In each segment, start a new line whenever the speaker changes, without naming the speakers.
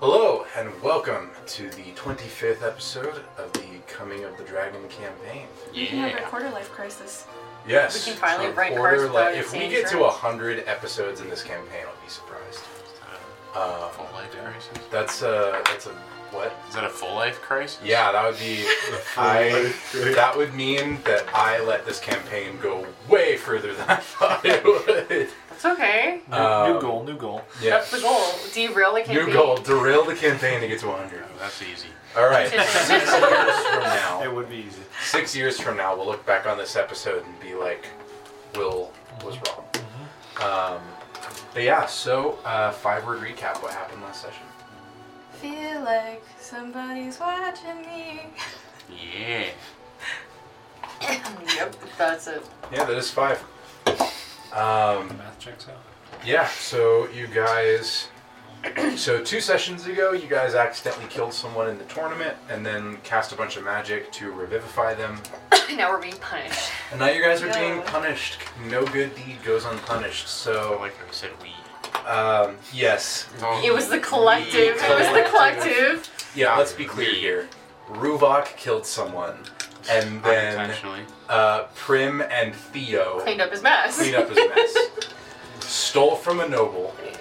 Hello, and welcome to the 25th episode of the Coming of the Dragon campaign.
We can have a quarter life crisis.
Yes.
We can finally
it's our
rank
quarter
cards
li-
without
If we
any
get to
insurance.
100 episodes in this campaign, I'll be surprised.
Is
Uh,
that a full life crisis?
that's a. That's a. What?
Is that a full life crisis?
Yeah, that would be. I. That would mean that I let this campaign go way further than I thought it would.
It's okay.
New,
Um,
new goal, new goal.
Yeah.
That's the goal. Derail the campaign.
New goal: derail the campaign to get to 100.
Oh, that's easy.
All right. Six years from now.
It would be easy.
six years from now, we'll look back on this episode and be like, Will was wrong. Um, but yeah, so uh, five word recap what happened last session.
Feel like somebody's watching me.
Yeah.
yep, that's it.
Yeah, that is five. Um,
The math checks out.
yeah, so you guys. So two sessions ago, you guys accidentally killed someone in the tournament and then cast a bunch of magic to revivify them.
now we're being punished.
And now you guys are being
No.
punished. No good deed goes unpunished.
I
So,
like how you said we.
um, yes,
It was the collective. It was the collective.
Yeah, let's be clear here. Ruvok killed someone, and then
Unintentionally.
uh, Prim and Theo
Cleaned up his mess.
cleaned up his mess. Stole from a noble.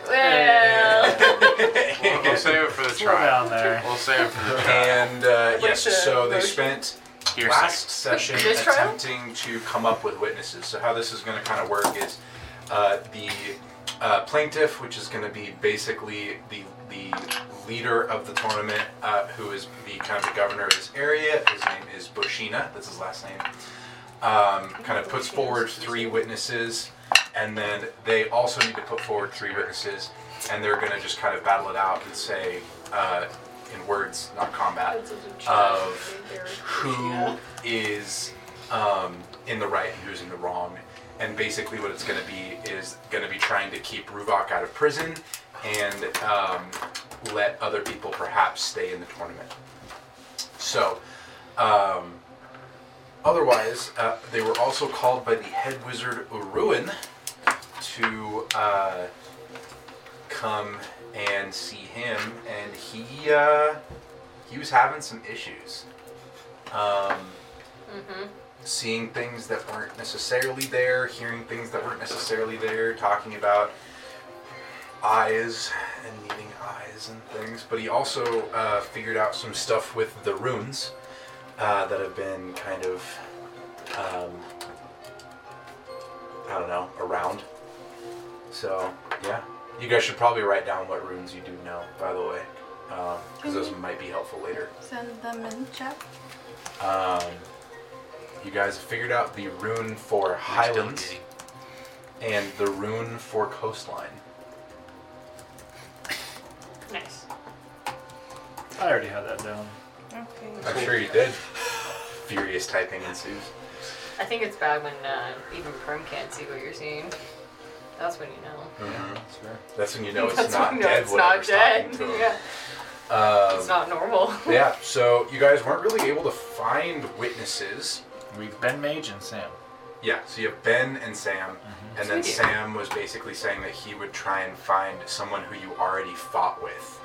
Well,
We'll, we'll save it for the
Slow
trial.
down there.
We'll save it for the trial.
And uh,
Like
yes,
the
so they
motion.
spent
Here's
last session
This trial?
attempting to come up with witnesses. So how this is going to kind of work is uh, the uh, plaintiff, which is going to be basically the the leader of the tournament, uh, who is the kind of the governor of this area. His name is Boshina. That's his last name. Um, kind of puts forward three witnesses, and then they also need to put forward three witnesses, and they're going to just kind of battle it out and say. Uh, in words, not combat, of who is um, in the right and who's in the wrong. And basically, what it's going to be is going to be trying to keep Ruvok out of prison and um, let other people perhaps stay in the tournament. So, um, otherwise, uh, they were also called by the head wizard Uruin to uh, come and see him, and he uh, he was having some issues. Um, seeing things that weren't necessarily there, hearing things that weren't necessarily there, talking about eyes and needing eyes and things. But he also uh, figured out some stuff with the runes uh, that have been kind of, um, I don't know, around. So, yeah. You guys should probably write down what runes you do know, by the way, because those might be helpful later.
Send them in chat.
Um, you guys figured out the rune for
We're still
highlands
getting-
and the rune for coastline.
nice.
I already had that down.
Okay.
I'm sure you did. Furious typing ensues.
I think it's bad when uh, even Prim can't see what you're seeing. That's when you know.
That's fair.
That's when you know it's
That's
not
when you know
dead.
It's not
whatever's
dead.
talking to him.
Yeah.
Um,
It's not normal.
yeah. So you guys weren't really able to find witnesses.
We've been Mage and Sam.
Yeah. So you have Ben and Sam, and then
Sweetie.
Sam was basically saying that he would try and find someone who you already fought with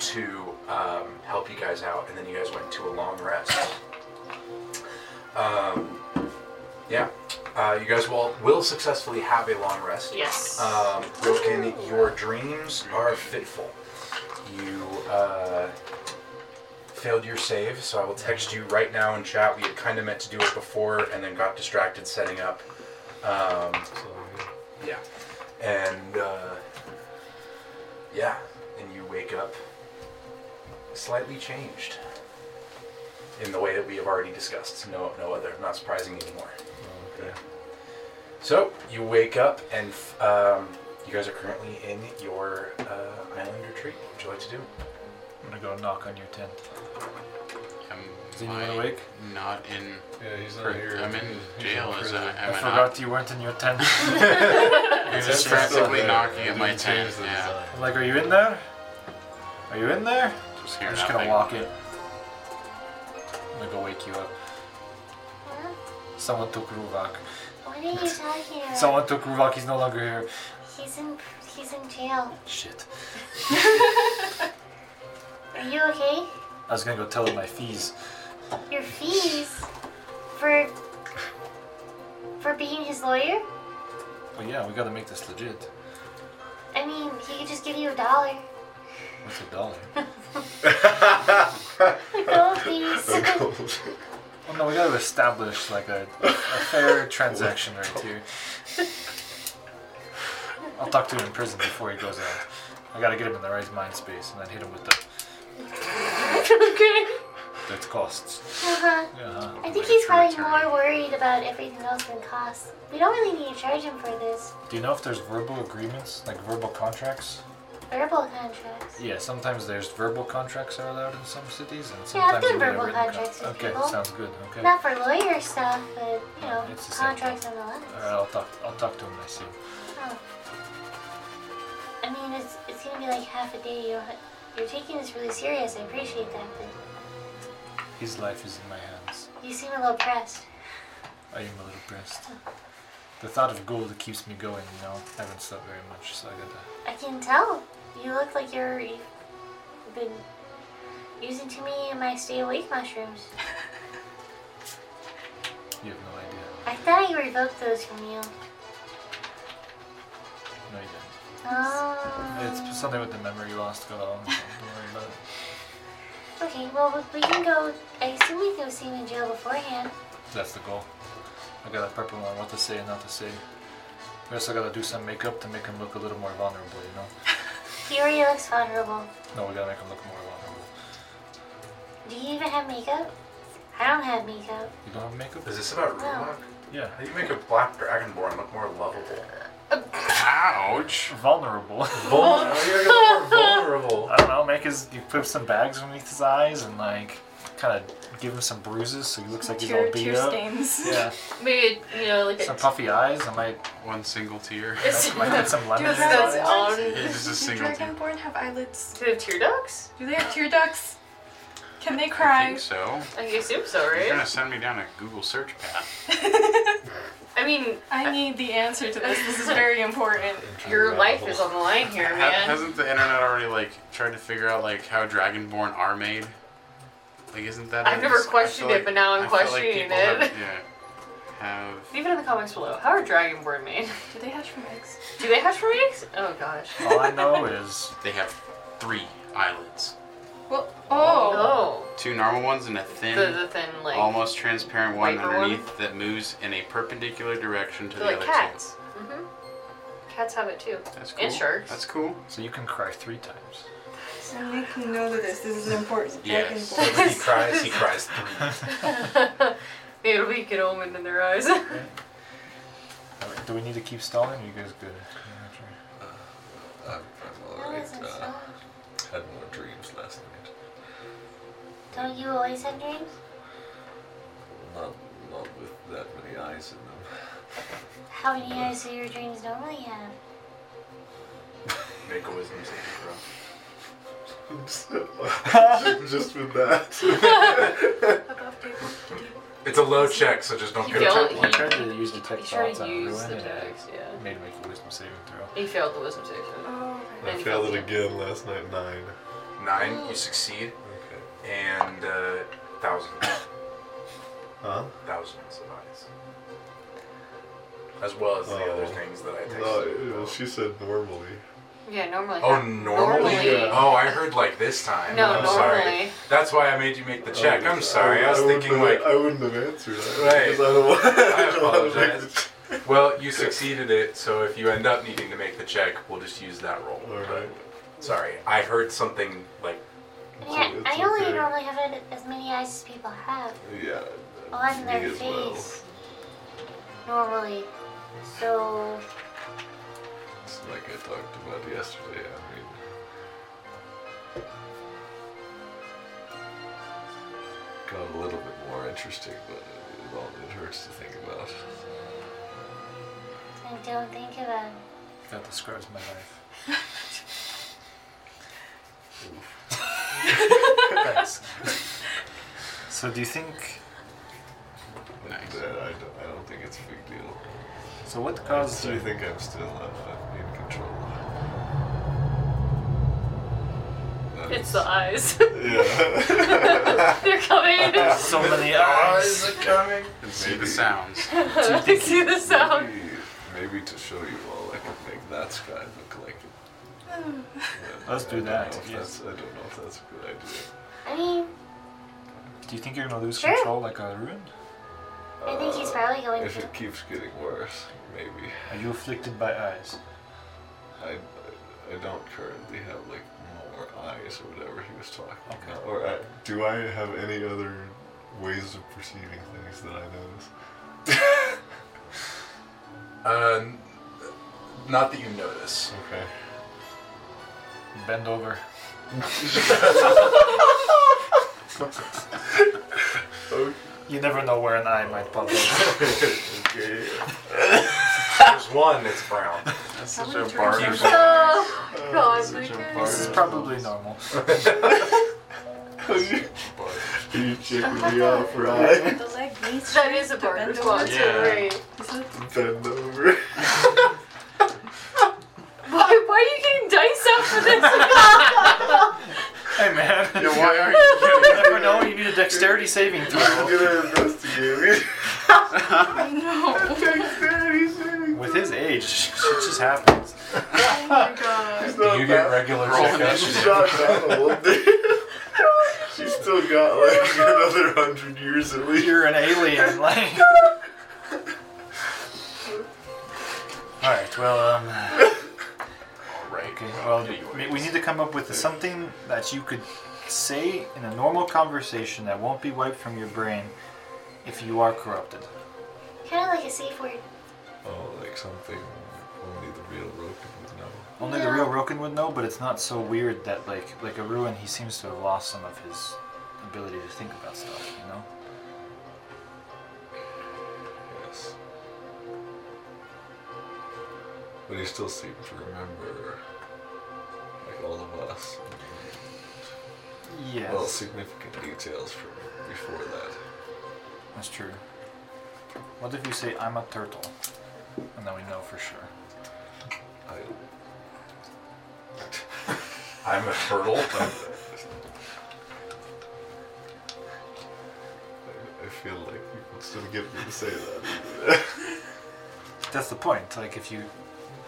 to um, help you guys out, and then you guys went to a long rest. Um, yeah. Uh, you guys will will successfully have a long rest.
Yes.
Um, Broken, your dreams are fitful. You uh, failed your save, so I will text you right now in chat. We had kind of meant to do it before and then got distracted setting up. Um,
So
yeah. And uh, yeah, and you wake up slightly changed in the way that we have already discussed. No, no other. Not surprising anymore.
okay.
So you wake up and f- um, you guys are currently in your uh, island retreat. What would you like to do?
I'm gonna go knock on your tent.
Am
Is anyone
I
awake? Oh,
Not in.
Yeah, he's
pri-
not here.
I'm in jail. Is I,
I,
am I
forgot
not?
you weren't in your tent.
You're
It's
just
still
practically
there.
knocking at
They
my
didn't change
tent.
the
Yeah.
design.
I'm like, are you in there? Are you in there?
Just hear
I'm uh, just gonna
nothing.
walk it. I'm gonna go wake you up.
Huh?
Someone took Ruvok.
What are you talking about?
Someone took Ruvok. He's no longer here.
he's in he's in jail.
Shit. I was gonna go tell her my fees.
Your fees for for being his lawyer?
But yeah, we gotta make this legit.
I mean, he could just give you a dollar.
What's a dollar?
The gold fees.
Well, no, we gotta establish like a, a fair transaction right here. I'll talk to him in prison before he goes out. I gotta get him in the right mind space and then hit him with the,
okay.
the costs.
uh-huh.
Yeah.
I think he's probably more worried about everything else than cost. We don't really need to charge him for this
Do you know if there's verbal agreements, like verbal contracts?
verbal contracts.
Yeah, sometimes there's verbal contracts are allowed in some cities, and
Yeah,
sometimes
I've done
you get a
verbal
written con-
contracts with
Okay,
people.
sounds good. Okay, all right,
Not for lawyer stuff, but you know,
It's the same. Uh,
contracts and all that.
I'll talk. I'll talk to him. I see.
Oh. I mean, it's it's gonna be like half a day. You don't ha- you're taking this really serious. I appreciate that, but
His life is in my hands.
you seem a little pressed.
I am a little pressed. The thought of gold keeps me going. You know, I haven't slept very much, so I gotta.
I can tell. You look like you're you've been using too many of my stay awake mushrooms.
You have no idea.
I thought I revoked those from you.
No, you don't.
Oh.
It's something with the memory loss got on. so Don't worry about it.
Okay, well, we we can go. I assume we can go see him in jail beforehand.
That's the goal. I gotta prep him on what to say and not to say. We also gotta do some makeup to make him look a little more vulnerable. You know.
He already looks vulnerable.
No, we gotta make him look more vulnerable.
Do you even have makeup? I don't have makeup.
You don't have makeup?
Is this about
No.
Rulock?
Yeah.
How do you make a black dragonborn look more lovable?
Ouch.
Vulnerable.
Vulnerable. you gotta look more vulnerable.
I don't know, make his you put some bags underneath his eyes and like kinda give him some bruises so he looks like he's all
Tear,
beat
tear
up.
stains.
Yeah.
Maybe you know, like
Some
a
puffy eyes, I might
One single tear.
It's-
might put some lemon
Do
in his
those
eyes.
all-
It's just a
do
single tear.
dragonborn have eyelids?
Do they have tear ducts?
Do they have tear ducts? Can they
I
cry?
think so.
I assume so,
You're gonna
right?
send me down a Google search path.
I mean,
I need the answer to this. This is very important.
your life is on the line here,
Ha-
man.
hasn't the internet already like tried to figure out like how Dragonborn are made? Like, isn't that?
I've
a-
never
I feel
questioned it,
like-
but now I'm
I feel like
questioning
people
it.
Have, yeah. Have
Leave it in the comments below. How are dragonborn made?
Do they hatch from eggs?
Do they hatch from eggs? Oh gosh.
All I know is
they have three eyelids?
Well, oh.
Oh,
Two normal ones and a thin,
the, the thin like
almost transparent one
Wiper one?
underneath that moves in a perpendicular direction to
they're
the
like
other
cats. hmm Cats have it too.
two. That's cool.
And sharks.
That's cool.
so you can cry three times.
So we can know that this, this is important.
Yes.
Dragonborn.
When he cries, he cries three.
Maybe it'll be a good omen in their eyes.
Alright, Do we need to keep stalling? Are you guys good? Yeah, sure.
I'm, I'm
That
alright.
wasn't
Uh,
so.
had more dreams last night.
Don't you always have dreams?
Not, not with that many eyes in them.
How many eyes do your dreams normally have?
Make a wisdom saving throw.
Just with that.
Above table. Did you-
It's a low check, so just don't
You
get
don't-
a
I
check.
tried to use detect
He tried
thoughts
to
on
use
everyone
the
and it
text, yeah.
made me make a wisdom saving throw.
He failed the wisdom section.
Oh, okay.
I failed it again last night. Nine.
Nine, you succeed,
Okay.
and uh, thousands,
Huh?
thousands of eyes. As well as the
Oh.
other things that I texted. you
No,
about.
uh, she said normally.
Yeah, normally.
Oh,
ha-
normally?
Normally.
Oh, I heard like this time.
No,
I'm Sorry.
normally.
That's why I made you make the check.
Oh,
I'm sorry. I was
wouldn't
thinking
have-
like,
I wouldn't have answered. that,
Right.
because I don't want. I don't want to make
apologize.
the-
well, you succeeded it, so if you end up needing to make the check, we'll just use that roll.
All right.
But, sorry, I heard something like
Yeah,
It's
I only
okay.
normally have it as many eyes as people have.
Yeah.
on
me
their
as well.
face normally. So
It's like I talked about yesterday. I mean, got a little bit more interesting, but it, it, all, it hurts to think about.
I don't think about it.
That describes my life. Thanks. so do you think
But
Nice.
that uh, I, don't, I don't think it's a big deal.
so what
I
caused
still
you
think I'm still uh, in control. Uh, eyes.
It's the eyes.
Yeah.
They're coming.
So many
eyes
eyes.
are coming.
And see the sounds.
I see the sound.
Maybe, maybe to show you all, I could make that sky look like it. Yeah,
Let's
I
do
don't
that,
know if
yes.
that's- I don't know if that's a good idea.
I mean,
Do you think you're gonna lose
Sure.
control like a ruin?
I think he's
Uh,
probably going
If
to.
it keeps getting worse, maybe.
Are you afflicted by eyes?
I, I don't currently have like more eyes or whatever he was talking
Okay.
about. Or uh, I, do I have any other ways of perceiving things that I notice?
Uh, n- not that you notice.
Okay.
Bend over. You never know where an eye might pop up.
okay.
There's one that's brown.
That's
How
such
many
a
turns
barber.
is
Oh,
God,
Lucas.
This is probably normal.
you checking me out for eyes?
The leg needs
that is a
to bend
barber claw
over.
too,
Yeah.
right?
Is it?
Bend over.
Why, why are you getting dice out for this?
Hey man,
Yeah, why are
you
you?
never know. You need a dexterity saving
I'm
throw.
gonna investigate.
No.
With his age, shit just happens.
Oh my god.
Do you get regular
Roll
checkups?
initiative.
shot down a little bit. She's still got like another hundred years at least.
You're an alien, like. All right. Well, um.
Right.
Okay. Well, we- we need to come up with something that you could say in a normal conversation that won't be wiped from your brain if you are corrupted.
Kind of like a safe word.
Oh, like something only the real Roken would know.
Only the real Roken would know, but it's not so weird that like like a ruin, he seems to have lost some of his ability to think about stuff. You know.
Yes. But he still seemed to remember, like all of us.
Yes.
Well, significant details from before that.
That's true. What if you say I'm a turtle, and then we know for sure?
I.
I'm a turtle.
I- I feel like you can still get me to say that.
That's the point. Like if you,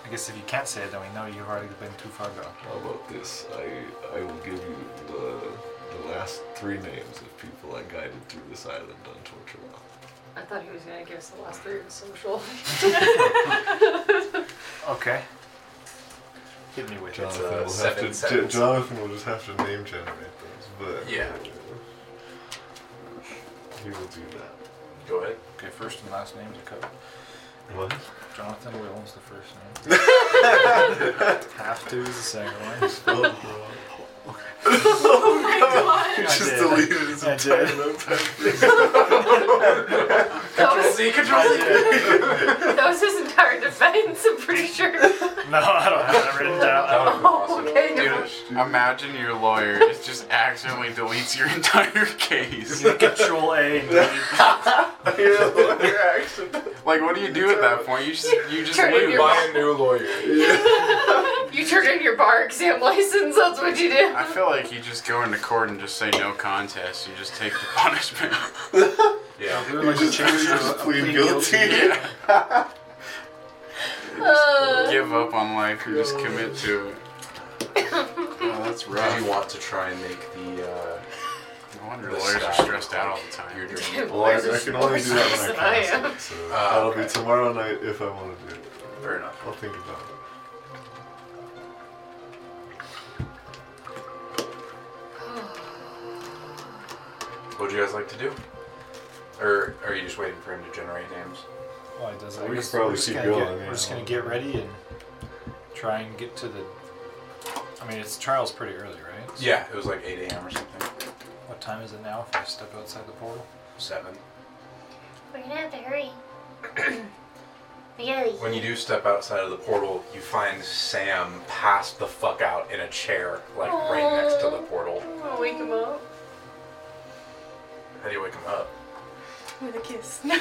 I guess if you can't say it, then we know you've already been too far gone.
How about this? I I will give you the the last three names of people I guided through this island on Torture Rock.
Uh,
I thought he was gonna give us the last three of his social.
Okay. Hit me with it.
It's, uh,
Jonathan will
seven
have to
seconds.
Jonathan will just have to name generate those, but
Yeah.
he will do that.
Go ahead.
Okay, first and last name to cover.
What?
Jonathan Wilms, the first name. Have to is the second one.
Oh, wrong.
I
You just
did.
deleted his
I
entire
did.
notepad.
That was,
Z, control Z.
that was his entire defense, I'm pretty sure.
No, I don't have that written down.
That would
Oh, okay.
Imagine your lawyer just accidentally deletes your entire case.
Control A.
Yeah, your action.
Like, what do you do at that point? You just you just
Turn
be
in
awesome.
lose.
your-
Buy a new lawyer.
You turned in your bar exam license, that's what you did.
I feel like you just go into court and just say no contest. You just take the punishment.
Yeah.
We would like to change
You
to
just
a
plead guilty.
Yeah.
Uh,
Give up on life and just commit to it. Oh, that's
Did you
rough.
want to try and make the uh,
No wonder lawyers are stressed out all the time.
your dream?
Well, I, I can only do that when I
Than I am.
cast it, so
Ah,
that'll be
okay.
tomorrow night if I want to do it.
Fair enough.
I'll think about it.
What would you guys like to do? Or are you just waiting for him to generate names?
Well, it does. I
We could
guess
probably
we're just
keep
gonna
going,
Get,
yeah.
We're just gonna get ready and try and get to the. I mean, it's trials pretty early, right?
Yeah, it was like 8 a.m. or something.
What time is it now? If I step outside the portal.
7.
We're gonna have to hurry. we gotta leave.
When you do step outside of the portal, you find Sam passed the fuck out in a chair, like right next to the portal.
I'll wake him up.
How do you wake him up?
With a kiss.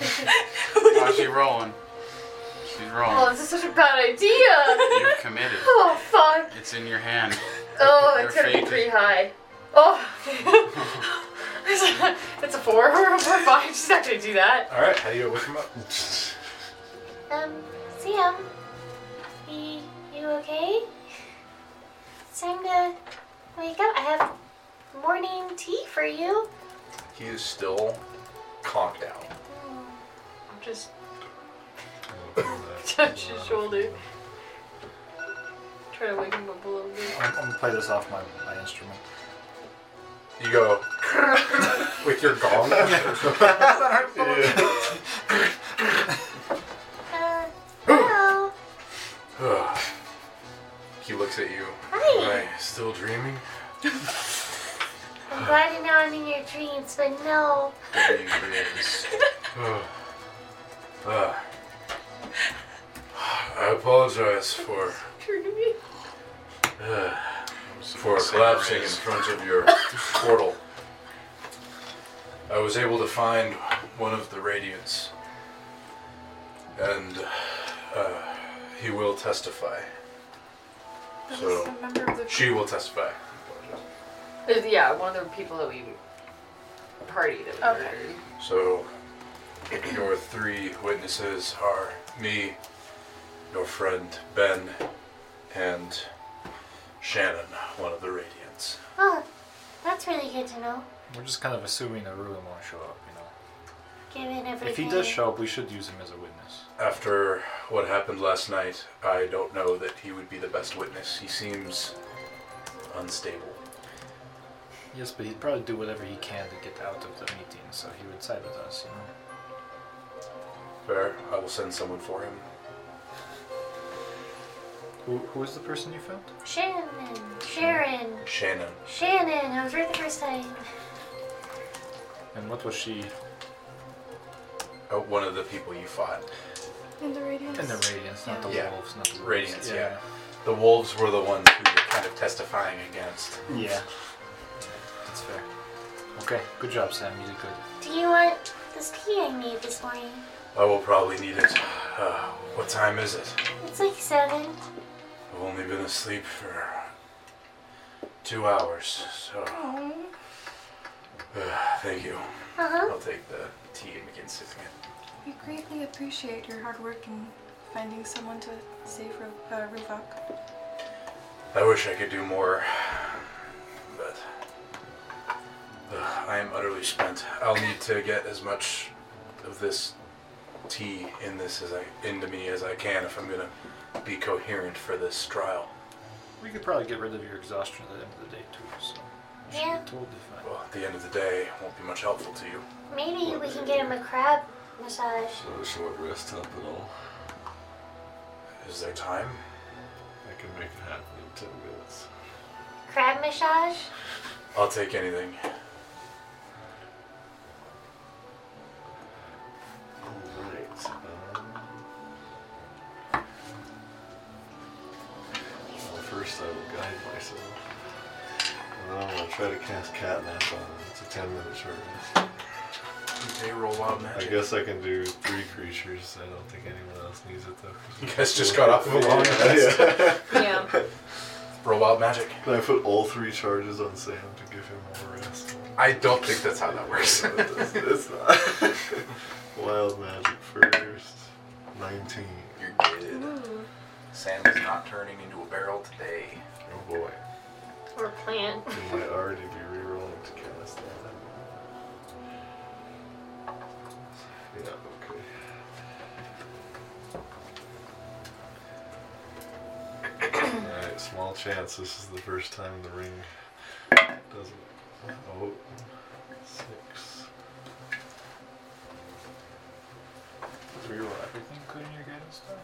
How's she Oh, rolling? She's
Oh,
wrong.
this is such a bad idea.
You're committed.
Oh, fuck.
It's in your hand.
Oh,
Your
it's gonna be
fate
pretty
is-
high. Oh. It's a- it's a four. We're, we're fine. She's not gonna do that.
All right, how do you wake him up?
Um, Sam, you, you okay? It's time to wake up. I have morning tea for you.
He is still conked out.
Just
Touch
touch his shoulder. Try to wake him up a little bit.
I'm, I'm gonna play this off my, my instrument.
You go with your gong.
Uh, hello.
he looks at you.
Hi.
Am I still dreaming?
I'm glad you know I'm in your dreams, but no.
Maybe it is. Ugh. Ugh. Uh, I apologize for
Turn to me.
uh, for collapsing in front of your portal. I was able to find one of the radiants, and uh, he will testify.
That is
So-
a member of the
She will testify.
There's- yeah, one of the people that we party that we
Okay.
murdered.
So, your three witnesses are me, your friend Ben, and Shannon, one of the Radiants.
Oh, that's really good to know.
We're just kind of assuming that Ruin won't show up, you know.
Given everything.
If he does show up, we should use him as a witness.
After what happened last night, I don't know that he would be the best witness. He seems unstable.
Yes, but he'd probably do whatever he can to get out of the meeting, so he would side with us, you know.
Fair. I will send someone for him.
Who, who is the person you found?
Shannon, Sharon,
Shannon.
Shannon. I was right the first time.
And what was she
Oh, one of the people you fought.
in the radiance.
in the Radiance, not the
Yeah.
Wolves, not the wolves.
Radiance, yeah. The wolves were the ones who were kind of testifying against.
yeah. Yeah. That's fair. Okay, good job, Sam. You did good.
Do you want this tea I made this morning?
I will probably need it. Uh, what time is it?
It's like seven.
I've only been asleep for two hours, so
Oh,
uh, thank you.
Uh huh.
I'll take the tea and begin sipping it.
we greatly appreciate your hard work in finding someone to save Ru- uh, Ruvok.
I wish I could do more, but uh, I am utterly spent. I'll need to get as much of this tea in this as I into me as I can if I'm gonna be coherent for this trial.
We could probably get rid of your exhaustion at the end of the day, too, so. You should
Yeah.
be totally fine.
Well, at the end of the day, it won't be much helpful to you.
Maybe we can get him a crab massage.
Not a short rest up at all.
Is there time?
I can make it happen in ten minutes.
Crab massage?
I'll take anything.
Alright. Um, well, first I will guide myself. And then I'm gonna try to cast catnap on him. It's a ten minute short rest.
They roll wild magic.
I guess I can do three creatures. I don't think anyone else needs it though.
You guys just got off of a long rest.
yeah.
Yeah.
Roll wild magic.
Can I put all three charges on Sam to give him more rest?
I don't think that's how that works.
it's, it's not. Wild magic first. 19.
You're good. Sam is not turning into a barrel today.
Oh boy.
Or plant.
We might already be rerolling to cast that. Yeah, okay. Alright, small chance this is the first time the ring doesn't. Oh, six.
Reroll everything, including your guidance die?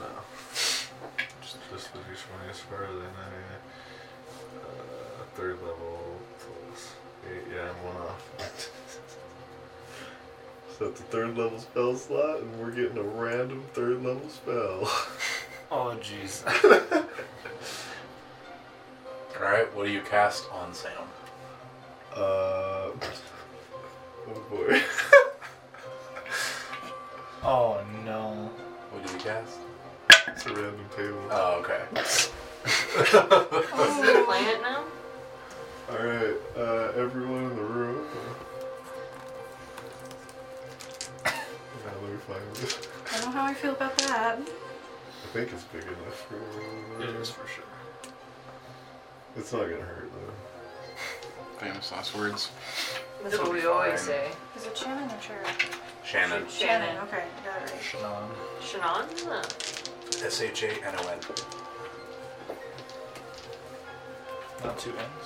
No. Just this would be twenty as far as I know. Yeah. Uh, third level plus eight. Yeah, I'm one off. so that's a third level spell slot, and we're getting a random third level spell.
Oh, jeez.
Alright, what do you cast on Sam?
Uh, oh boy.
oh, no. Oh,
What do you chest?
It's a random table.
Oh, okay.
Is it a planet now?
Alright, uh, everyone in the room. now let me find it.
I don't know how I feel about that.
I think it's big enough for everyone in the room.
for sure.
It's not gonna hurt though.
Famous last words.
That's
It'll
what
be
we always
fine.
say.
Is it Shannon or Cher?
Shannon.
Shannon, okay, I got it right.
Shalom.
Shannon?
S H A N O N.
Not two ends.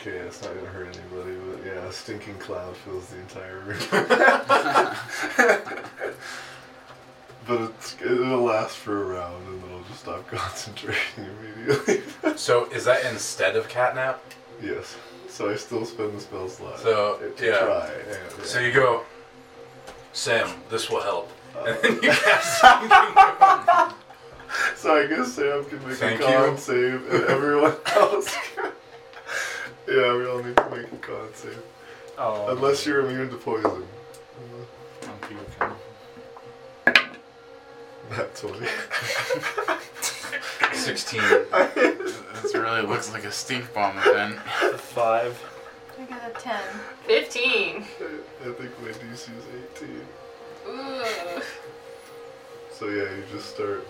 Okay, it's not gonna hurt anybody, but yeah, a stinking cloud fills the entire room. but it's, it'll last for a round and then I'll just stop concentrating immediately.
So is that instead of catnap?
yes. So I still spend the spell slot.
So,
to
yeah.
Try. and-
So
yeah.
you go, Sam, this will help. And then you cast something.
So I guess Sam can make
Thank
a con
you.
save, and everyone else. can- yeah, we all need to make a con save,
Oh.
unless you're immune to poison.
Some people can-
That twenty.
16.
This really looks like a stink bomb event.
Five.
I got a 10.
15.
I I think my DC is eighteen.
Ooh.
So yeah, you just start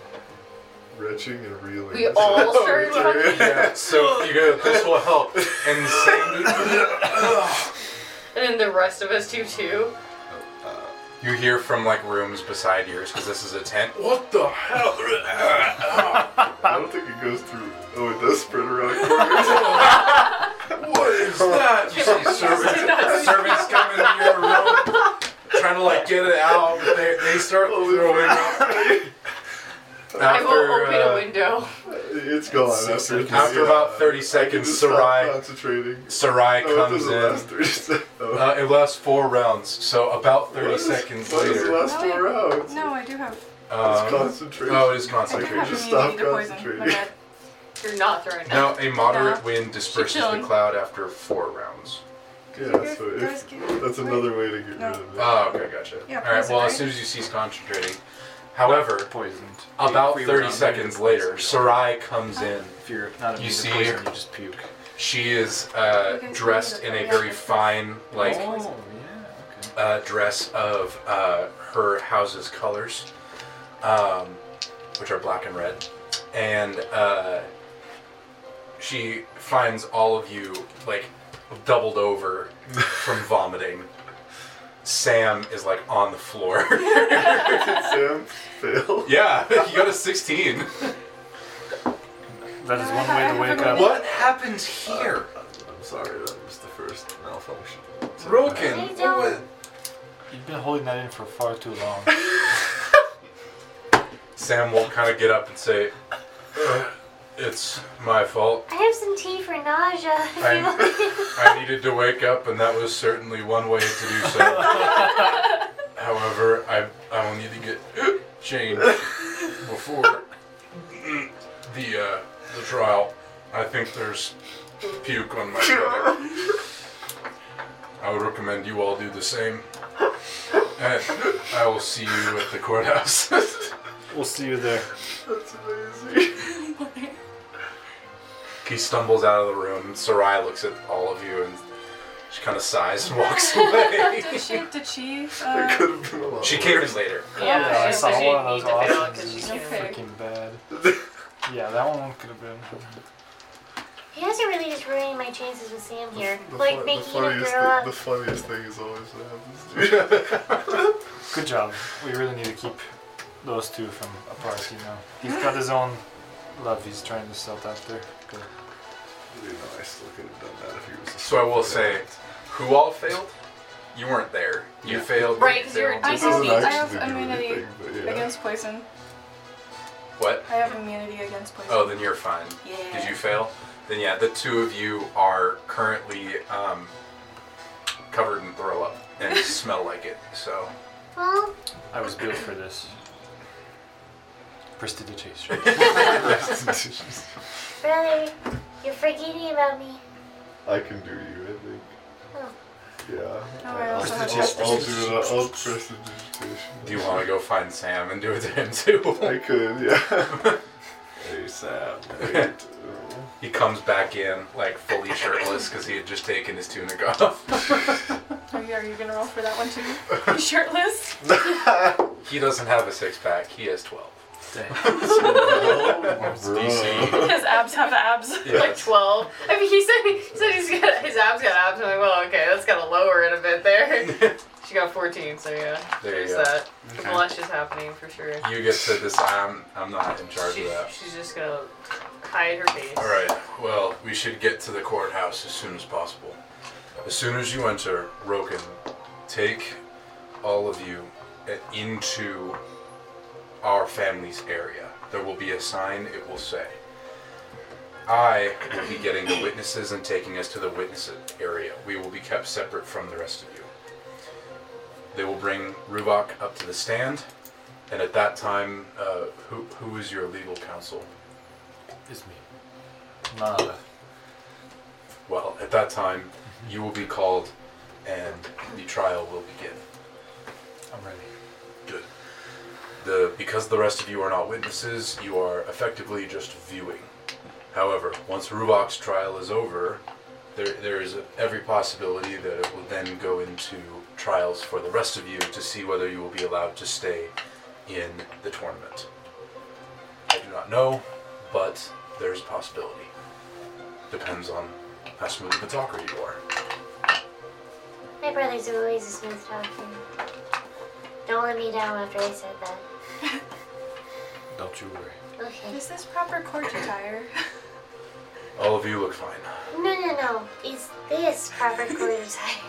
retching and reeling.
We all
Oh,
start
sorry.
fucking-
Yeah, so you go, this will help. And Sam,
And then the rest of us do too.
you hear from like rooms beside yours, because this is a tent. What the hell?
I don't think it goes through. Oh, it does spread around corners.
What is that? You see servants, servants come into your room trying to like get it out, but they, they start
Oh,
throwing up.
I will
After,
open
uh,
a window.
it's gone after,
After about 30
seconds.
seconds,
Stop
Sarai,
concentrating.
Sarai
Oh, it
comes
doesn't
in.
last thirty seconds. Oh.
Uh, it lasts four rounds, so about 30
What is-
seconds
what is the
later.
last four rounds?
No, I do have.
um,
it's concentration.
oh, it is
I do
concentration.
have immunity
Just stop
to poison. My
concentrating.
bad.
You're not throwing up.
Now, a moderate
No.
wind disperses the
chilling.
cloud after four rounds.
yeah, so
Guys,
if,
get-
that's another way to get
No.
rid of it.
Oh, okay, gotcha.
Yeah,
All right,
poison,
well,
right?
as soon as you cease concentrating. Howevened,
Poisoned.
about
If we were
30
not
seconds
immune to
later,
poison,
Sarai comes in.
If you're not immune to
see-
poison, you just puke.
She is uh, dressed in a very fine, like,
oh, yeah. Okay.
uh, dress of uh, her house's colors, um, which are black and red. And uh, she finds all of you, like, doubled over from vomiting. Sam is, like, on the floor. Ah.
Sam failed.
yeah, you got a 16.
That is one way to wake up.
What happens here?
I'm sorry, that was the first malfunction.
Broken.
Hey, Dad.
You've been holding that in for far too long.
Sam will kind of get up and say, "Uh, It's my fault.
I have some tea for nausea. if you
I'm-
want it.
I needed to wake up, and that was certainly one way to do so. However, I, I will need to get changed before the uh, the trial. I think there's puke on my stomach. I would recommend you all do the same. And I will see you at the courthouse.
We'll see you there.
That's amazing.
He stumbles out of the room. Sarai looks at all of you and she kind of sighs and walks away.
Did she? Did she?
It
Uh,
could have been a lot
she
worse.
came in later.
Yeah,
I
she-
saw
she
one of those
needs to fail
options.
'cause she's
Okay.
gonna-
Freaking bad. Yeah, that one could have been.
You guys are really just ruining my chances with Sam here.
The,
like
fu- the,
making him
funniest
throw
thing,
up.
the funniest thing is always what happens to
Good job. We really need to keep those two from apart, you know. He's got his own love he's trying to sell out there. Good.
you. you know, I still could have done that if he was a
So I will say, who all failed? You weren't there. You
Yeah.
failed.
Right,
you
'cause you're
failed.
I
It
have,
doesn't
I have
actually do
immunity
anything, but yeah.
against poison.
What?
I have immunity against poison.
Oh, then you're fine.
yeah.
Did you fail? Then yeah, the two of you are currently um, covered in throw up and smell like it. So
Well,
I was built for this. Prestidigitation.
brother, you're forgetting about me.
I can do you, I think.
Oh,
Yeah.
Oh, I also
I'll,
have
I'll, I'll do
prestidigitation.
that. I'll prestidigitation.
Do you want to go find Sam and do it to him too?
I could, yeah. hey, Sam. Wait.
He comes back in like fully shirtless because he had just taken his tunic off.
Are you, are you gonna roll for that one too? Shirtless?
He doesn't have a six pack. He has twelve.
Bro.
His abs have abs.
Yes.
Like 12. I mean, he said, he said he's got, his abs got abs. I'm like, well, okay, that's got to lower it a bit there. she got 14, so yeah.
There you
there's
go.
that. The
Okay.
blush is happening for sure.
You get to this. I'm. I'm not in charge
She,
of that.
she's just going to hide her face.
All right. Well, we should get to the courthouse as soon as possible. As soon as you enter, Roken, take all of you uh, into our family's area. There will be a sign. It will say, "I will be getting the witnesses and taking us to the witness area. We will be kept separate from the rest of you." They will bring Rubak up to the stand, and at that time, uh, who, who is your legal counsel?
It's me. Nada.
Well, at that time, you will be called and the trial will begin.
I'm ready.
Good. The, because the rest of you are not witnesses, you are effectively just viewing. However, once Rubok's trial is over, there, there is every possibility that it will then go into trials for the rest of you to see whether you will be allowed to stay in the tournament. I do not know, but there is a possibility. Depends on how smooth of a talker you are.
My brother's always a smooth talker. Don't let me down after I said that.
Don't you worry.
Okay.
Is this proper court attire?
All of you look fine.
No, no, no. It's this proper quarter time.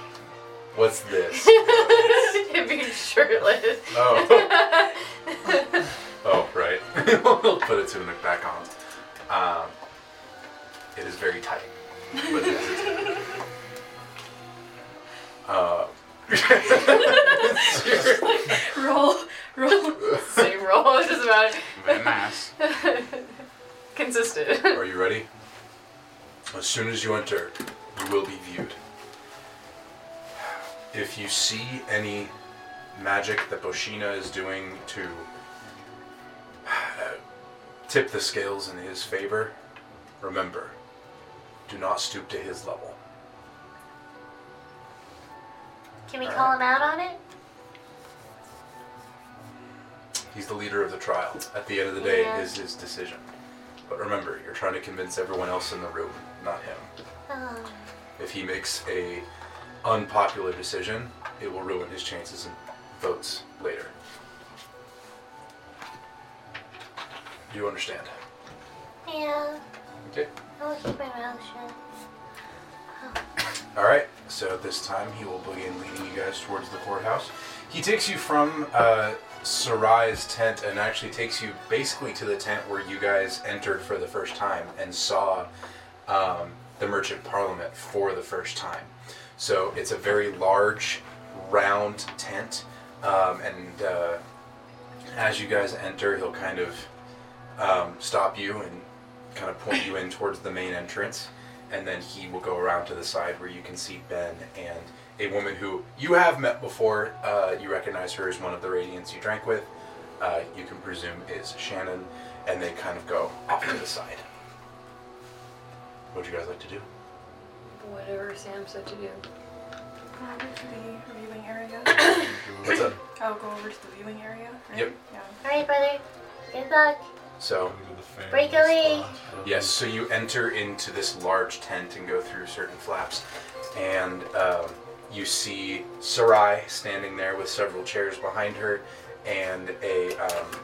What's this?
It'd be shirtless.
oh. oh, right. we'll put a tunic back on. Um, it is very tight. But it is a tunic. Uh,
roll, roll.
Same role, it doesn't matter.
Very nice.
Consistent.
are you ready? As soon as you enter, you will be viewed. If you see any magic that Boshina is doing to uh, tip the scales in his favor, remember, do not stoop to his level.
Can
Uh.
we call him out on it?
He's the leader of the trial. At the end of the day,
Yeah.
it is his decision. But remember, you're trying to convince everyone else in the room, not him.
Oh,
If he makes a unpopular decision, it will ruin his chances and votes later. You understand?
yeah.
Okay.
I'll keep my mouth shut.
All right. So this time he will begin leading you guys towards the courthouse. He takes you from uh, Sarai's tent and actually takes you basically to the tent where you guys entered for the first time and saw um, the Merchant Parliament for the first time. So it's a very large, round tent, um, and uh, as you guys enter, he'll kind of um, stop you and kind of point you in towards the main entrance, and then he will go around to the side where you can see Ben and a woman who you have met before. Uh, you recognize her as one of the Radiants you drank with. Uh, you can presume is Shannon, and they kind of go off to the side. What would you guys like to do?
Whatever Sam said to do.
Go over to the viewing area.
What's up?
I'll go over to the viewing area. Right?
Yep.
Yeah.
Alright, brother. Good luck.
So
Break away.
Yes, so you enter into this large tent and go through certain flaps, and um, you see Sarai standing there with several chairs behind her, and a, um,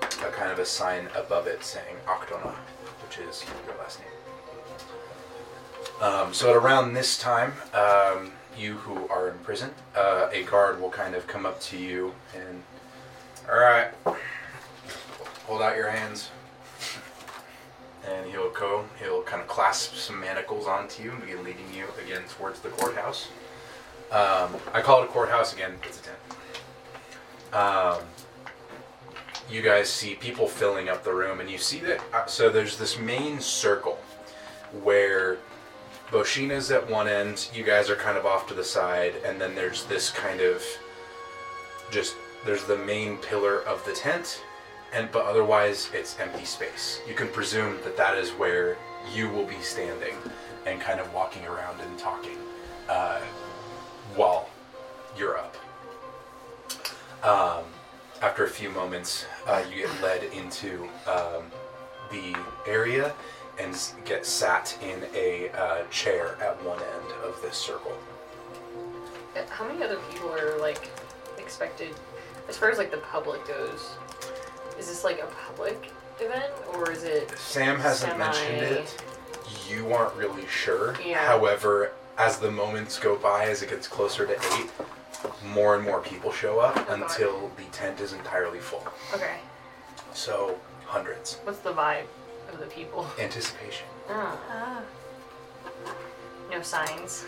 a kind of a sign above it saying Octona, which is your last name. Um, so at around this time, um, you who are in prison, uh, a guard will kind of come up to you and, all right, hold out your hands and he'll go. He'll kind of clasp some manacles onto you and begin leading you again towards the courthouse. Um, I call it a courthouse again. It's a tent. Um, you guys see people filling up the room, and you see that. Uh, so there's this main circle where Boshina's at one end, you guys are kind of off to the side, and then there's this kind of just there's the main pillar of the tent, and but otherwise it's empty space. You can presume that that is where you will be standing and kind of walking around and talking uh, while you're up. Um, after a few moments, uh, you get led into um, the area and s- get sat in a uh, chair at one end of this circle.
Uh, How many other people are like expected, as far as like the public goes? Is this like a public event or is it?
Sam hasn't
Semi-
mentioned it. You aren't really sure.
Yeah.
However, as the moments go by, as it gets closer to eight, more and more people show up
Okay.
until the tent is entirely full.
Okay,
So, hundreds.
what's the vibe of the people?
Anticipation.
Oh,
Ah,
no signs.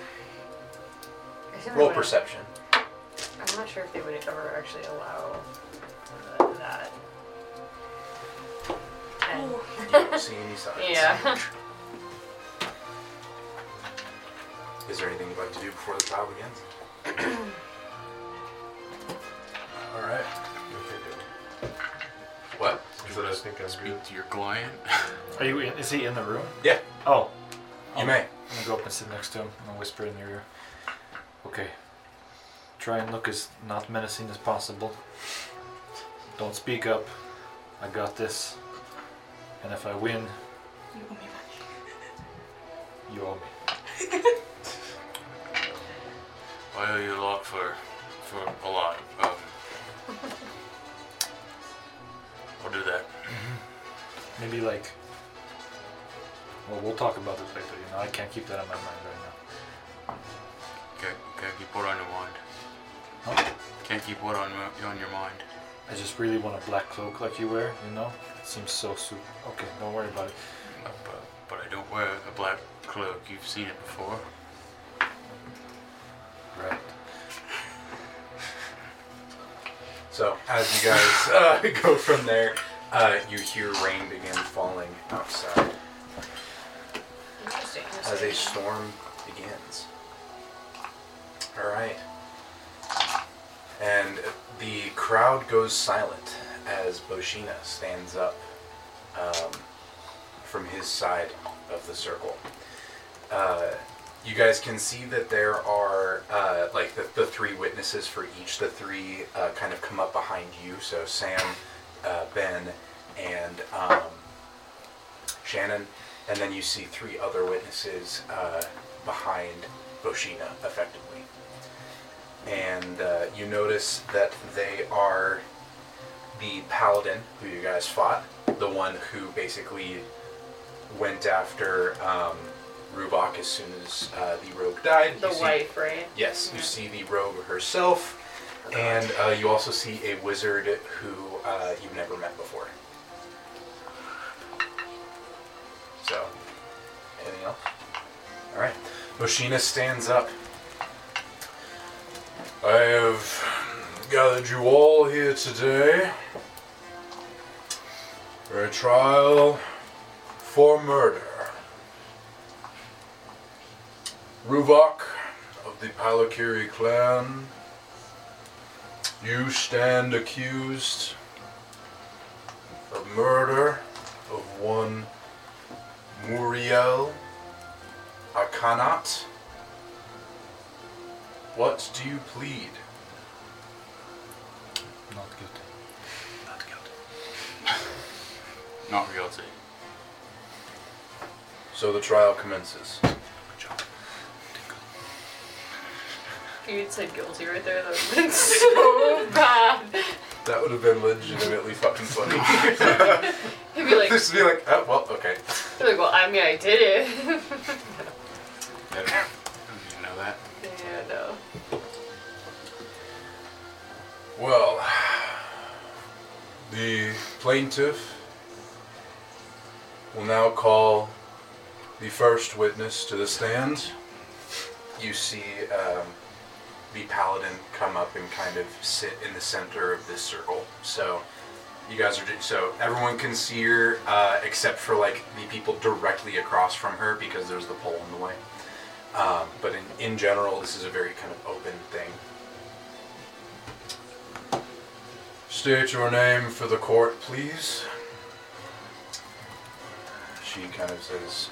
I assume they
Roll
wouldn't-
perception.
I'm not sure if they would ever actually allow that. Ten.
ooh,
You don't see any signs.
Yeah.
Is there anything you'd like to do before the trial begins?
All right.
What?
So I think I'm good.
Speak to your client.
Are you? In, is he in the room?
Yeah,
Oh,
you may.
I'm gonna go up and sit next to him and whisper in your ear. Okay. Try and look as not menacing as possible. Don't speak up. I got this. And if I win,
you owe me money.
you owe me.
I owe you a lot for, for a lot. Um, I'll do that.
Maybe like. Well, we'll talk about this later. You know, I can't keep that in my mind right
Can't, can't keep what on your mind.
now. Huh?
Can't keep what on, your- on your mind.
I just really want a black cloak like you wear. You know, it seems so super. Okay, don't worry about it.
Uh, But, but I don't wear a black cloak. You've seen it before.
Right.
So as you guys uh, go from there, uh, you hear rain begin falling outside
Interesting.
as a storm begins. All right, and the crowd goes silent as Boshina stands up um, from his side of the circle. Uh, you guys can see that there are uh, like the, the three witnesses for each. The three uh, kind of come up behind you. So Sam, uh, Ben, and um, Shannon, and then you see three other witnesses uh, behind Boshina, effectively. And uh, you notice that they are the paladin who you guys fought, the one who basically went after um, Rubok as soon as uh, the rogue died.
The
You see-
wife, right?
Yes, you see the rogue herself, and uh, you also see a wizard who uh, you've never met before. So, anything else? All right. Moshina stands up. I have gathered you all here today for a trial for murder. Ruvok of the Palakiri clan. You stand accused of murder of one Muriel Akanat. What do you plead?
Not guilty.
Not guilty. Not guilty.
So the trial commences.
Good job.
If you'd said guilty right there, that would have been so bad.
That would have been legitimately fucking funny.
He'd be like, he'd
Just be like, oh, well, okay.
be like, well, I mean, I did it.
You know that?
yeah, no.
Well, the plaintiff will now call the first witness to the stand. You see um, the paladin come up and kind of sit in the center of this circle. So you guys are ju- so everyone can see her uh, except for like the people directly across from her because there's the pole in the way. Um, but in, in general, this is a very kind of open thing. State your name for the court, please. She kind of says,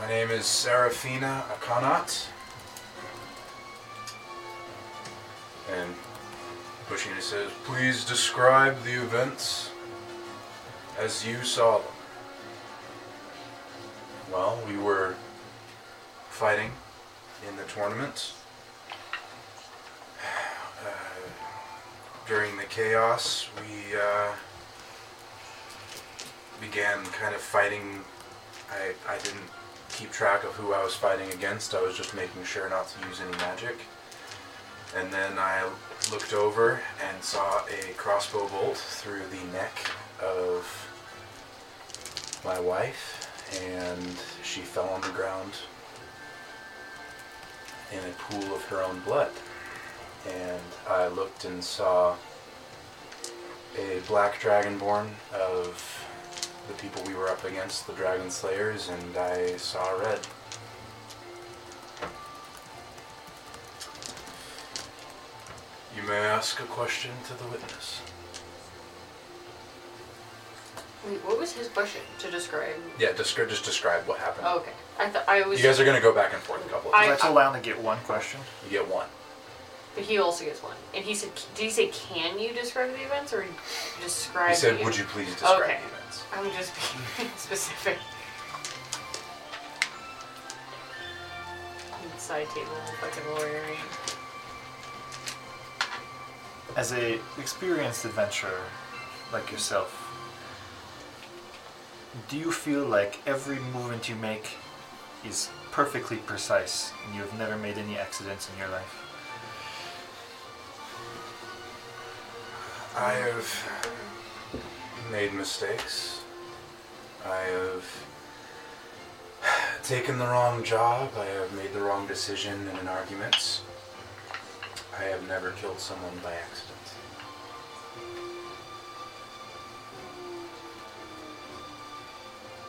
My name is Serafina Akanat. And Bushina says, Please describe the events as you saw them. Well, we were fighting in the tournament. Uh, during the chaos, we uh, began kind of fighting. I, I didn't keep track of who I was fighting against, I was just making sure not to use any magic. And then I looked over and saw a crossbow bolt through the neck of my wife, and she fell on the ground in a pool of her own blood. And I looked and saw a black dragonborn of the people we were up against, the Dragon Slayers, and I saw red. You may ask a question to the witness.
Wait, what was his question to describe?
Yeah, descri- just describe what happened.
Oh, okay. I thought I was.
You guys are gonna go back and forth a couple of
I-
times.
Let's allow him to get one question.
You get one.
But he also gets one. And he said, "Did he say can you describe the events or describe?"
He said,
the
"Would you please describe
Okay.
the events?"
I'm just being specific. Side table, fucking lawyer.
As a experienced adventurer like yourself, do you feel like every movement you make is perfectly precise and you have never made any accidents in your life?
I have made mistakes. I have taken the wrong job. I have made the wrong decision in an argument. I have never killed someone by accident.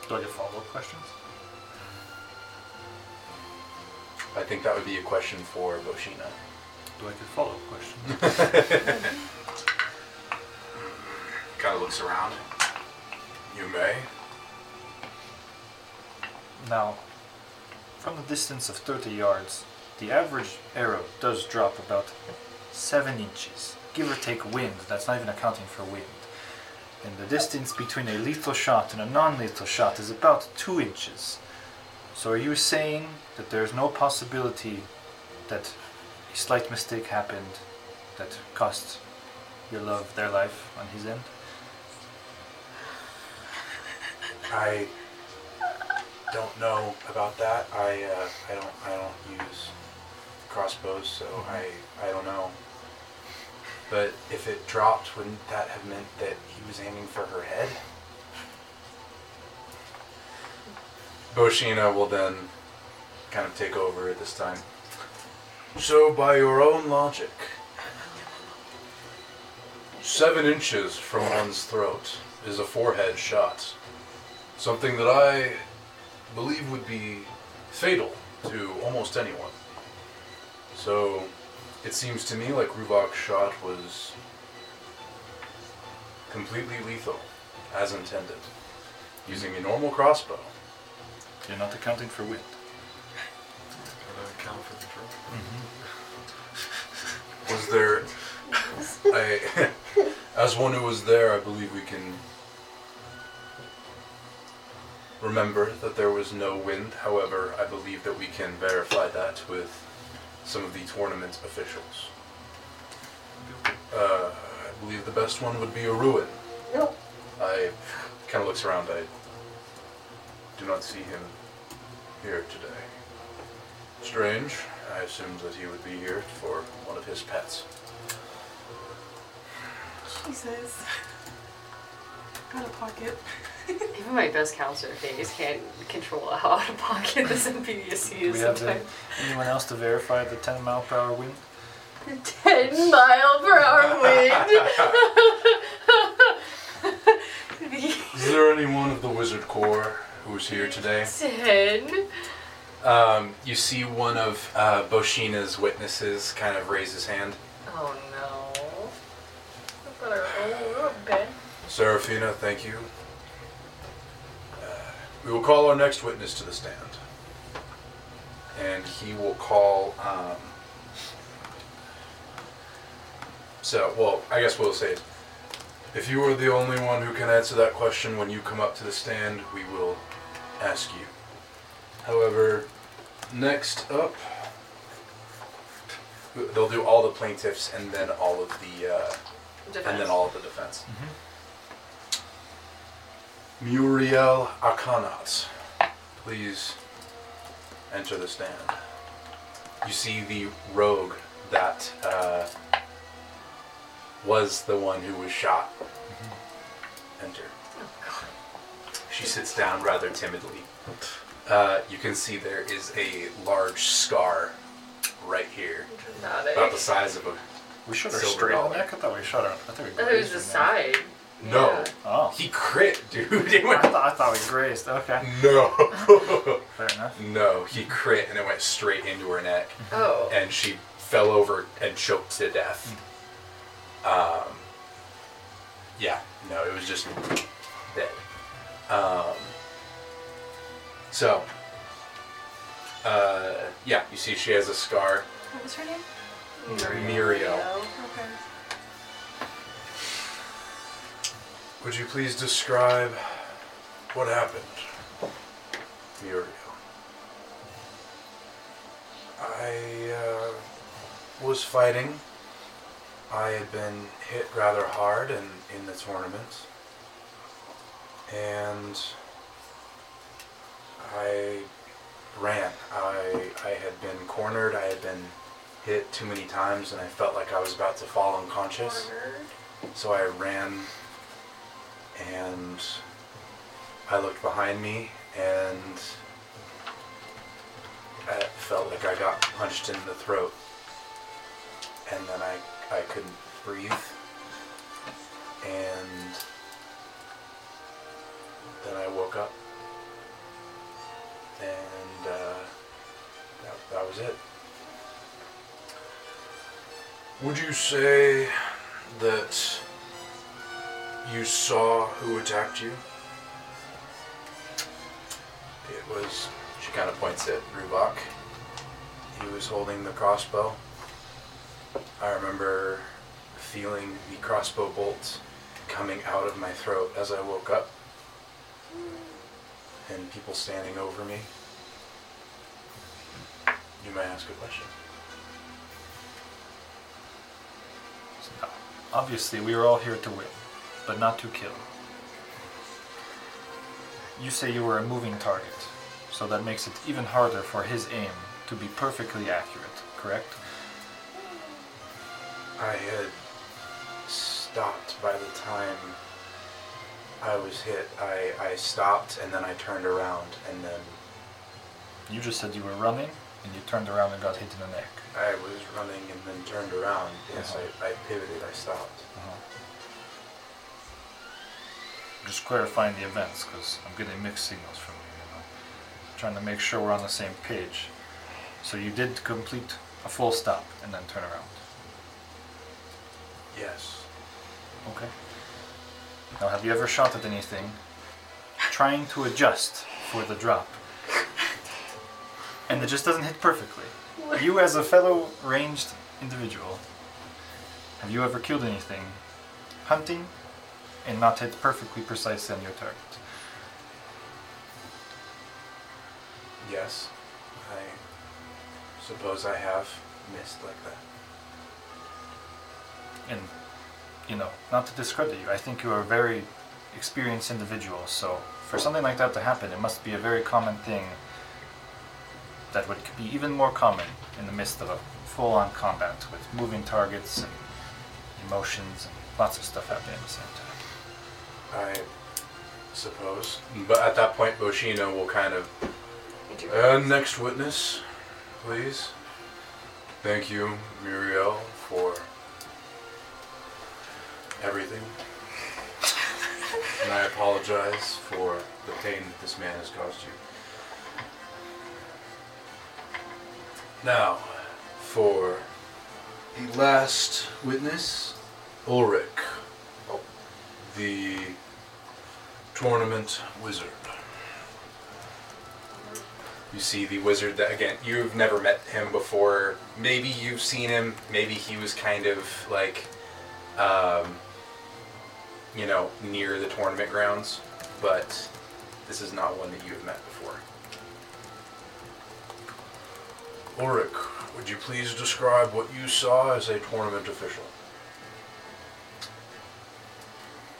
Do I get follow-up questions?
I think that would be a question for Boshina.
Do I get follow-up questions?
Kind of looks around. You may.
Now, from a distance of 30 yards, the average arrow does drop about 7 inches, give or take wind, that's not even accounting for wind. And the distance between a lethal shot and a non lethal shot is about 2 inches. So, are you saying that there's no possibility that a slight mistake happened that cost your love their life on his end?
I don't know about that. I uh, I don't I don't use crossbows, so I I don't know. But if it dropped, wouldn't that have meant that he was aiming for her head? Boshina will then kind of take over at this time. So, by your own logic, seven inches from one's throat is a forehead shot something that I believe would be fatal to almost anyone. So it seems to me like Ruvok's shot was completely lethal, as intended, using a normal crossbow.
You're not accounting for wind.
Count for the drop.
Was there a. as one who was there, I believe we can remember that there was no wind. However, I believe that we can verify that with some of the tournament officials. Uh, I believe the best one would be a ruin.
No.
I kind of looks around. I do not see him here today. Strange. I assumed that he would be here for one of his pets.
Jesus. Out of pocket.
Even my best counselor things can't control how out of pocket this NPC
Do
is
we have uh
sometimes.
anyone else to verify the 10 mile per hour wind?
Ten mile per hour wind.
Is there anyone of the Wizard Corps who's here today?
Ten.
Um, you see one of uh, Boshina's witnesses kind of raise his hand.
Oh no. We've got our own little bed.
Serafina, thank you. Uh, we will call our next witness to the stand. And he will call. Um, so, well, I guess we'll say it. If you are the only one who can answer that question when you come up to the stand, we will ask you. However, next up, they'll do all the plaintiffs and then all of the uh, and
Defense.
then all of the defense. Muriel Arcanat, please enter the stand. You see the rogue that uh, was the one who was shot. Enter. She sits down rather timidly. Uh, you can see there is a large scar right here,
Dramatic.
about the size of a.
We shot her
Silver
straight on
dollar.
the neck. I thought we shot her. I think we.
That was
grazed
the
her neck.
side.
No,
Oh.
he crit, dude. It
I
went
thought, I thought we grazed. Okay.
No.
Fair enough.
no, he crit and it went straight into her neck.
Yeah. Oh.
And she fell over and choked to death. Um, yeah, no, it was just dead. Um, so, uh, yeah, you see she has a scar.
What was her name?
Muriel.
Okay.
Would you please describe what happened? Muriel. I uh, was fighting. I had been hit rather hard in, in the tournament. And I ran. I, I had been cornered. I had been hit too many times, and I felt like I was about to fall unconscious.
Cornered.
So I ran and I looked behind me and I felt like I got punched in the throat. And then I, I couldn't breathe. And then I woke up. And uh, that, that was it. Would you say that you saw who attacked you? It was. She kind of points at Rubach. He was holding the crossbow. I remember feeling the crossbow bolt coming out of my throat as I woke up, and people standing over me. You may ask a question.
No. Obviously, we are all here to win, but not to kill. You say you were a moving target, so that makes it even harder for his aim to be perfectly accurate, correct?
I had stopped by the time I was hit. I, I stopped and then I turned around and then
You just said you were running, and you turned around and got hit in the neck.
I was running and then turned around. Yes, I, I pivoted, I stopped.
Uh-huh. Just clarifying the events, because I'm getting mixed signals from you, you know. Trying to make sure we're on the same page. So you did complete a full stop and then turn around.
Yes.
Okay. Now, have you ever shot at anything trying to adjust for the drop? And it just doesn't hit perfectly. You, as a fellow ranged individual, have you ever killed anything hunting and not hit perfectly precisely on your target?
Yes. I suppose I have missed like that.
And, you know, not to discredit you, I think you are a very experienced individual, so for something like that to happen, it must be a very common thing that would be even more common in the midst of a full on combat with moving targets and emotions and lots of stuff happening at the same time.
I suppose. But at that point, Boshino will kind of
You do.
Uh, next witness, please. Thank you, Muriel, for everything. and I apologize for the pain that this man has caused you. Now, for the last witness, Ulrich, the tournament wizard. You see the wizard that, again, you've never met him before. Maybe you've seen him, maybe he was kind of like, um, you know, near the tournament grounds, but this is not one that you have met before. Ulrich, would you please describe what you saw as a tournament official?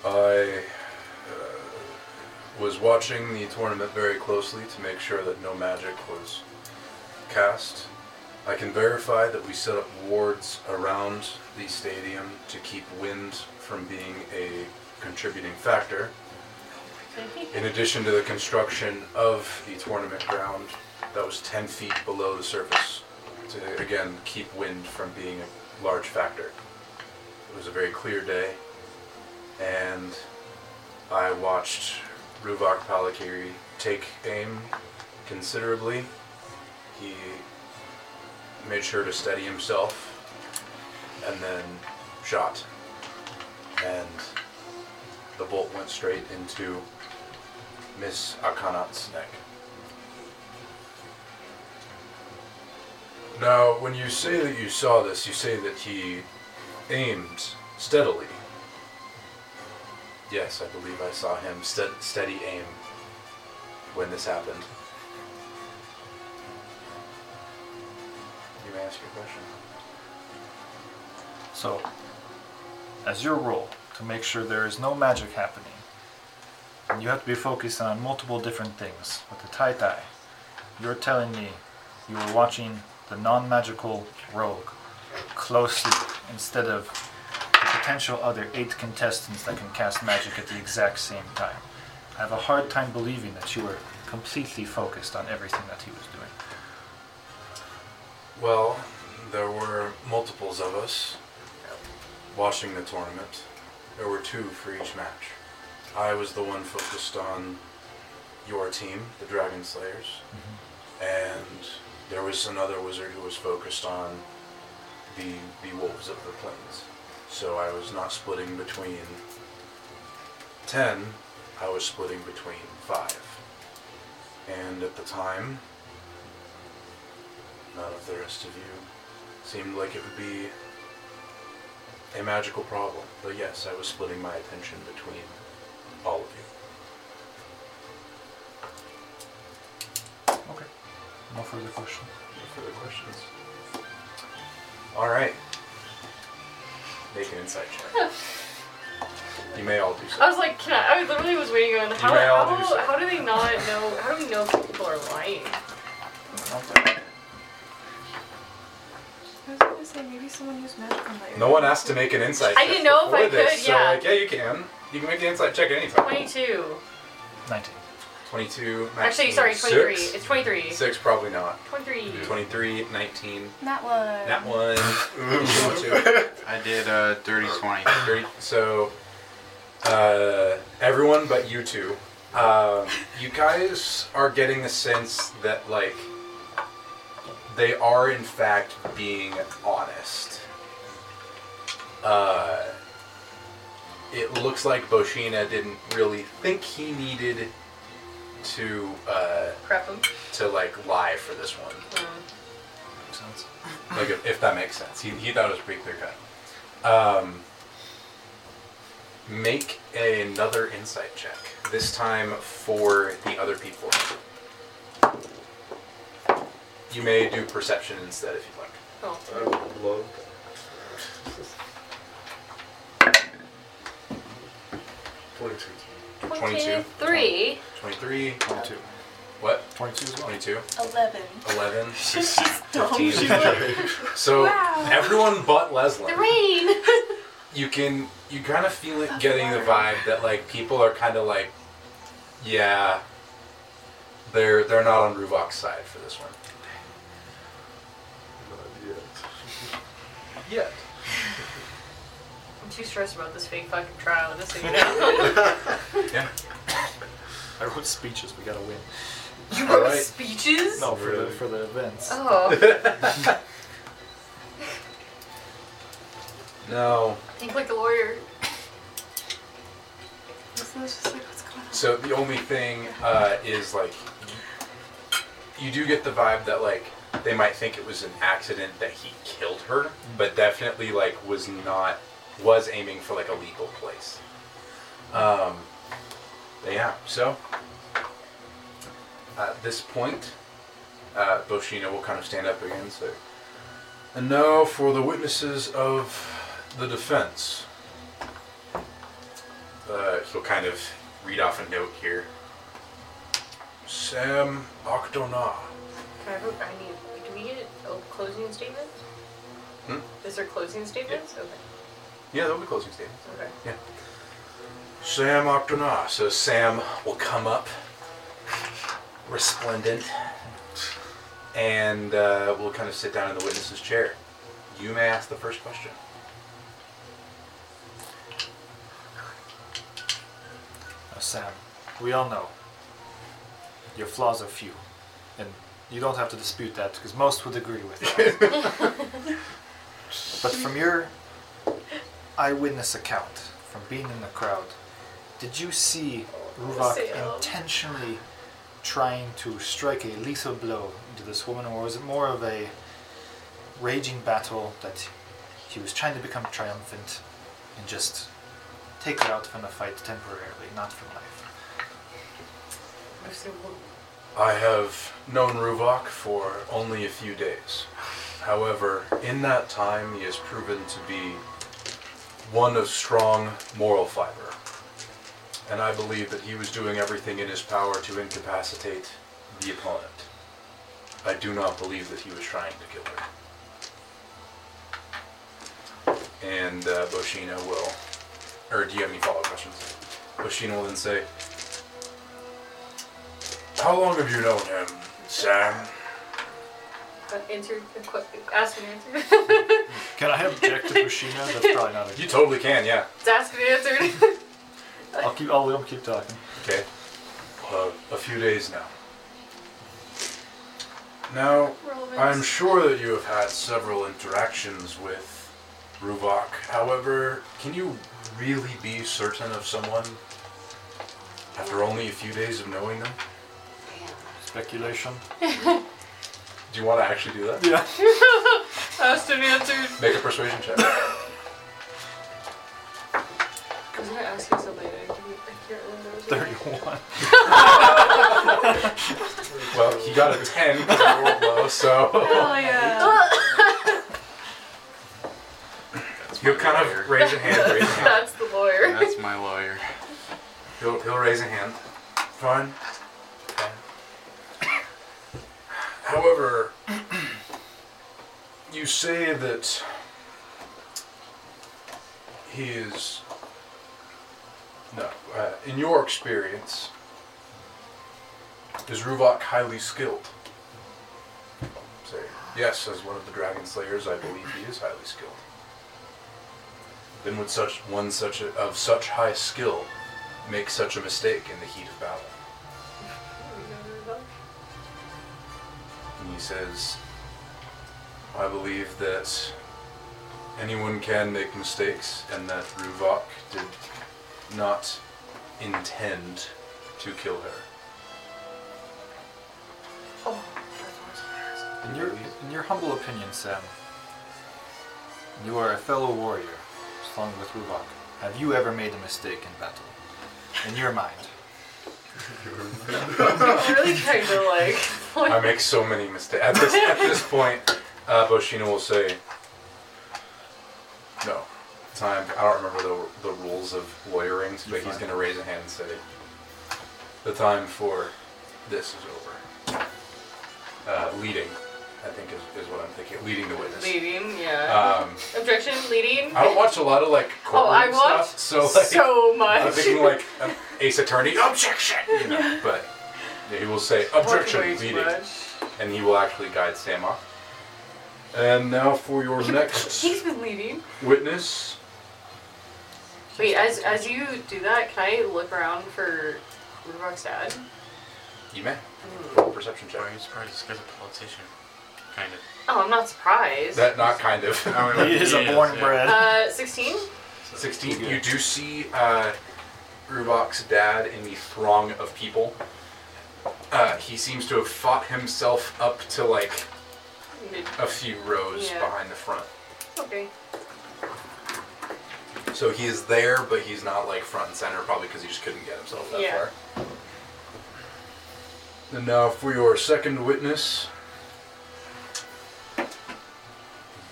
I uh, was watching the tournament very closely to make sure that no magic was cast. I can verify that we set up wards around the stadium to keep wind from being a contributing factor. In addition to the construction of the tournament ground, that was 10 feet below the surface to again keep wind from being a large factor. It was a very clear day, and I watched Ruvok Palakiri take aim considerably. He made sure to steady himself and then shot. And the bolt went straight into Miss Akanat's neck. Now, when you say that you saw this, you say that he aimed steadily. Yes, I believe I saw him stead steady aim when this happened. You may ask your question.
So, as your role to make sure there is no magic happening, and you have to be focused on multiple different things with the tie tie, you're telling me you were watching the non magical rogue closely instead of the potential other eight contestants that can cast magic at the exact same time. I have a hard time believing that you were completely focused on everything that he was doing.
Well, there were multiples of us watching the tournament. There were two for each match. I was the one focused on your team, the Dragon Slayers, and there was another wizard who was focused on the the wolves of the plains. So I was not splitting between ten. I was splitting between five. And at the time, none of the rest of you seemed like it would be a magical problem. But yes, I was splitting my attention between all of you.
Okay. No further questions.
Any further questions? All right. Make an insight check. you may all do so.
I was like, can I, I literally was waiting on how,
may all do
how,
so.
how do they not know, how do we know if people are lying?
I was gonna say maybe someone used magic on
No one asked to make an insight.
I
check
didn't know if I
before this,
could,
So
yeah.
like, yeah, you can. You can make the insight check at any time.
22.
19.
22.
Actually, sorry,
19,
23.
Six,
It's 23.
Six, probably not.
23.
23, 19.
That one.
Uh,
That one. You want to?
I did uh, dirty twenty.
30. So, uh, everyone but you two, um, you guys are getting the sense that, like, they are in fact being honest. Uh, it looks like Boshina didn't really think he needed to uh,
Prep them.
to like lie for this one.
Makes sense.
like if, if that makes sense. He, he thought it was pretty clear cut. Um, make another insight check. This time for the other people. You may do perception instead if you'd like.
Oh.
I would love Twenty-two.
22.
23.
23.
22.
What?
22 as well.
22.
Eleven.
11.
She's dumb.
15. so
Wow.
everyone but Leslie.
The rain!
you can you kind of feel it
That's
getting the
hard.
vibe that like people are kind of like yeah they're they're not on Ruvok's side for this one
Not yet.
yet
I'm too stressed about this fake fucking trial, just so you know.
yeah
I wrote speeches. We gotta win.
You wrote
Alright.
speeches?
No, for the
Really?
for the events.
Oh,
No.
Think like a lawyer.
This is just like what's going on.
So the only thing uh, is like, you do get the vibe that like they might think it was an accident that he killed her, but definitely like was not was aiming for like a legal place. Um, but yeah. So at this point, uh, Boshina will kind of stand up again. So, and now for the witnesses of the defense. Uh, he'll kind of read off a note here. Sam Okdona.
Can I, have a- I need. Do we get a closing statement?
Hmm?
Is there closing statements?
Yeah, that'll be closing statement.
Okay. Okay.
Sam Okdona. So Sam will come up, resplendent, and uh, we'll kind of sit down in the witness's chair. You may ask the first question.
Now, Sam, we all know your flaws are few, and you don't have to dispute that because most would agree with that. but from your eyewitness account, from being in the crowd, did you see Ruvok
Sam.
intentionally trying to strike a lethal blow into this woman, or was it more of a raging battle that he was trying to become triumphant and just take her out from the fight temporarily, not for life?
I've seen one.
I have known Ruvok for only a few days. However, in that time, he has proven to be one of strong moral fiber. And I believe that he was doing everything in his power to incapacitate the opponent. I do not believe that he was trying to kill her. And uh, Boshina will. Or do you have any follow up questions? Boshina will then say, How long have you known him, Sam?
Uh, Answer. the que- Ask an answer.
Can I object to Bushina? That's probably not
You
a.
totally can, yeah.
It's ask an answer.
I'll keep. I'll let him keep talking.
Okay. Uh, a few days now. Now, I'm sure that you have had several interactions with Ruvok. However, can you really be certain of someone after only a few days of knowing them?
Speculation.
Do you want to actually do that?
Yeah.
ask an answer.
Make a persuasion check.
I was gonna ask you something. I, didn't, I can't remember. what it was.
Thirty-one.
well, he got a 10 because I rolled low, so.
Hell Oh, yeah.
That's my
He'll kind
lawyer.
of raise a hand, raise a hand.
That's the lawyer.
That's my lawyer.
He'll, he'll raise a hand. Fine. However, you say that he is. No, uh, in your experience, is Ruvok highly skilled? Say, yes, as one of the Dragon Slayers, I believe he is highly skilled. Then would such one such a, of such high skill make such a mistake in the heat of battle. And he says, I believe that anyone can make mistakes and that Ruvok did not intend to kill her.
Oh, that's what I was gonna ask.
In your, in your humble opinion, Sam, you are a fellow warrior, along with Rubok. Have you ever made a mistake in battle? In your mind?
I'm really trying to like.
I make so many mistakes. At this, at this point, uh, Boshina will say, No. Time. I don't remember the, the rules of lawyerings, but he's going to raise a hand and say, The time for this is over. Uh, leading, I think, is, is what I'm thinking. Leading the witness.
Leading, yeah.
Um,
Objection, leading.
I don't watch a lot of like
Oh, I
courtroom
watch
stuff, so like
so
I'm
much.
thinking like um, Ace Attorney objection, you know. But yeah, he will say objection
Way too
leading,
much.
and he will actually guide Sam off. And now for your next
He's been leading.
witness.
Wait, as as you do that, can I look around for Rubok's dad?
You may. Perception
Why are
check.
you surprised? This guy's a politician. Kind of.
Oh, I'm not surprised.
That not kind of.
Oh,
He is a born and
yeah.
bred.
uh, 16?
16. You do see uh, Rubok's dad in the throng of people. Uh, he seems to have fought himself up to like
Mid-
a few rows
Yeah.
behind the front.
Okay.
So he is there, but he's not like front and center, probably because he just couldn't get himself that
Yeah.
far. And now for your second witness,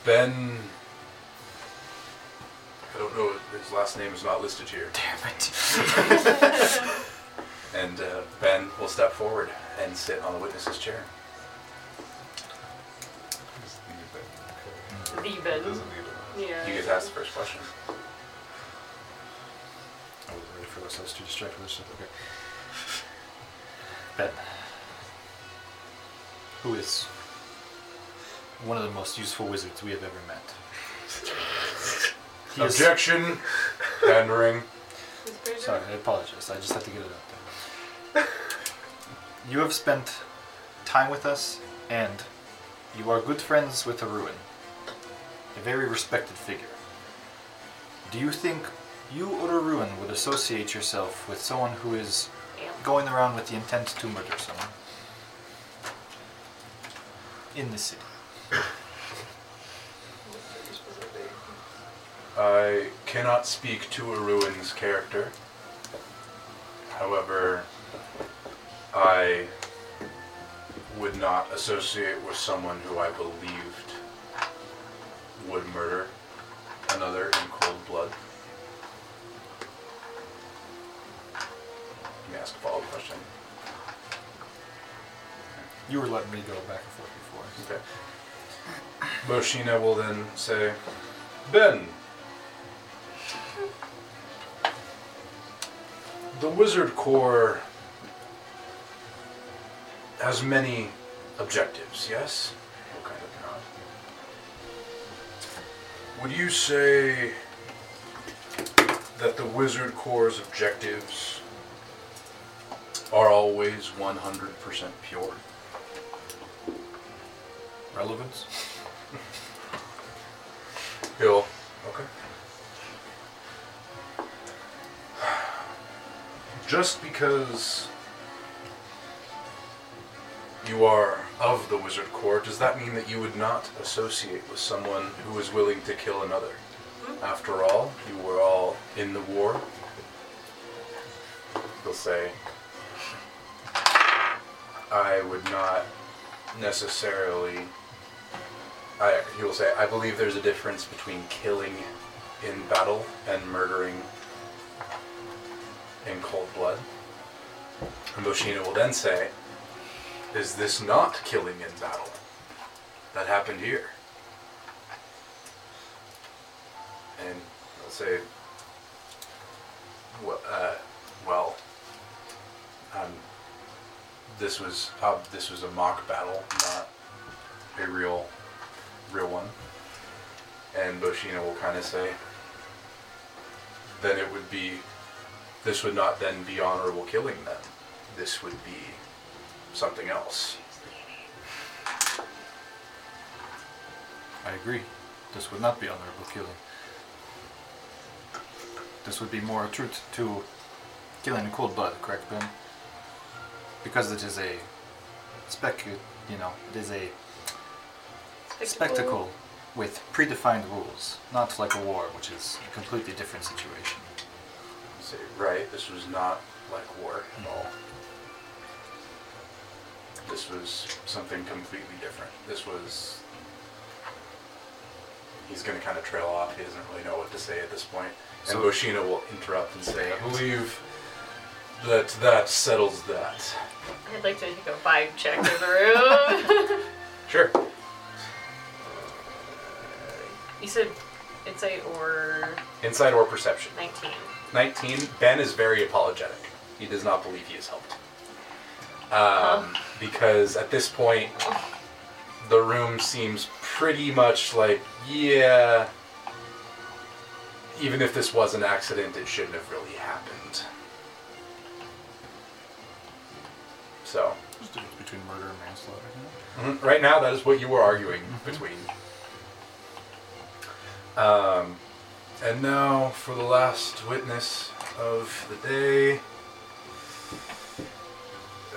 Ben. I don't know, his last name is not listed here.
Damn it.
And uh, Ben will step forward and sit on the witness's chair.
Just leave
The
it. Okay.
Ben.
It doesn't need a
Yeah.
You get to ask the first question.
I wasn't ready for this. I was too distracted with this stuff. Okay. Ben. Who is one of the most useful wizards we have ever met? He is-
Objection! Hand ring.
It's pretty
Sorry, I apologize. I just have to get it out there. you have spent time with us, and you are good friends with a ruin, a very respected figure. Do you think you or a ruin would associate yourself with someone who is
damn.
going around with the intent to murder someone in the city?
I cannot speak to Aruin's character. However, I would not associate with someone who I believed would murder another in cold blood. Let me ask a follow-up question.
You were letting me go back and forth before.
Okay. Moshina will then say, Ben, the Wizard Corps has many objectives, yes? He'll kind of nod. Would you say that the Wizard Corps' objectives are always 100% pure? relevance. He'll. Okay. Just because you are of the Wizard Corps, does that mean that you would not associate with someone who is willing to kill another? After all, you were all in the war. He'll say, I would not necessarily. I, he will say, I believe there's a difference between killing in battle and murdering in cold blood. And Boshina will then say, Is this not killing in battle? That happened here. And he'll say, well, uh, well um, this was uh, this was a mock battle, not a real real one. And Boshina will kind of say, then it would be, this would not then be honorable killing them. This would be something else.
I agree. This would not be honorable killing. This would be more true to killing in cold blood, correct, Ben? Because it is a spec, you know, it is a spectacle with predefined rules, not like a war, which is a completely different situation.
Say, right, this was not like war at all. This was something completely different. This was. He's going to kind of trail off. He doesn't really know what to say at this point. And
So-
Boshina will interrupt and say, I believe that that settles that.
I'd like to take a vibe check of the room.
Sure.
you said insight or
Insight or perception?
19.
19. Ben is very apologetic. He does not believe he has helped. Um, Because at this point, the room seems pretty much like, yeah, even if this was an accident, it shouldn't have really happened. So
Just difference between murder and manslaughter.
mhm, right now, that is what you were arguing between. Um, and now for the last witness of the day,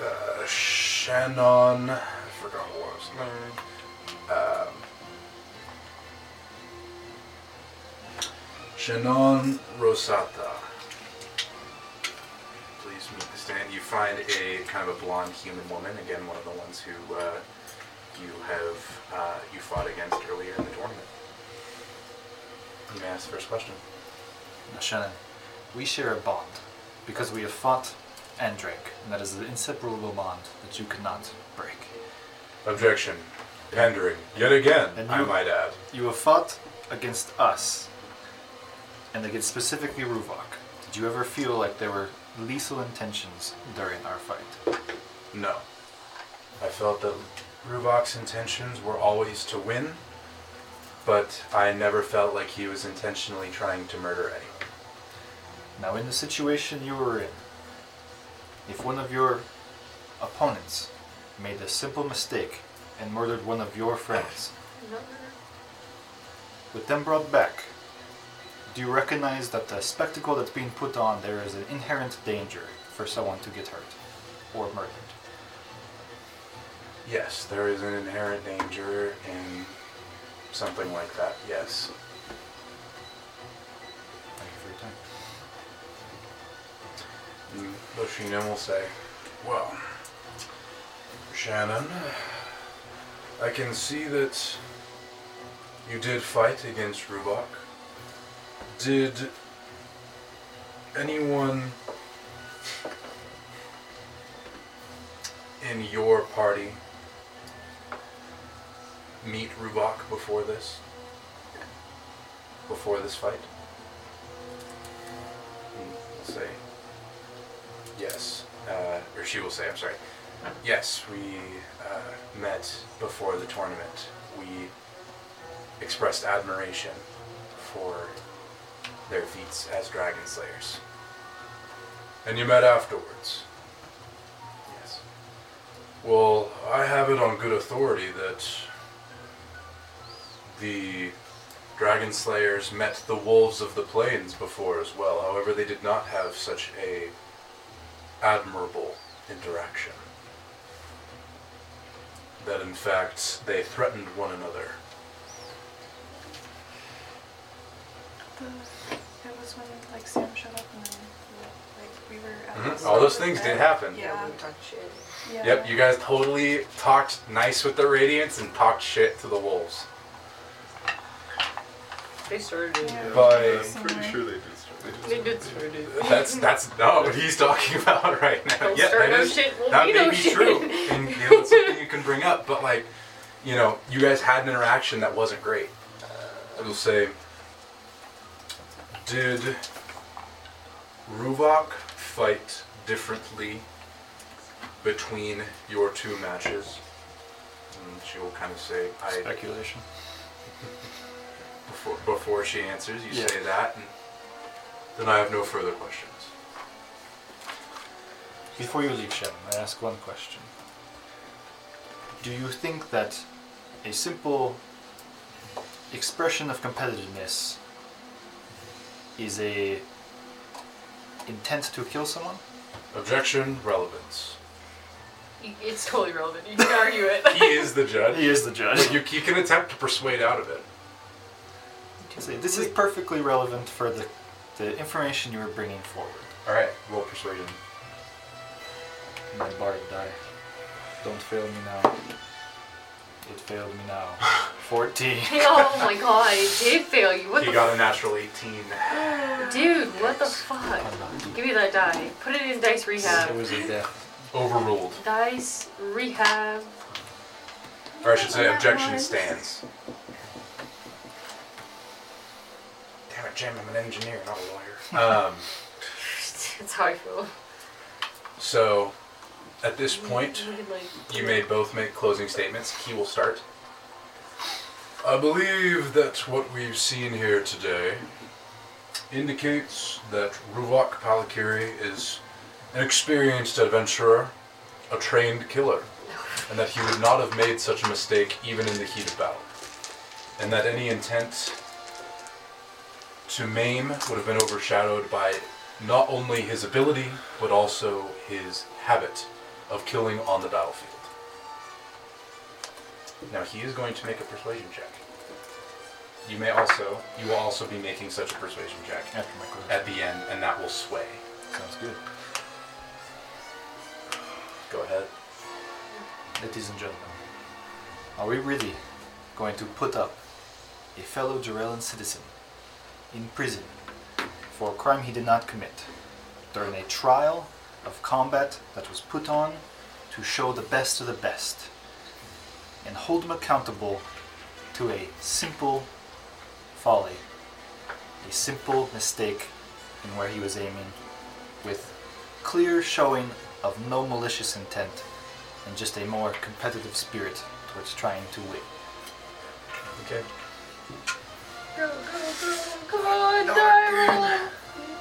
uh, Shannon. I forgot what was name. Um, Shannon Rosata. Please meet the stand. You find a kind of a blonde human woman, again one of the ones who uh, you have uh, you fought against earlier in the tournament. You may ask the first question.
Now, Shannon, we share a bond because we have fought and drank, and that is an inseparable bond that you cannot break.
Objection. Pandering. Yet again,
And
I
you-
might add.
You have fought against us, and against specifically Ruvok. Did you ever feel like there were lethal intentions during our fight?
No. I felt that Rubok's intentions were always to win, but I never felt like he was intentionally trying to murder anyone.
Now, in the situation you were in, if one of your opponents made a simple mistake and murdered one of your friends, with them brought back, do you recognize that the spectacle that's being put on there is an inherent danger for someone to get hurt or murdered?
Yes, there is an inherent danger in something like that, yes.
Thank you for your time.
And Bushino will say, Well, Shannon, I can see that you did fight against Rubok. Did anyone in your party meet Rubok before this? Before this fight? Let's say Yes, uh, or she will say, I'm sorry. Yes, we uh, met before the tournament. We expressed admiration for their feats as dragon slayers. And you met afterwards? Yes. Well, I have it on good authority that the dragon slayers met the wolves of the plains before as well. However, they did not have such a admirable interaction. That in fact they threatened one another.
The, it was when like Sam showed up and then like we were. At
Mhm.
the
All those
store
things
with
did
that.
happen.
Yeah.
Mm-hmm. Yeah, we talked shit.
Yeah.
Yep, you guys totally talked nice with the Radiance and talked shit to the wolves.
They started it.
Yeah.
By-
I'm pretty sure they did start. They
They
did
did
start.
start it.
That's that's not what he's talking about right now.
Don't
yeah,
start
that
no
is-
shit, we'll
that
be
may
no
be
shit.
true, and you know, it's something you can bring up. But like, you know, you guys had an interaction that wasn't great. I will say, did Ruvok fight differently between your two matches? And she will kind of say, I
Speculation.
before, before she answers, you
Yeah.
say that, and then I have no further questions.
Before you leave, Shannon, I ask one question. Do you think that a simple expression of competitiveness is a intent to kill someone?
Objection, relevance.
You- It's totally relevant. You can argue it.
He is the judge.
Uh, He is the judge.
But you, you can attempt to persuade out of it.
Say, this is perfectly relevant for the, the information you were bringing forward.
All right, roll persuasion.
My bard die. Don't fail me now. It failed me now. 14.
oh my god, it did fail you. What
He
the
got a natural 18.
f- dude? What the fuck? Give me that die. Put it in dice
It
rehab.
was a death.
Overruled.
Dice rehab.
Or I should say,
That
objection
one.
stands. Damn it, Jim, I'm an engineer, not a lawyer. Um,
That's how I feel.
so, at this point,
Look at my-
you may both make closing statements. He will start. I believe that what we've seen here today indicates that Ruvok Palakiri is an experienced adventurer, a trained killer, and that he would not have made such a mistake even in the heat of battle, and that any intent to maim would have been overshadowed by not only his ability but also his habit of killing on the battlefield. Now he is going to make a persuasion check. You may also you will also be making such a persuasion check
After my close.
at the end, and that will sway.
Sounds good.
Go ahead.
Ladies and gentlemen, are we really going to put up a fellow Jarellan citizen in prison for a crime he did not commit during a trial of combat that was put on to show the best of the best and hold him accountable to a simple folly, a simple mistake in where he was aiming with clear showing of no malicious intent and just a more competitive spirit towards trying to win.
Okay.
Go, go, go, come on, die, Roland!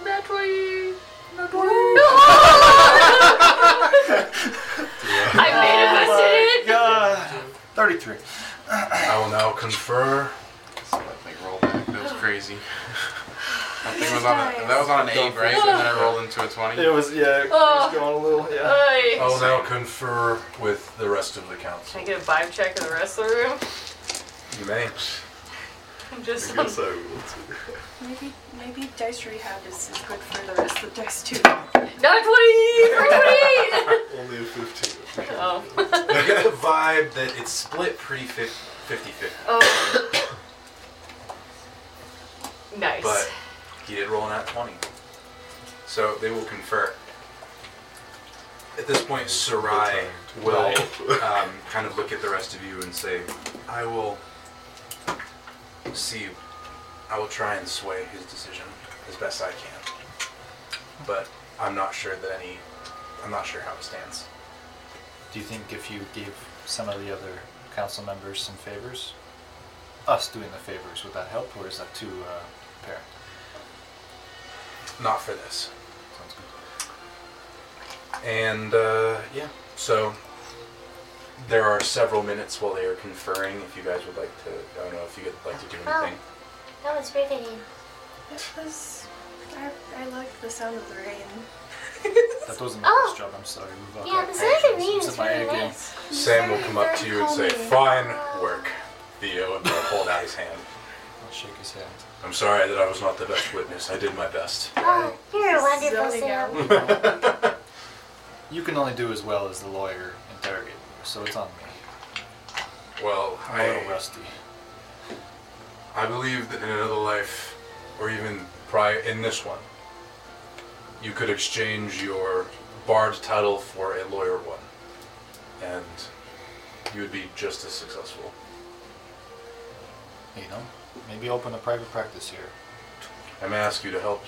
Nat 20! Nat 20! I manifested
Oh
it!
God! 33.
I will now confer.
So like, like roll back. That was crazy. That thing was on a, that was on an eight, right? And then I rolled into a twenty.
was, yeah,
Oh.
was
going a
Oh
little,
Ay.
I will now confer with the rest of the council.
Can I get a vibe check in the rest of the room?
You may.
I'm just.
I guess I will too.
Maybe maybe dice rehab is is good for the rest of the dice too.
Not 20! For 20!
Only a 15.
oh.
You get the vibe that it's split pretty 50 50.
Oh. nice.
But he did roll an at 20. So they will confer. At this point, Sarai will um, kind of look at the rest of you and say, I will see, I will try and sway his decision as best I can. But I'm not sure that any, I'm not sure how it stands.
Do you think if you gave some of the other council members some favors, us doing the favors, would that help, or is that too uh, apparent?
Not for this.
Sounds good.
And uh, yeah, so there are several minutes while they are conferring. If you guys would like to, I don't know if you would like to do anything.
That was riveting.
It was I, I like the sound of the rain.
That wasn't
Oh.
my first job, I'm sorry. Move up.
Yeah, the sound of the rain
Is
is
it my
really
A game?
nice.
Sam will come up to you and say, "Fine work, Theo," and will hold out his hand.
I'll shake his hand.
I'm sorry that I was not the best witness. I did my best.
Oh, you're a wonderful
Zoning out.
Sam.
You can only do as well as the lawyer interrogator, so it's on me.
Well,
I'm a little
I
rusty.
I believe that in another life, or even prior in this one, you could exchange your bard title for a lawyer one, and you would be just as successful.
You know, maybe open a private practice here.
I may ask you to help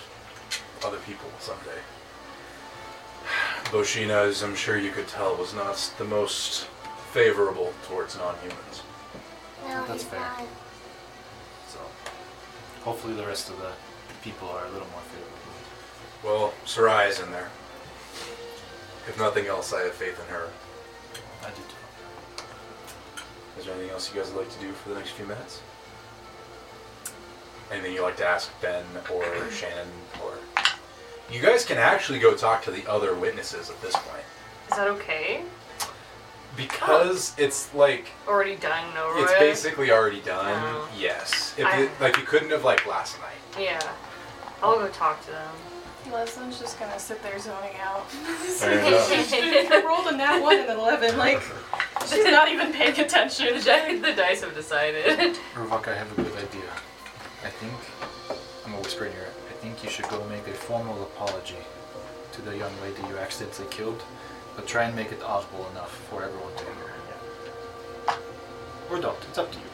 other people someday. Boshina, as I'm sure you could tell, was not the most favorable towards non humans.
No,
That's
he's
fair.
not.
So,
Hopefully, the rest of the people are a little more favorable.
well, Sarai is in there. If nothing else, I have faith in her.
I do too.
Is there anything else you guys would like to do for the next few minutes? Anything you'd like to ask Ben or Shannon or. You guys can actually go talk to the other witnesses at this point.
Is that okay?
Because it's like
Already done and over
It's
with?
basically already done.
Oh.
Yes. If
I-
it, like you couldn't have like last night.
Yeah. I'll go talk to them.
Leslie's just gonna sit there zoning out.
Fair enough.
I rolled a nat one and an eleven. Like she's not even paying attention.
the, di- the dice have decided.
Ruvok, I have a good idea. I think I'm a whisper in your ear. I think you should go make a formal apology to the young lady you accidentally killed, but try and make it audible enough for everyone to hear. Or don't. It's up to you.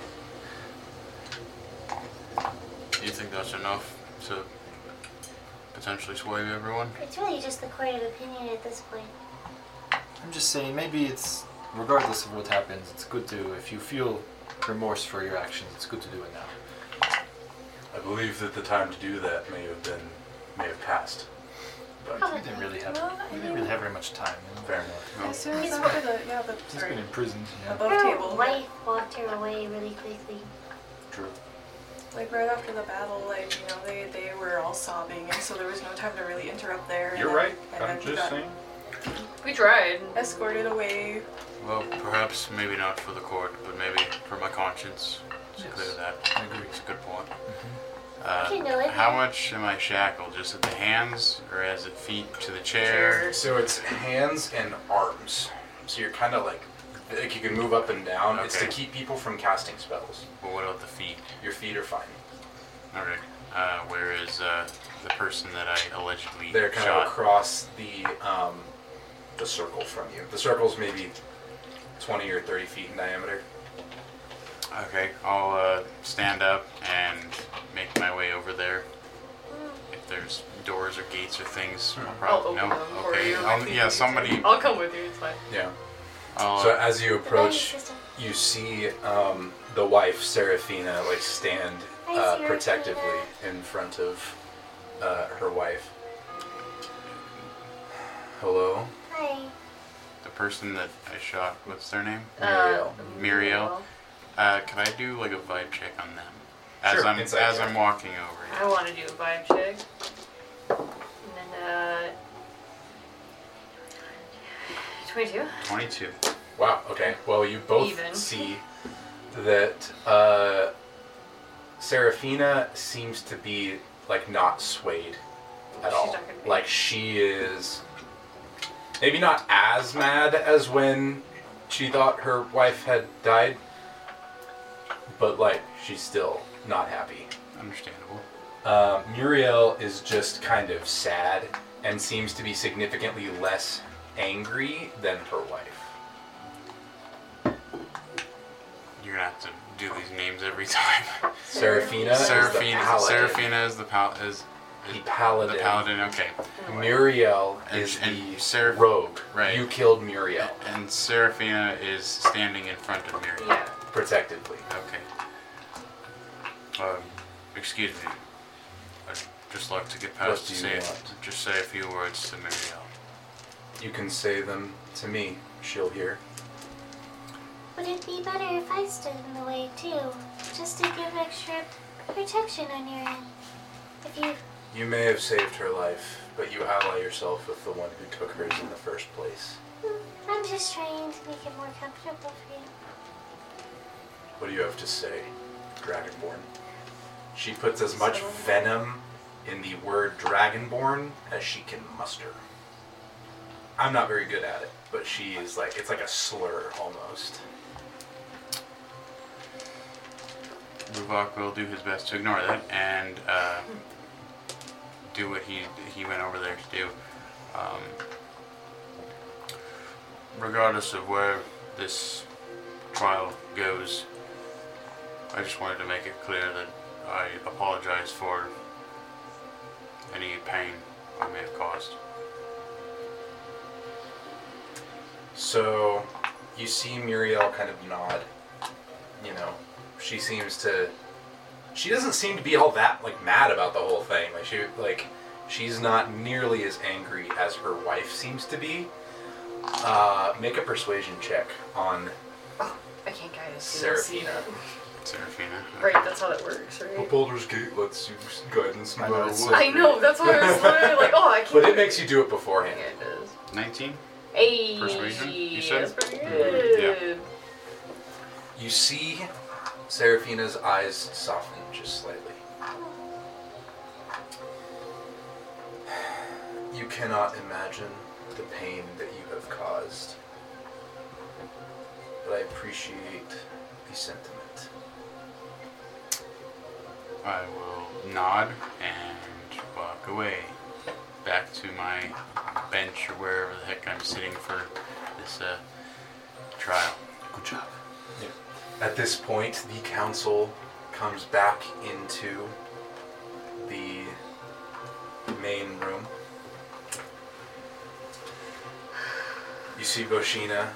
You think that's enough to potentially sway everyone?
It's really just the court of opinion at this point.
I'm just saying, maybe it's regardless of what happens, it's good to if you feel remorse for your actions, it's good to do it now.
I believe that the time to do that may have been may have passed.
But we didn't really have we didn't really have very much time. you know?
Fair enough.
Yeah, Sarah's
He's
after the yeah the
He's
sorry,
been imprisoned. Yeah,
above
Her
table,
wife walked her away really quickly.
true.
like right after the battle, like you know they they were all sobbing, and so there was no time to really interrupt there. and
You're
then-
right.
And then
I'm
we
just
got
saying.
We tried.
escorted away.
Well, perhaps maybe not for the court, but maybe for my conscience. It's
Yes.
clear that.
I agree. Mm-hmm.
It's a good point.
Okay, no, I
Uh, how
agree.
much am I shackled? Just at the hands, or as the feet to the chair?
So it's hands and arms. So you're kind of like like you can move up and down. It's to
Okay.
keep people from casting spells.
Well, what about the feet?
Your feet are fine.
Okay. Uh, where is uh, the person that I allegedly
They're kind
shot?
of across the um, the circle from you. The circle's maybe 20 or 30 feet in diameter.
Okay, I'll uh, stand up and make my way over there. If there's doors or gates or things, I'll
I'll
probably
open
no.
them for
Okay,
you. uh, I
I'll,
think
yeah,
you
somebody.
can. I'll come with you. It's fine.
Yeah.
I'll, uh,
So as you
The
approach,
value system.
you see um, the wife Seraphina like stand
Hi,
uh,
Seraphina.
protectively in front of uh, her wife. Hello,
Hi.
the person that I shot. What's their name?
Uh,
Muriel.
Muriel. Uh, could I do like a vibe check on them as
Sure,
I'm as
insight check.
I'm walking over?
I want to do a vibe check. And then, uh. 22?
Twenty-two.
Wow. Okay. Well, you both
Even.
see that uh, Seraphina seems to be like not swayed at
She's
all.
not gonna be.
Like she is maybe not as mad as when she thought her wife had died, but like she's still not happy.
Understandable.
Uh, Muriel is just kind of sad and seems to be significantly less angry than her wife.
You're gonna have to do these names every time.
Seraphina.
Seraphina.
Is the paladin.
Seraphina is the pal is,
The
is
paladin.
the paladin. Okay,
Muriel
And-
is
and
the
Seraph-
rogue.
right.
You killed Muriel
and Seraphina is standing in front of Muriel.
Yeah.
protectively.
Okay. Um, excuse me. I'd just like to get
What
past
do
to
you
say
want?
just say a few words to Muriel.
You can say them to me. She'll hear.
Would it be better if I stood in the way too? Just to give extra protection on your end. If you
You may have saved her life, but you ally yourself with the one who took hers in the first place.
I'm just trying to make it more comfortable for you.
What do you have to say, Dragonborn? She puts as much venom in the word Dragonborn as she can muster. I'm not very good at it, but she is like, it's like a slur almost.
Luvok will do his best to ignore that and uh, do what he he went over there to do. Um, regardless of where this trial goes, I just wanted to make it clear that I apologize for any pain I may have caused.
So you see Muriel kind of nod. You know, she seems to. She doesn't seem to be all that like mad about the whole thing. Like she like she's not nearly as angry as her wife seems to be. Uh, make a persuasion check on
I can't guide us. so you'll see.
Seraphina.
Seraphina.
Right, that's how that works, right?
Baldur's Gate lets you guidance.
I know, it's so
I know, that's why I was literally like, oh, I can't.
But it makes you do it
Yeah,
beforehand.
it does.
19?
Hey,
Persuasion, you said?
that's pretty good.
Mm-hmm. You see Seraphina's eyes soften just slightly. You cannot imagine the pain that you have caused. But I appreciate the sentiment.
I will nod and walk away back to my bench or wherever the heck I'm sitting for this uh, trial.
Good job.
At this point, the council comes back into the main room. You see Boshina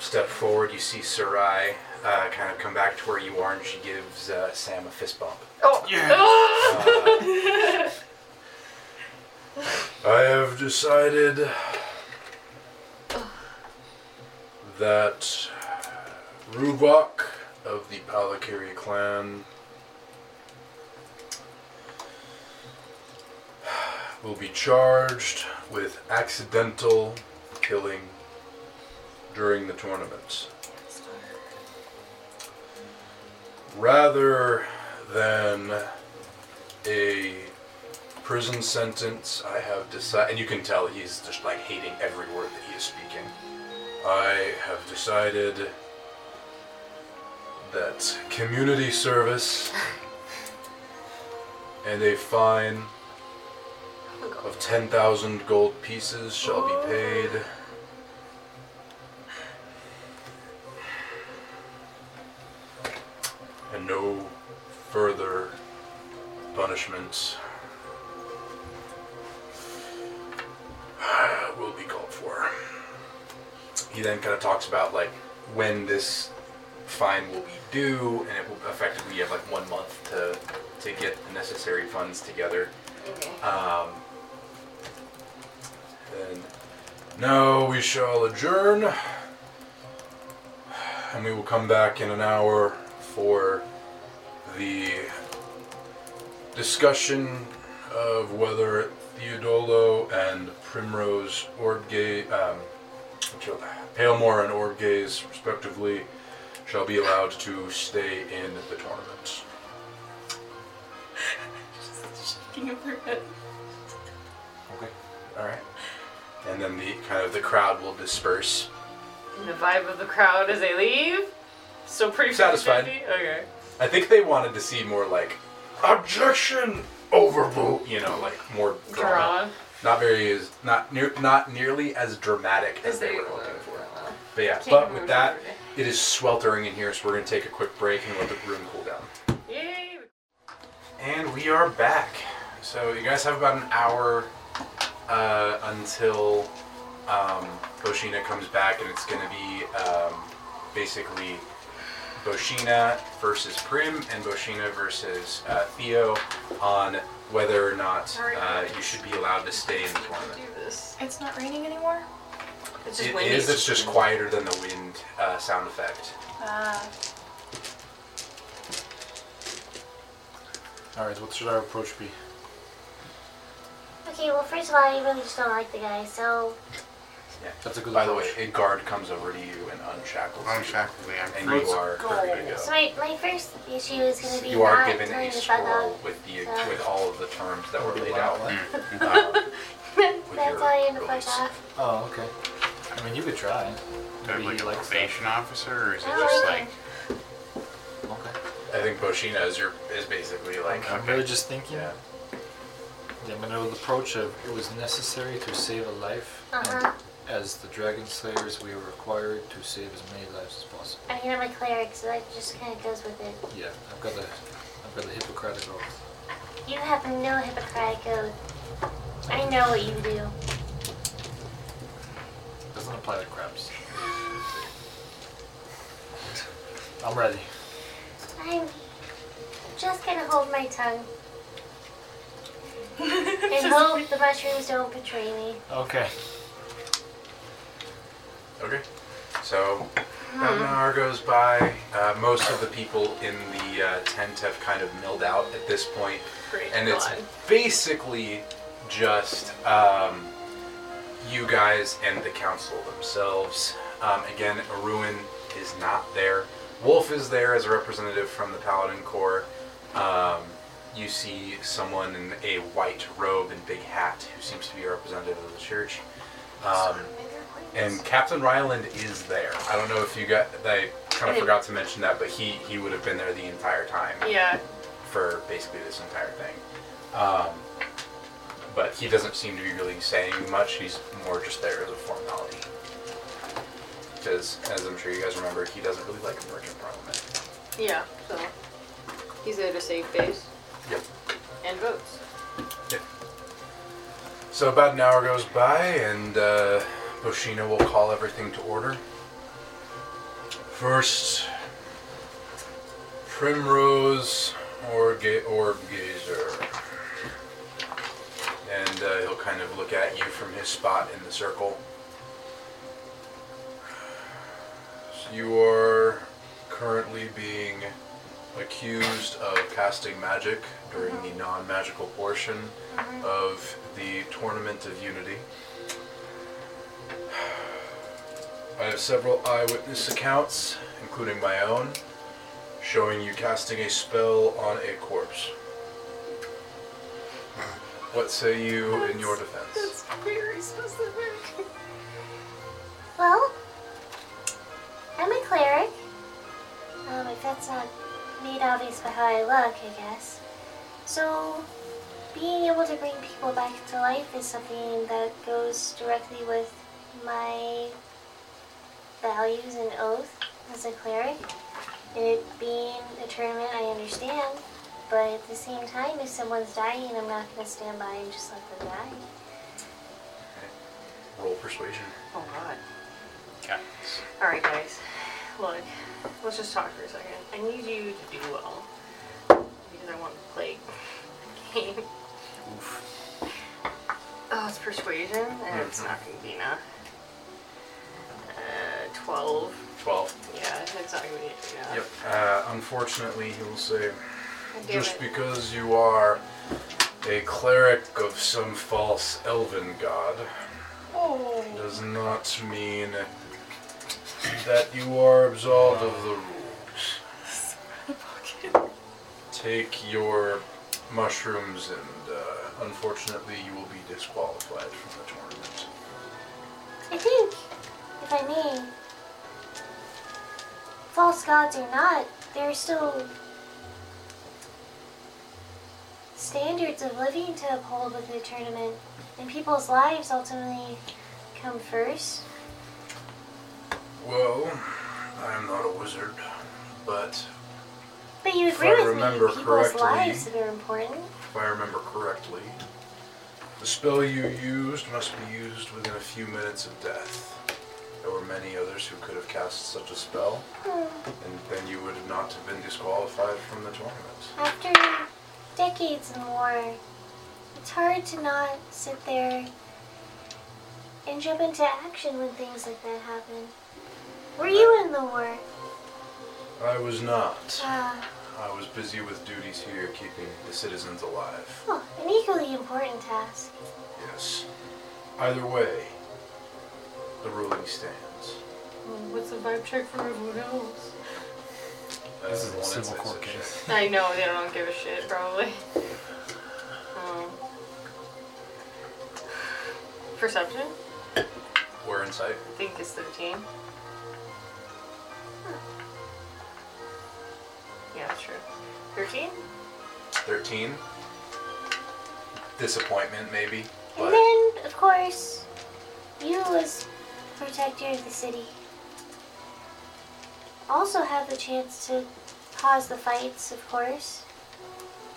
step forward. You see Sarai uh, kind of come back to where you are, and she gives uh, Sam a fist bump.
Oh,
Yeah.
oh.
Uh,
I have decided that Rubok of the Palakiri clan will be charged with accidental killing during the tournament. Rather than a prison sentence, I have decided, and you can tell he's just like hating every word that he is speaking. I have decided that community service and a fine of 10,000 gold pieces shall be paid. And no further punishments will be called for.
He then kind of talks about like when this fine will be due, and it will effectively you have like one month to to get the necessary funds together.
Okay.
Um, and now we shall adjourn, and we will come back in an hour for the discussion of whether Theodolo and Primrose Orbgay, um, which are Palemore and Orbgaze, respectively, shall be allowed to stay in the tournament.
Shaking of her head.
Okay.
All right. And then the kind of the crowd will disperse.
And the vibe of the crowd as they leave? Still pretty
Satisfied.
50-50? Okay.
I think they wanted to see more like objection overruled, you know, like more drama.
Draw.
Not very as not near, not nearly as dramatic as,
As
they,
they
were
were.
looking for. But yeah,
Can't
but
remember
with
what
that,
they
it is sweltering in here, so we're gonna take a quick break and let the room cool down.
Yay!
And we are back. So you guys have about an hour uh, until um, Boshina comes back, and it's going to be um, basically Boshina versus Prim and Boshina versus uh, Theo on whether or not uh, you should be allowed to stay in the tournament.
Do this.
It's not raining anymore.
It's just
It
windy.
is. It's just quieter than the wind uh, sound effect.
Ah,
Alright, what should our approach be?
Okay, well, first of all, I really just don't like the guy, so
That's a good
By the way,
approach.
a guard comes over to you and unshackles you,
Unshackle me, I'm
and
free.
you are free to go.
So my, my first issue is going to be
You are
not
given
telling
a
the bug out.
scroll with the
so-
with all of the terms that were
Be
laid out.
loud.
Hmm. Uh,
um, with
That's
your
all I end up
release.
like off.
Oh, okay. I mean, you could try.
Do I have, like
He
a
likes
probation officer, or is it
No,
just
I
like
don't.
Okay.
I think Boshina is your is basically like
I'm really just thinking.
yeah.
I'm gonna approach of it was necessary to save a life,
Uh-huh.
and as the dragon slayers, we were required to save as many lives as possible.
I mean, I'm a cleric, so that just kind of goes with it.
Yeah, I've got the, I've got the Hippocratic oath.
You have no Hippocratic oath. I know what you do.
Doesn't apply to crabs. I'm ready.
I'm just going to hold my tongue and hope the mushrooms don't betray me.
Okay.
Okay. So
Hmm.
about an hour goes by. Uh, most of the people in the uh, tent have kind of milled out at this point,
Great.
and it's
God.
basically just um, you guys and the council themselves. Um, again, Aruin is not there. Wolf is there as a representative from the Paladin Corps. Um, you see someone in a white robe and big hat who seems to be a representative of the church. Um, and Captain Ryland is there. I don't know if you got. I kind of forgot to mention that, but he he would have been there the entire time
Yeah.
for basically this entire thing. Um, but he doesn't seem to be really saying much. He's more just there as a formality. Because, as I'm sure you guys remember, he doesn't really like emergent parliament.
Yeah. So he's there to save face
Yep.
and votes.
So about an hour goes by, and uh, Boshina will call everything to order. First, Primrose or ga- Orb Gazer.
and uh, he'll kind of look at you from his spot in the circle. So you are currently being accused of casting magic during the non-magical portion of the Tournament of Unity. I have several eyewitness accounts, including my own, showing you casting a spell on a corpse. What say you in your defense?
That's very specific.
Well, I'm a cleric. Um, if that's not made obvious by how I look, I guess. So, being able to bring people back to life is something that goes directly with my values and oath as a cleric. And it being a tournament, I understand. But at the same time, if someone's dying, I'm not going to stand by and just let them die.
Roll persuasion.
Oh god.
Okay.
Alright, guys. Look, let's just talk for a second. I need you to do well. Because I want to play the game. Oh, it's persuasion, and it's
Mm-hmm.
not going to be enough. Uh, 12.
12.
Yeah, it's not going to be enough.
Yep. Uh, unfortunately, he will say,
God damn
Just
it.
because you are a cleric of some false elven god
Oh.
does not mean that you are absolved of the rules. Take your mushrooms, and uh, unfortunately, you will be disqualified from the tournament.
I think, if I may, false gods or not, there are still standards of living to uphold with the tournament, and people's lives ultimately come first.
Well, I am not a wizard, but
But you
If
agree
I
with
remember
me, people's
correctly-
lives are important.
If I remember correctly, the spell you used must be used within a few minutes of death. There were many others who could have cast such a spell,
Hmm.
and then you would not have been disqualified from the tournament.
After decades in war, it's hard to not sit there and jump into action when things like that happen. Were you in the war?
I was not.
Ah.
I was busy with duties here, keeping the citizens alive.
Oh, an equally important task.
Yes. Either way, the ruling stands.
What's the vibe check for removals?
This is
Uh,
a
one
civil
instance
court
of
case.
I know, they don't give a shit, probably. Um, perception?
check. We're in sight.
I think it's 13. Yeah, that's true. 13?
13. Disappointment, maybe.
And
But
then, of course, you as protector of the city also have the chance to cause the fights, of course,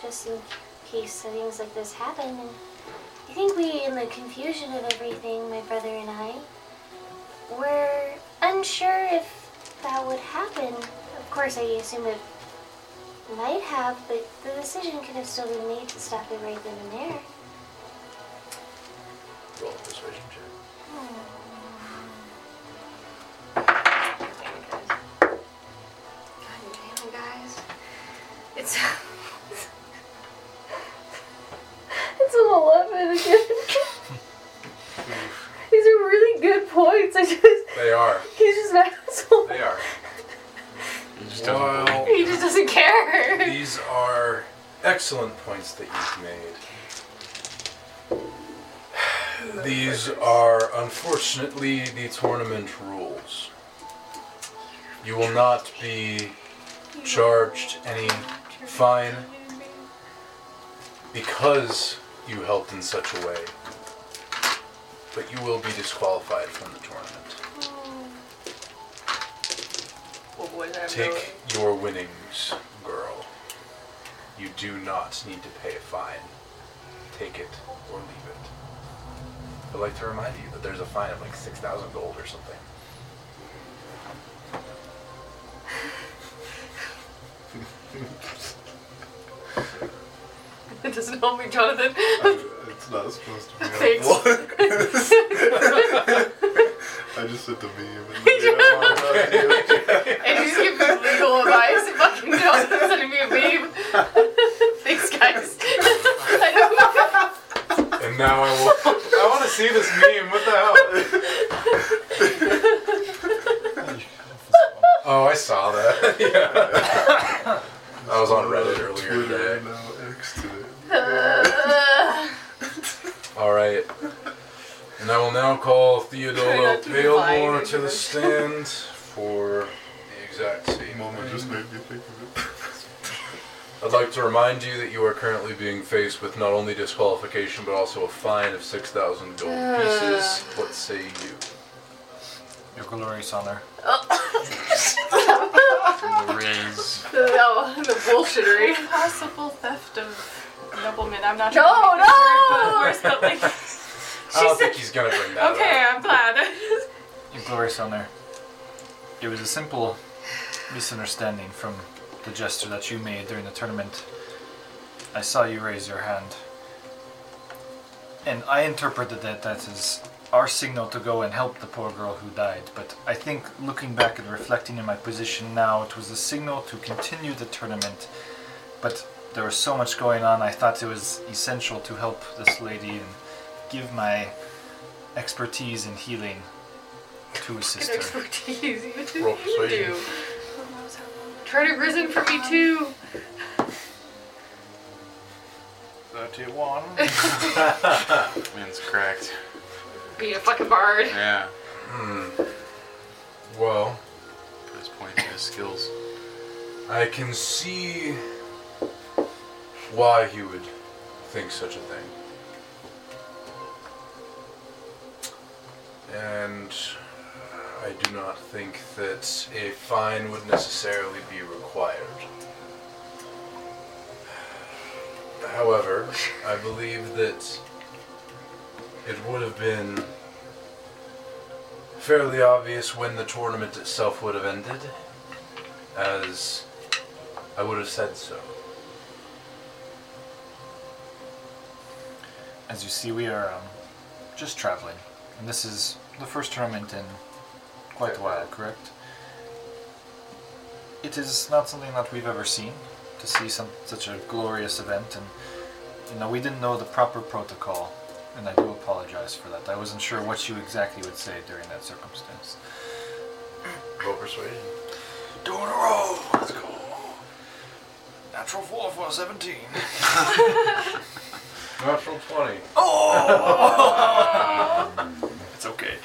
just in case things like this happen. And I think we, in the confusion of everything, my brother and I, were unsure if that would happen. Of course, I assume it might have, but the decision could have still been made to stop it right then and there.
roll a persuasion check.
God damn it, guys. God damn it, guys. It's. it's an 11 again. These are really good points. I just.
They are.
He's just an asshole.
They are.
He just doesn't
While
He just doesn't care.
these are excellent points that you've made, These are unfortunately the tournament rules. You will not be charged any fine because you helped in such a way, but you will be disqualified from the tournament.
What was that?
Take your winnings, girl. You do not need to pay a fine. Take it or leave it. I'd like to remind you that there's a fine of like 6,000 gold or something.
It doesn't help me, Jonathan.
Uh,
That's not
it's
supposed to be
Thanks.
on the blog. I just said the meme. And then, you
"Oh,
know,
And you just give me legal advice. and Fucking John sending me a meme. Thanks, guys. I don't know.
And now I will. I want to see this meme. What the hell? Oh, I saw that. yeah. I was on Reddit earlier
Twitter
today.
and now X today.
Uh,
All right. And I will now call
Try
Theodora
not to divide
Palemore to the
anybody.
stand for the exact same
Mama
thing.
just made me think of it.
I'd like to remind you that you are currently being faced with not only disqualification but also a fine of 6,000 gold pieces.
Ah.
What say you?
Your glory's honor.
The Riz.
no, the bullshittery.
Possible theft of nobleman. I'm not.
No,
trying
no!
to make the word, but Or something.
I don't think he's gonna bring that
okay,
up.
I'm glad.
Your glory's honor. It was a simple misunderstanding from the gesture that you made during the tournament. I saw you raise your hand. And I interpreted that that is our signal to go and help the poor girl who died. But I think looking back and reflecting in my position now, it was a signal to continue the tournament. But there was so much going on, I thought it was essential to help this lady and give my expertise in healing to assist
Good
her.
expertise. You
Roll
do.
persuasion.
Who knows how long
Try to risen for me too.
31.
Man's cracked.
Be a fucking bard.
Yeah.
Well,
This point to his skills.
I can see why he would think such a thing. And I do not think that a fine would necessarily be required. However, I believe that it would have been fairly obvious when the tournament itself would have ended, as I would have said so.
As you see, we are um, just traveling. And this is the first tournament in quite a while, correct? It is not something that we've ever seen to see some, such a glorious event. And, you know, we didn't know the proper protocol. And I do apologize for that. I wasn't sure what you exactly would say during that circumstance.
Roll persuasion.
Doing a roll! Let's go! Natural 4 for 17.
Natural 20.
It's okay.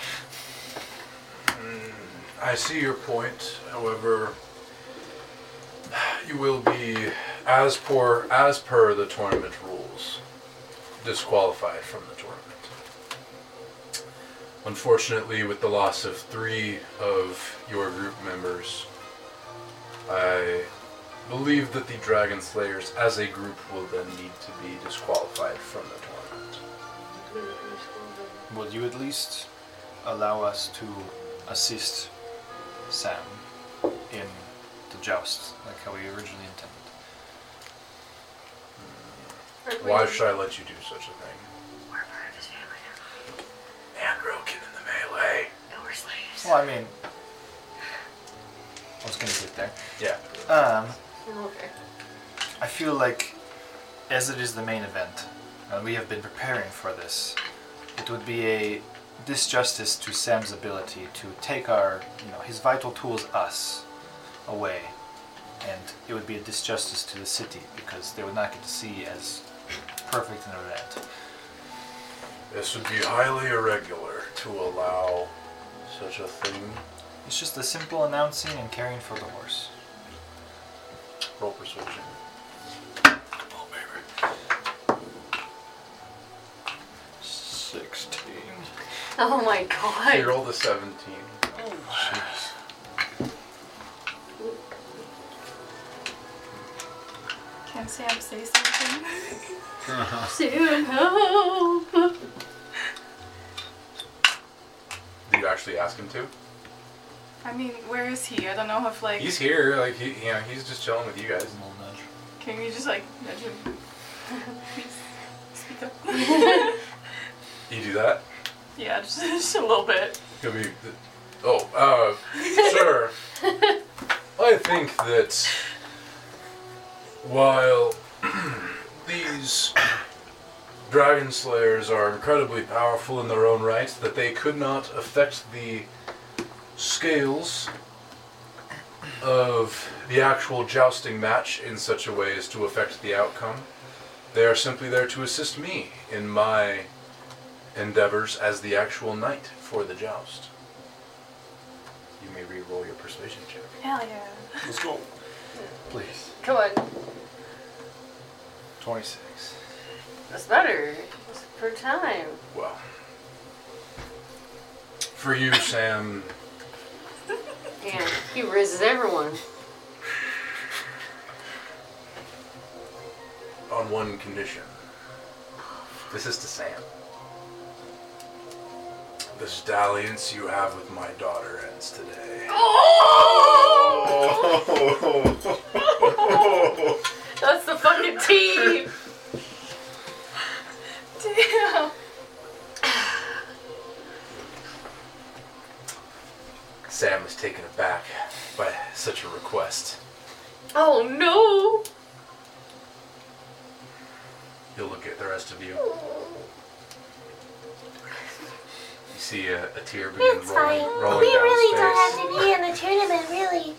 I see your point, however, you will be, as per, as per the tournament rules, disqualified from the tournament. Unfortunately, with the loss of three of your group members, I believe that the Dragon Slayers as a group will then need to be disqualified from the tournament.
Will you at least allow us to assist Sam in the joust, like how we originally intended?
Why should I let you do such a thing? We're part of his family now. And broken in the melee.
Well, I mean, I was gonna get there.
Yeah.
Um,
Okay.
I feel like, as it is the main event, and we have been preparing for this, it would be a disjustice to Sam's ability to take our, you know, his vital tools, us, away. And it would be a disjustice to the city because they would not get to see as perfect an event.
This would be highly irregular to allow such a thing.
It's just the simple announcing and caring for the horse.
Roll persuasion.
Oh, baby. 16.
Oh my
He
god.
rolled a 17.
Can Sam say something?
Soon, help.
Did you actually ask him to?
I mean, where is he? I don't know if like
He's here. Like he, you know, he's just chilling with you guys.
Little nudge.
can we just like nudge him? Please. speak up.
You do that?
yeah, just, just a little bit.
He'll be. Oh, uh, sir. I think that while these dragon slayers are incredibly powerful in their own right, that they could not affect the scales of the actual jousting match in such a way as to affect the outcome. They are simply there to assist me in my endeavors as the actual knight for the joust. You may re-roll your persuasion check.
Hell yeah.
Let's go.
Please.
Come on.
26.
That's better. That's per time.
Well, for you, Sam,
Damn. He raises everyone.
on one condition. This is to Sam. This dalliance you have with my daughter ends today.
Oh.
That's the fucking team.
Damn.
Sam was taken aback by such a request.
Oh no.
He'll look at the rest of you. You see a, a tear begin
It's
rolling,
fine.
rolling
we
down
really
his
don't
face.
have to be in the tournament, really.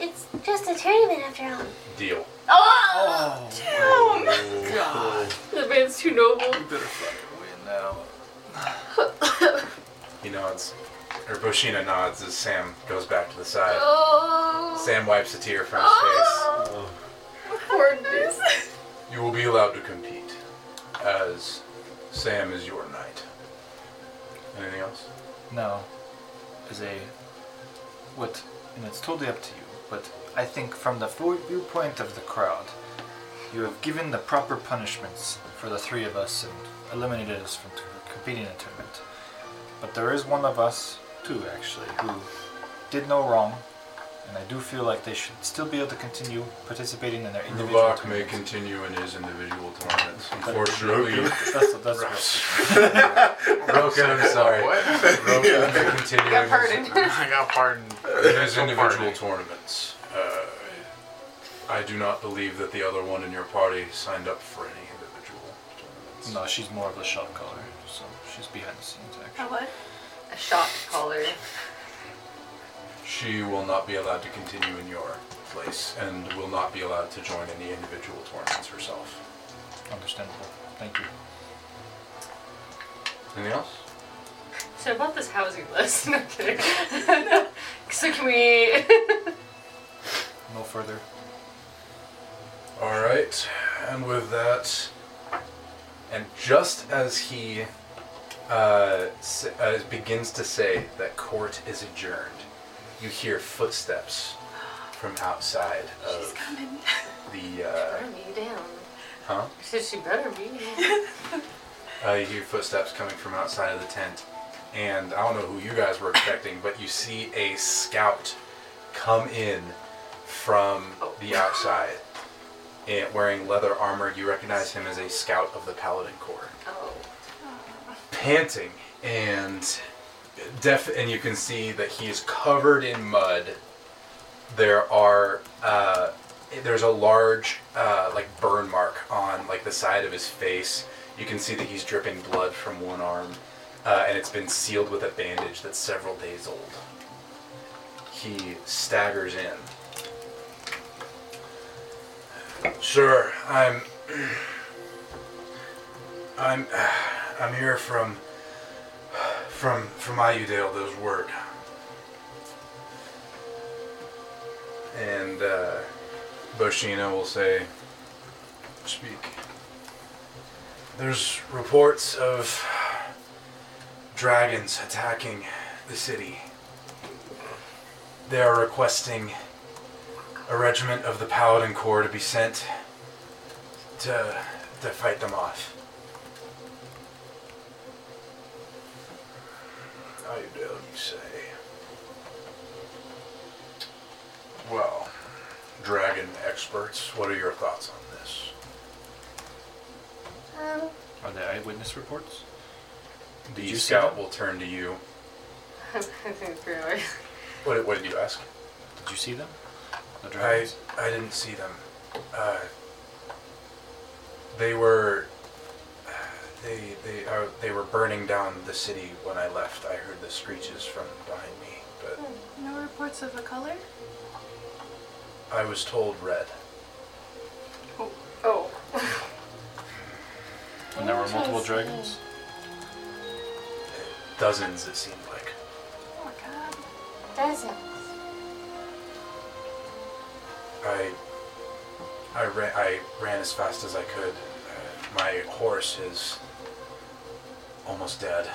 it's just a tournament after all.
Deal.
Oh.
God.
The man's too noble.
You better fucking win now.
He nods, or Boshina nods as Sam goes back to the side.
Oh.
Sam wipes a tear from his face.
Poor dude.
You will be allowed to compete, as Sam is your knight. Anything else?
Now, as a. What. And it's totally up to you, but I think from the vo- viewpoint of the crowd, you have given the proper punishments for the three of us and eliminated us from t- competing in a tournament. But there is one of us, two actually, who did no wrong, and I do feel like they should still be able to continue participating in their individual
Rubach may
tournaments.
continue in his individual tournaments. Unfortunately,
That's, that's
Roka, I'm sorry. Roka may continue
Got
in his
pardoned.
I got pardoned.
in his individual tournaments. Uh, I do not believe that the other one in your party signed up for any individual tournaments.
No, she's more of a shop caller, so she's behind the scenes
A
actually.
what?
A shock collar.
She will not be allowed to continue in your place and will not be allowed to join any individual tournaments herself.
Understandable. Thank you.
Anything else?
So about this housing list. No I'm kidding. so can we?
No further.
All right, and with that, and just as he uh, s- uh, begins to say that court is adjourned, you hear footsteps from outside
She's
of
coming.
the uh,
Burn me down.
huh?
I said she better be.
Uh, you hear footsteps coming from outside of the tent, and I don't know who you guys were expecting, but you see a scout come in from the outside, and wearing leather armor. You recognize him as a scout of the Paladin Corps.
Oh.
panting and def and you can see that he is covered in mud there are uh, there's a large uh, like burn mark on like the side of his face you can see that he's dripping blood from one arm uh, and it's been sealed with a bandage that's several days old he staggers in sir i'm i'm I'm here from from from Ayudale, those word. And uh, Boshina will say, "Speak." There's reports of dragons attacking the city. They are requesting a regiment of the Paladin Corps to be sent to to fight them off. How you doing, you say? Well, dragon experts, what are your thoughts on this?
Um,
Are there eyewitness reports?
The
you see
scout
that?
will turn to you.
I think pretty much.
What, what did you ask?
Did you see them? The
I
dragons?
I didn't see them. Uh, they were uh, they they uh, they were burning down the city when I left. I heard the screeches from behind me, but
No reports of a color?
I was told red.
Oh.
and there were
what
multiple
was
dragons?
Dozens it seemed like.
Oh my god.
Dozens.
I I ran I ran as fast as I could. Uh, my horse is almost dead.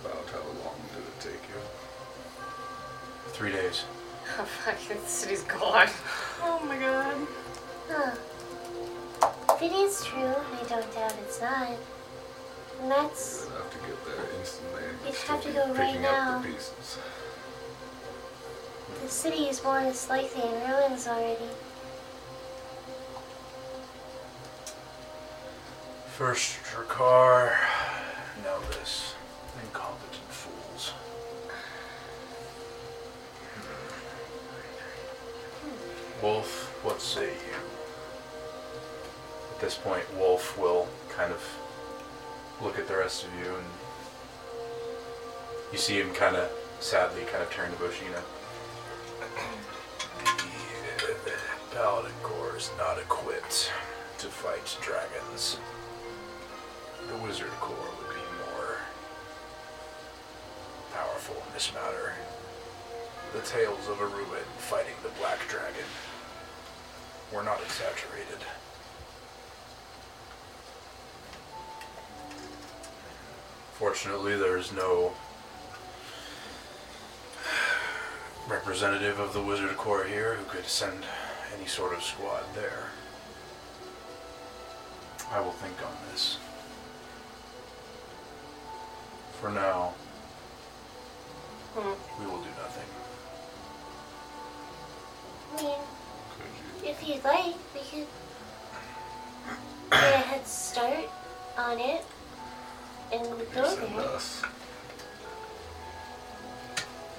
About how long did it take you?
Three days.
Oh, fuck, the city's gone.
Oh my god.
Huh. If it is true, and I don't doubt it's not, and that's
You'd have to get there instantly. and
You'd
still
have to
be
go right
picking
now.
up the pieces.
the city is more than likely in ruins already.
First Dracar, now this. Incompetent fools. Wolf, what say you?
At this point, Wolf will kind of look at the rest of you, and you see him kind of sadly kind of turn to Bushina.
The Paladin Corps is not equipped to fight dragons. The Wizard Corps would be more powerful in this matter. The tales of a ruin fighting the Black Dragon were not exaggerated. Fortunately, there is no representative of the Wizard Corps here who could send any sort of squad there. I will think on this. For now,
Hmm.
we will do nothing.
I mean,
Could
if you'd like, we could get a head start on it and go
you send
there.
us?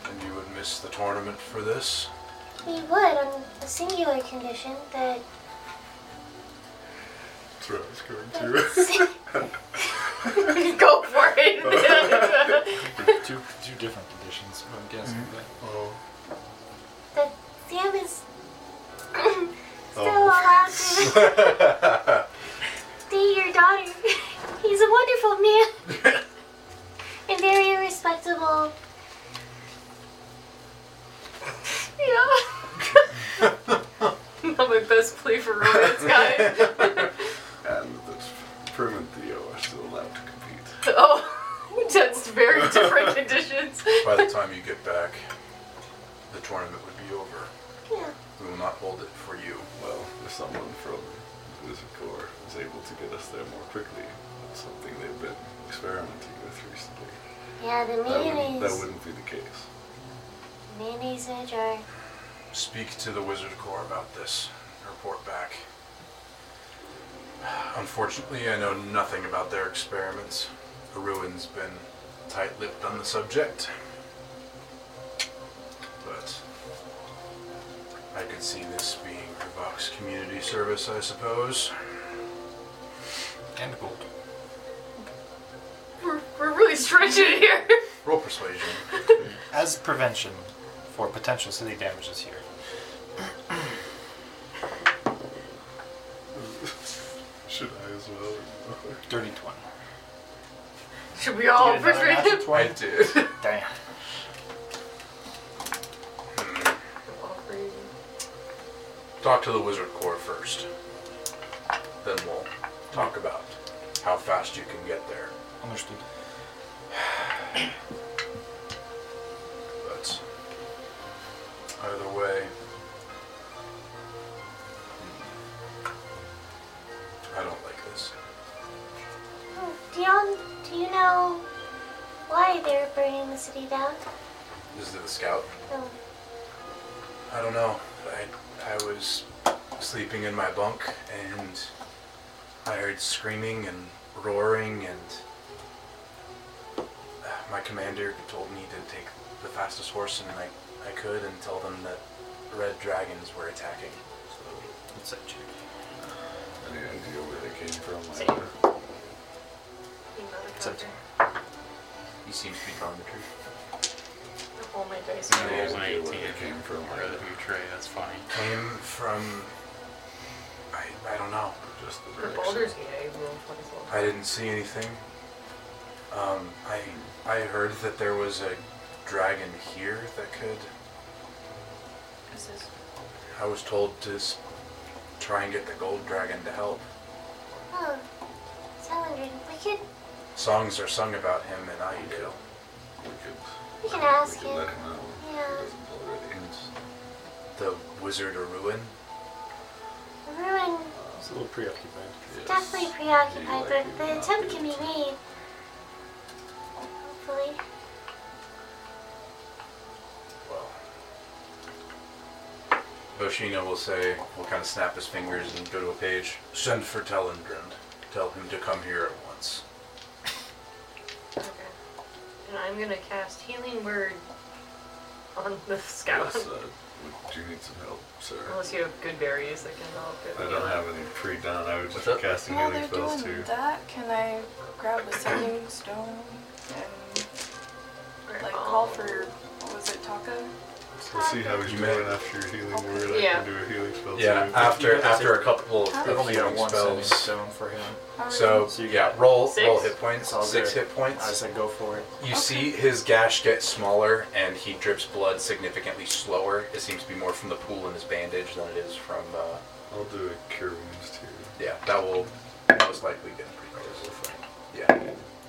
And you would miss the tournament for this?
We would on a singular condition that
That's what I was going
Go for it.
two, two different conditions, I'm guessing.
Mm-hmm.
but-
Oh.
that Sam is still
Oh.
allowed to date your daughter. He's a wonderful man and very respectable.
yeah. Not my best play for romance, guys.
And this Prim and Theo are still allowed to compete.
oh, that's very different conditions.
By the time you get back, the tournament would be over.
Yeah.
We will not hold it for you.
Well, if someone from the Wizard Corps is able to get us there more quickly, that's something they've been experimenting with recently.
Yeah, the
That wouldn't, that
mayonnaise.
wouldn't be the case.
Mayonnaise in a jar.
Speak to the Wizard Corps about this. Report back. Unfortunately, I know nothing about their experiments. The ruin's been tight lipped on the subject. But I could see this being Revox Community Service, I suppose.
And gold.
We're, we're really stretching here.
Roll persuasion.
As prevention for potential city damages here.
Should I as well?
Dirty 20.
Should we all
Get another natural
refrain?
20?
did.
Damn.
Talk to the Wizard Corps first. Then we'll talk about how fast you can get there.
Understood.
But either way, I don't like this.
Oh, Do y'all, do you know why they're burning the city down? Oh,
This is the scout.
No.
I don't know. I I was sleeping in my bunk and I heard screaming and roaring, and uh, my commander told me to take the fastest horse and I, I could and tell them that red dragons were attacking. So
Insight check.
Any idea where they came from?
Same.
Like,
You
Seventeen.
motherfucker.
he seems to be telling the truth.
Oh my dice.
No,
Yeah,
it was an
yeah,
18.
where they came from,
I read it from Trey, that's funny.
Came from. I, I don't know.
Just the
For
direction.
Baldur's Gate, I rolled 24.
I didn't see anything. Um, I I heard that there was a dragon here that could.
This is
I was told to s- try and get the gold dragon to help.
Oh, Salandrin, we could
Songs are sung about him in Ayudale.
We could,
we can ask
we
him.
could let him know.
Yeah.
He doesn't already.
The wizard of ruin.
Ruin
It's a little preoccupied.
Yes.
definitely
He
preoccupied, but
likely
the
not
attempt
be
can
able
be
to.
made. Hopefully.
Well, Boshino will say, will kind of snap his fingers and go to a page. Send for Telendrind. Tell him to come here at once.
Okay. And I'm gonna cast Healing Word on the scout.
Yes, uh, would- do you need some help, sir?
Unless you have good berries that can help. it.
I don't have any pre-done. I was
What's
just
up?
casting
While
healing
they're
spells
doing
too.
that, can I grab a sending stone and
Or-
like call for what was it, Taka?
We'll see how he's
You
doing
may-
after your healing word. I
Yeah.
can do a healing spell
Yeah,
too.
after
You guys
after
have-
a couple
I've
of
I've only got
healing
one sending
spells.
stone for him.
Alright.
So
So you
yeah,
got
roll roll
six?
hit points.
It's all
Six
there.
hit
I
points.
said go for it.
You see his gash get smaller, and he drips blood significantly slower. It seems to be more from the pool in his bandage than it is from. Uh,
I'll do a cure wounds too.
yeah, that will most likely get pretty close. Yeah.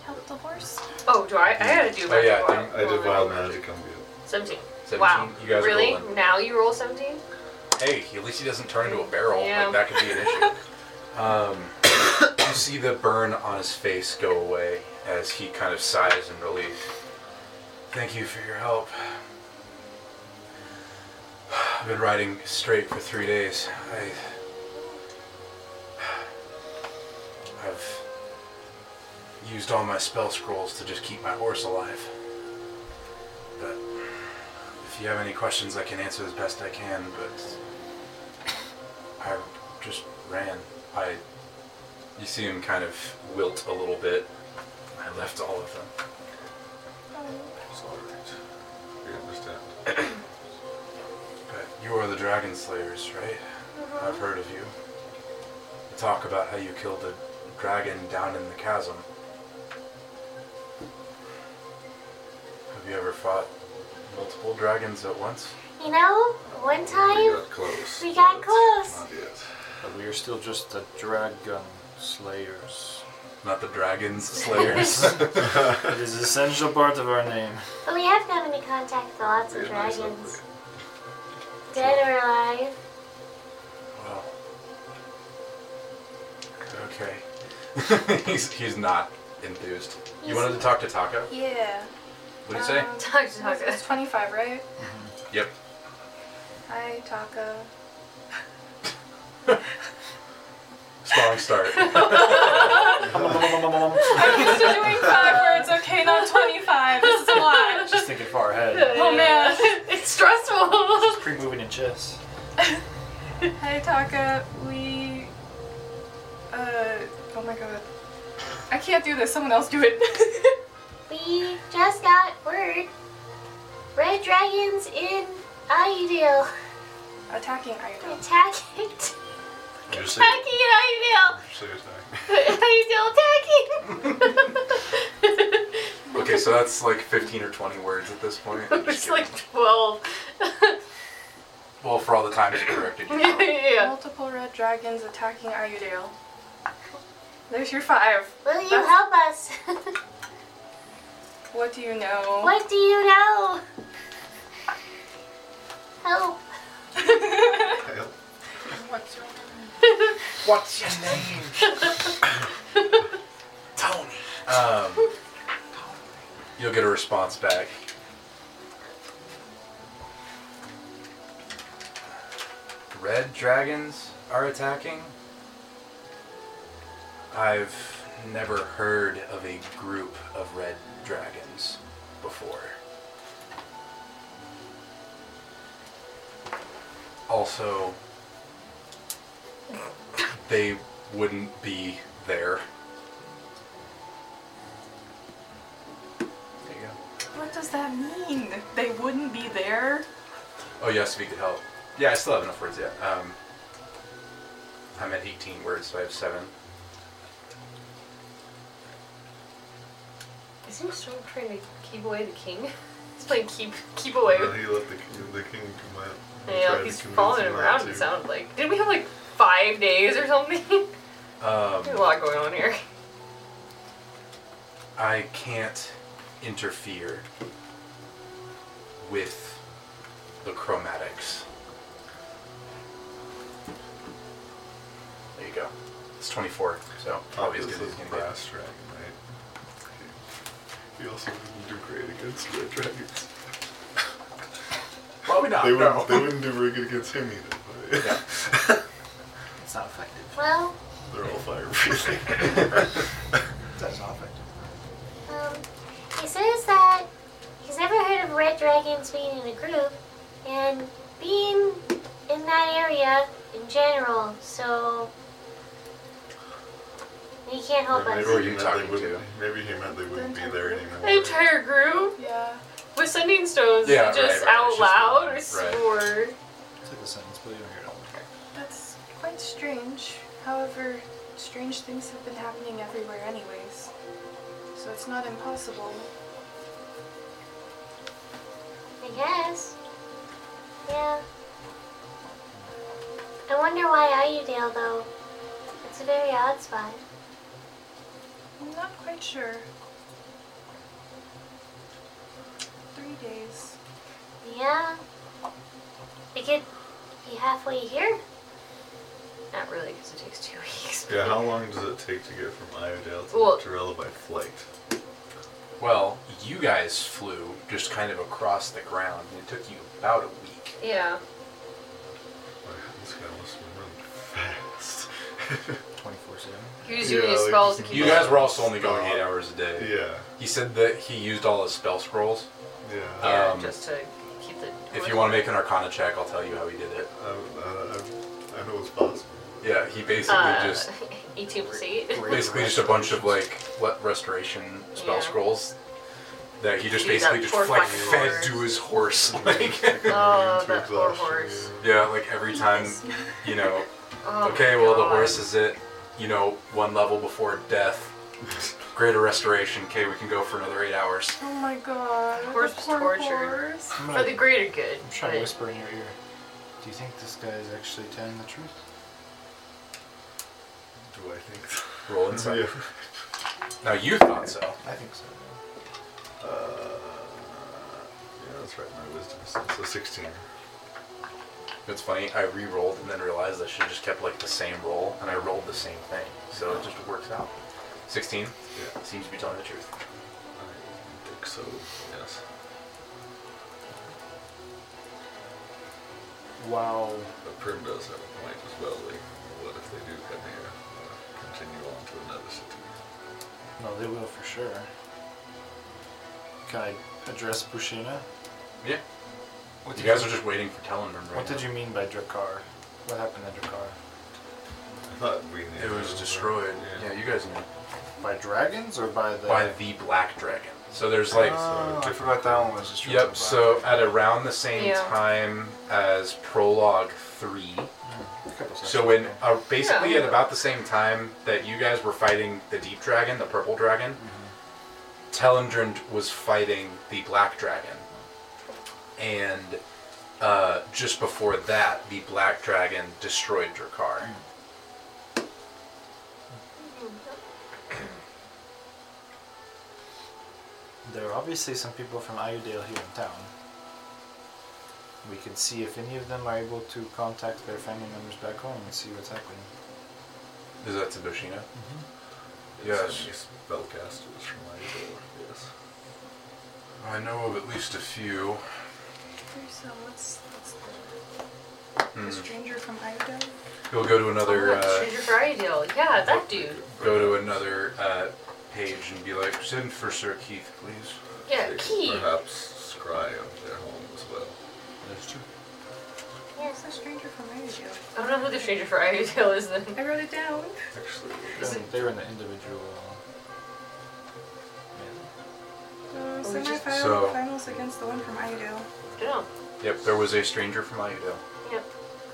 Help the horse.
Oh, do I? I gotta do
Oh, yeah,
magic wand.
I did
Roll
wild
another.
magic on you.
17.
17.
Wow.
You guys are
really?
rolling.
Now you roll 17?
Hey, at least he doesn't turn into a barrel.
Yeah.
Like that could be an issue. um, you see the burn on his face go away as he kind of sighs in relief. Thank you for your help. I've been riding straight for three days. I, I've used all my spell scrolls to just keep my horse alive. But if you have any questions, I can answer as best I can, but I just ran. I. You see him kind of wilt a little bit. I left all of them.
It's alright. We understand.
But you are the dragon slayers, right? I've heard of you. You talk about how you killed a dragon down in the chasm. Have you ever fought multiple dragons at once?
You know, one
We
time
got close.
we got
but
close.
Not yet.
But we are still just the dragon slayers.
Not the dragons slayers.
it is an essential part of our name.
But we have gotten into contact with lots of
Yeah, nice
dragons.
upgrade.
Dead or alive.
Well. Okay. he's he's not enthused. You wanted to talk to Taka?
Yeah.
What do you say?
Um,
Talk to
was-
Taka.
It's 25, right?
Yep.
Hi, Taka.
Strong start.
I'm used to doing five words, okay, not 25. This is a lot.
Just thinking far ahead.
Oh man.
it's stressful.
Pre-moving in chess.
Hi, Taka. We. Uh. Oh my god. I can't do this. Someone else do it.
We just got word. Red dragons in Ideal.
Attacking Iodine.
Attacking.
Did you say,
Attacking Ideal.
did you say attack?
Ideal attacking.
okay, so that's like 15 or 20 words at this point. I'm just
it's like
kidding.
12.
well, for all the times you corrected yourself.
yeah.
Multiple red dragons attacking Iodale. There's your five.
Will you
That's-
help us?
What do you know?
what do you know? Help.
Help.
What's your
What's your name? Tony. Um, you'll get a response back. Red dragons are attacking? I've never heard of a group of red dragons before. Also, they wouldn't be there. There you go.
What does that mean? They wouldn't be there?
Oh, yeah, speak to help. Yeah, I still have enough words yet. Um, I'm at 18 words, so I have 7.
Is he still trying to keep away the king? He's playing keep keep away.
No, he let the king, the king come out. He tried
Yeah,
to
he's
convince
following him
him not
around.
to.
It sounded like. Did we have like five days or something? There's
Um,
a lot going on here.
I can't interfere with the chromatics. There you go. It's 24, so probably as
Oh, This
good as it's
is
Oh, gonna get.
brass dragon, right? He- He also didn't do great against red dragons.
Probably not.
they, wouldn't,
no.
they wouldn't do very good against him either. But
Yeah.
It's not effective.
Well,
They're all fire breathing.
That's not effective.
Um, he says that he's never heard of red dragons being in a group and being in that area in general, so we can't help
maybe,
us.
were
he
you
meant
talking
they wouldn't,
to?
maybe he meant they wouldn't be there anymore.
The entire group
Yeah.
was sending stones
Yeah,
just
right, right,
out
it's just
loud
one,
or
right.
swore.
It's like a sentence, but you don't hear it all the time.
That's quite strange. However, strange things have been happening everywhere, anyways. So it's not impossible.
I guess. Yeah. I wonder why Ayudale, though. It's a very odd spot.
I'm not quite sure. Three days.
Yeah. It could be halfway here.
Not really, because it takes two weeks.
Yeah, how long does it take to get from Iodale to
Well-
well, by flight?
Well, you guys flew just kind of across the ground, and it took you about a week.
Yeah.
Like, this guy must have run fast.
24 7.
He was
Yeah,
using his
like,
spells to
just
keep
You
Yeah.
guys were also only going 8 hours a day.
yeah,
He said that he used all his spell scrolls.
yeah.
Uh,
Yeah,
Um,
just to keep the.
If you want to make an arcana check, I'll tell you how he did it.
I, I, I, I know it's possible.
Yeah, he basically
uh,
just
18 plus 8.
basically just a bunch of like what restoration spell
Yeah.
scrolls that he just
He's
basically
got
just
four
like
fucking
fed
horse.
to his horse. Like
Oh,
Into
that poor
exhaustion,
horse.
yeah.
yeah, like every time you know.
Oh
Okay,
my
well the
God.
horse is at you know one level before death. Greater restoration. Okay, we can go for another eight hours.
Oh my god.
Horse
the
was
poor
tortured.
horse.
I'm,
For the greater good.
trying to
but-
whisper in your ear. Do you think this guy is actually telling the truth?
Do I think? so?
Roll inside.
Yeah.
Now you thought so.
I think so.
Uh, yeah, that's right. My wisdom is so 16.
It's funny. I re-rolled and then realized I should have just kept like the same roll, and I rolled the same thing. So it just works out. Sixteen
Yeah,
seems to be telling the truth.
I think so. Yes.
Wow.
But Prim does have a point as well. Like, what if they do come here? and Continue on to another city.
No, they will for sure. Can I address Bushina?
Yeah.
What
You
did
guys are just waiting for Talon right
What
now.
did you mean by Drakkar? What happened to Drakkar?
I thought we knew.
It was destroyed. Yeah,
Yeah.
you guys know.
By dragons or by the?
By the black dragon. So there's like.
Oh, I forgot that one was destroyed. by-
Yep, so at around the same
Yeah.
time as Prologue 3.
A couple
So
sessions
when
ago.
uh, basically
Yeah.
at about the same time that you guys were fighting the deep dragon, the purple dragon,
Mm-hmm.
Telendrind was fighting the black dragon. And uh, just before that, the black dragon destroyed Drakkar.
Mm.
There are obviously some people from Ayudale here in town. We can see if any of them are able to contact their family members back home and see what's happening.
Is that Tsubushina?
Yes.
Mm-hmm.
Yes.
Spellcasters from my door. Yes.
I know of at least a few.
Gruesome. What's, what's the A stranger from Idaho?
You'll Hmm. go to another
Oh,
uh,
Stranger for Ideal. Yeah, that dude.
go to another uh, page and be like, send for Sir Keith, please.
Yeah,
They
Key.
could perhaps scry on their home as well.
That's true.
Yes, a stranger from Idaho.
I don't know who the Stranger for Ideal is then.
I wrote it down.
Actually,
Is it-
They were in the individual.
uh,
Yeah.
Uh,
Oh, we just-
semifinal
So-
finals against the one from Idaho.
Don't know.
Yep, there was a stranger from Idaho.
Yep.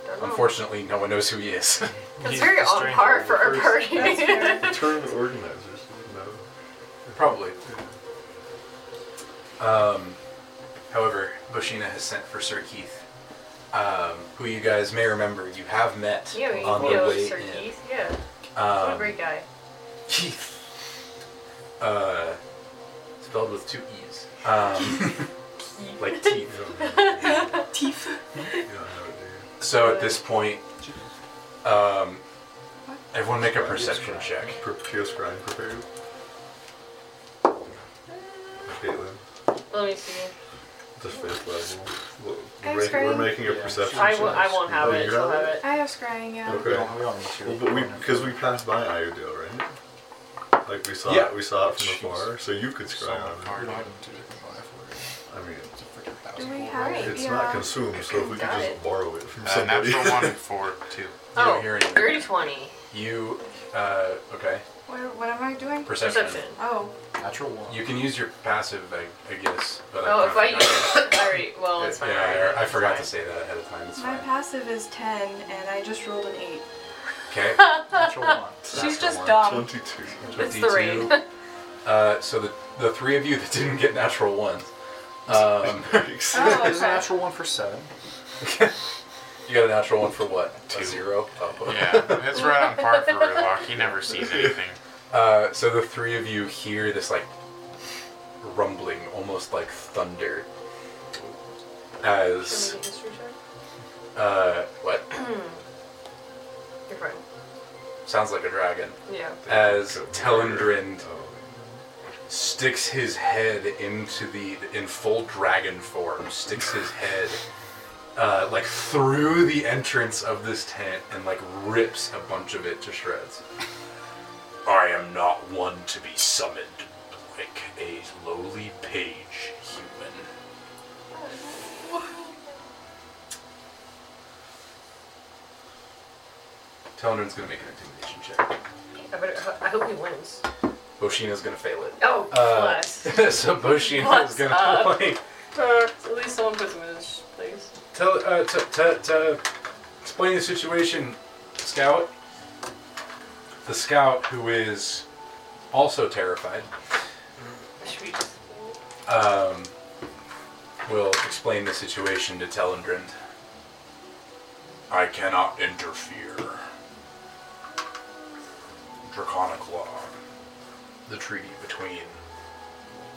Don't know.
Unfortunately, no one knows who he is.
That's
He's
very
the
on
stranger
par
of
for our
first-
party.
That's fair.
tournament organizers would know.
Probably. Um, however, Bushina has sent for Sir Keith, um, who you guys may remember you have met
yeah, we
on the
know
way
Sir
in.
Keith. Yeah. what a
Um,
great guy.
Keith. Uh, spelled with two E's. Um, like teeth.
You don't know, do you?
So at this point, um, everyone make a perception
Scry.
check.
Pre- Keo scrying prepared. Caitlin,
Let me see.
the fifth level.
I'm
We're, making, we're
scrying.
making a
Yeah.
perception
I,
check.
will, I won't have
Oh,
it.
you
She'll
have
have it.
I have scrying, yeah.
Oh.
Okay.
We don't, we don't need to.
Well, but we because we passed by Iodale, right? Like we saw
Yeah.
we saw it from afar, so you could scry on it.
We don't have two different biflores.
I mean,
It's a freaking
Do
thousand.
we
gold.
have uh,
it's
yeah.
not consumed, so if we could
Got
just
it.
borrow it from
Uh,
somebody.
natural one and four, two.
You don't
oh,
hear anything.
dirty 20.
You, uh, okay,
What, what am I doing?
perception.
Perception.
Oh,
Natural one.
You can use your passive, I, I guess. But
Oh,
I
if I
kinda forgot.
use Alright, well, it's fine.
Yeah,
alright,
I, I
it's
forgot
fine.
to say that ahead of time. It's
my
fine.
passive is 10, and I just rolled an 8.
Okay.
Natural one.
Natural
She's just
one.
Um,
dumb.
Twenty-two.
It's the rain.
Uh, so the the three of you that didn't get natural ones, um,
Oh,
There's a
okay.
natural one for seven.
you got a natural one for what?
Two.
A zero. Oh.
Yeah, it's right on par for Ridlock. He never sees anything.
Uh, so the three of you hear this like rumbling, almost like thunder, as uh, what
You're fine.
sounds like a dragon,
Yeah.
as Telendrind
Oh,
sticks his head into the in full dragon form sticks his head uh, like through the entrance of this tent and like rips a bunch of it to shreds
I am not one to be summoned like a lowly page human.
Telendrin's gonna make an intimidation check
I, better, I hope he wins.
Boshina's gonna fail it
Oh,
uh,
plus.
so Boshina's
What's
gonna
up?
like
at least someone puts him in his place.
tell uh, to, to, to explain the situation, Scout. The Scout, who is also terrified,
Should we just-
um, will explain the situation to Telendrind.
I cannot interfere. Draconic law. The treaty between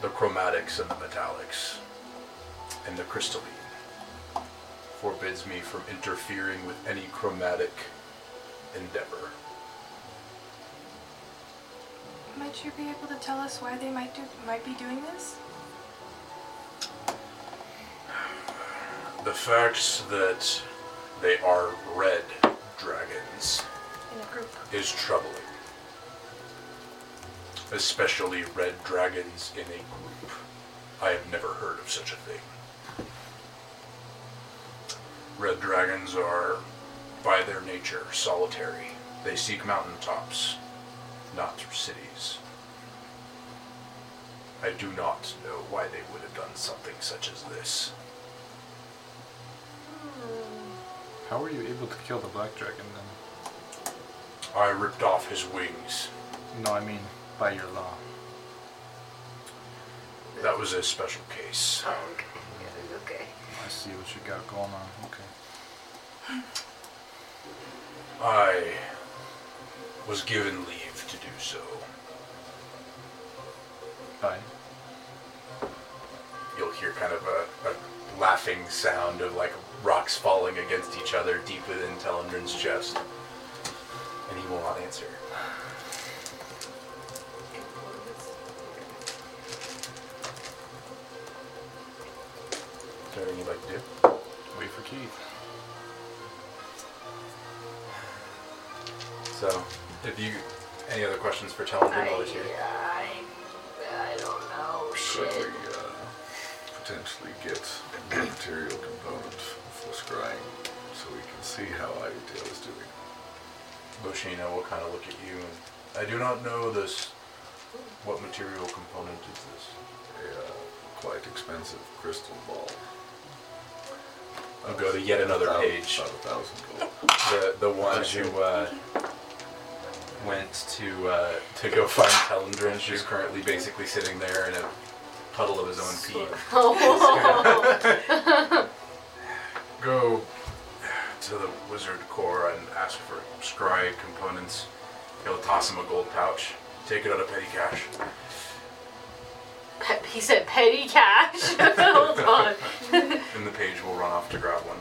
the chromatics and the metallics and the crystalline forbids me from interfering with any chromatic endeavor.
Might you be able to tell us why they might do might be doing this?
The fact that they are red dragons
In a group.
is troubling. Especially red dragons in a group. I have never heard of such a thing. Red dragons are, by their nature, solitary. They seek mountaintops, not cities. I do not know why they would have done something such as this.
How were you able to kill the black dragon then?
I ripped off his wings.
No, I mean by your law.
That was a special case.
Oh, okay. Yeah, okay.
I see what you got going on. Okay.
I was given leave to do so.
Bye.
You'll hear kind of a, a laughing sound of like rocks falling against each other deep within Telendrin's chest, and he will not answer. Is there anything you'd like to do?
Wait for Keith.
So, if you any other questions for Talon
I,
while he's here?
I, I don't know.
Could
Shit.
we uh, potentially get the material component for scrying so we can see how Iodale is doing?
Boshina will kind of look at you and I do not know this. What material component is this?
A uh, quite expensive crystal ball.
I'll go to yet another
About-
page.
About a thousand gold.
The the one
Bless you.
who uh, went to uh, to go find Telendrin. She's currently basically sitting there in a puddle of his own pee.
Oh.
Go to the wizard core and ask for scry components. He'll toss him a gold pouch. Take it out of petty cash.
Pe- he said petty cash. Hold on.
and the page will run off to grab one.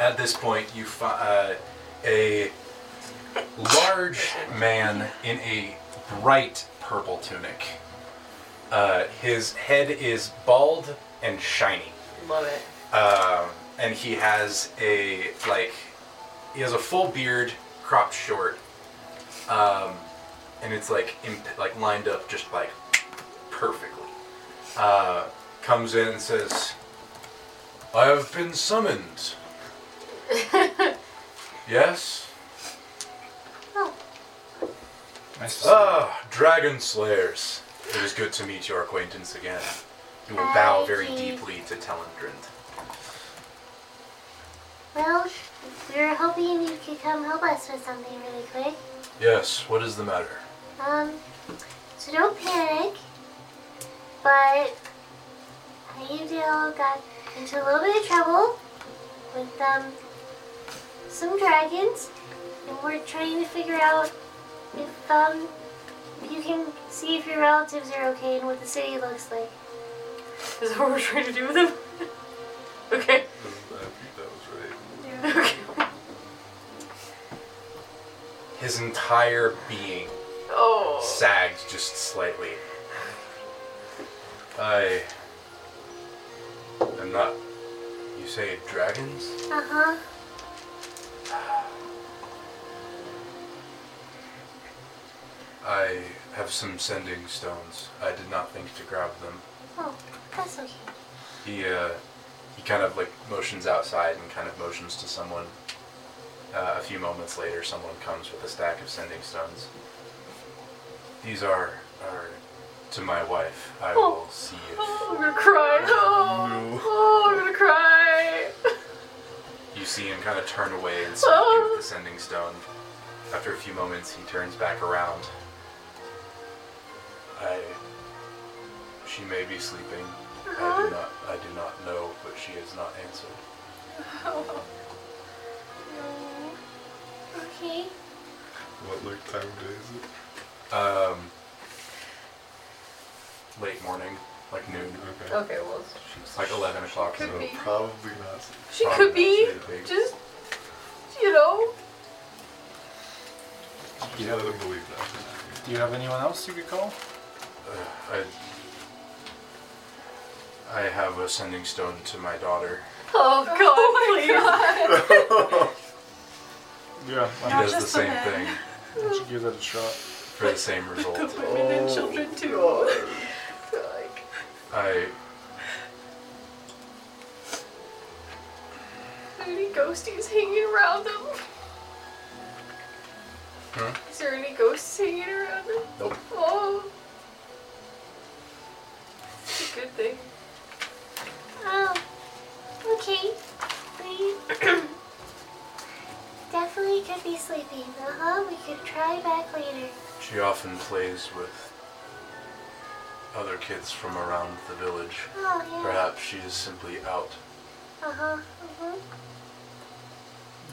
At this point, you find uh, a large man in a bright purple tunic. Uh, his head is bald and shiny,
Love it.
um, and he has a like he has a full beard, cropped short, um, and it's like imp- like lined up just like perfectly. Uh, comes in and says,
I have been summoned. yes?
Nice to
Ah, dragon slayers. It is good to meet your acquaintance again.
He will bow
Hi,
very
Keith.
deeply to Telendrind.
Well, we were hoping you could come help us with something really quick.
Yes, what is the matter?
Um, so don't panic. But Hyundai got into a little bit of trouble with um, some dragons, and we're trying to figure out if um, you can see if your relatives are okay and what the city looks like.
Is that what we're trying to do with him? okay.
I think that was right.
Okay.
His entire being
Oh.
sags just slightly.
I am not. You say dragons?
Uh huh.
I have some sending stones. I did not think to grab them.
Oh, that's okay.
He uh, he kind of like motions outside and kind of motions to someone. Uh, a few moments later, someone comes with a stack of sending stones.
These are are to my wife. I will see if
Oh, I'm gonna cry. Oh, oh I'm gonna cry.
You see him kind of turn away and speak you with the sending stone. After a few moments, he turns back around.
I. She may be sleeping. I
Uh-huh.
do not. I do not know, but she has not answered.
No. Mm-hmm. Okay.
What like time of day is it?
Um, late morning, like noon,
Okay.
Okay, well,
like 11 o'clock.
Could be.
Probably not.
she
Probably
could be
not sleeping.
just, you know.
Yeah, I don't believe that.
Do you have anyone else you could call?
I. I have a sending stone to my daughter.
Oh God, please.
Yeah,
He
why
Not
does the
just the
same
men.
thing
don't you give that a shot?
for the same result.
Women and children too.
Oh.
like,
I.
are there any ghosties hanging around them?
Huh?
Is there any ghosts hanging around them?
Nope.
Oh. It's a good thing.
Oh, okay. We definitely could be sleeping. Uh huh. We could try back later.
She often plays with other kids from around the village.
Oh, yeah.
Perhaps she is simply out.
Uh huh. hmm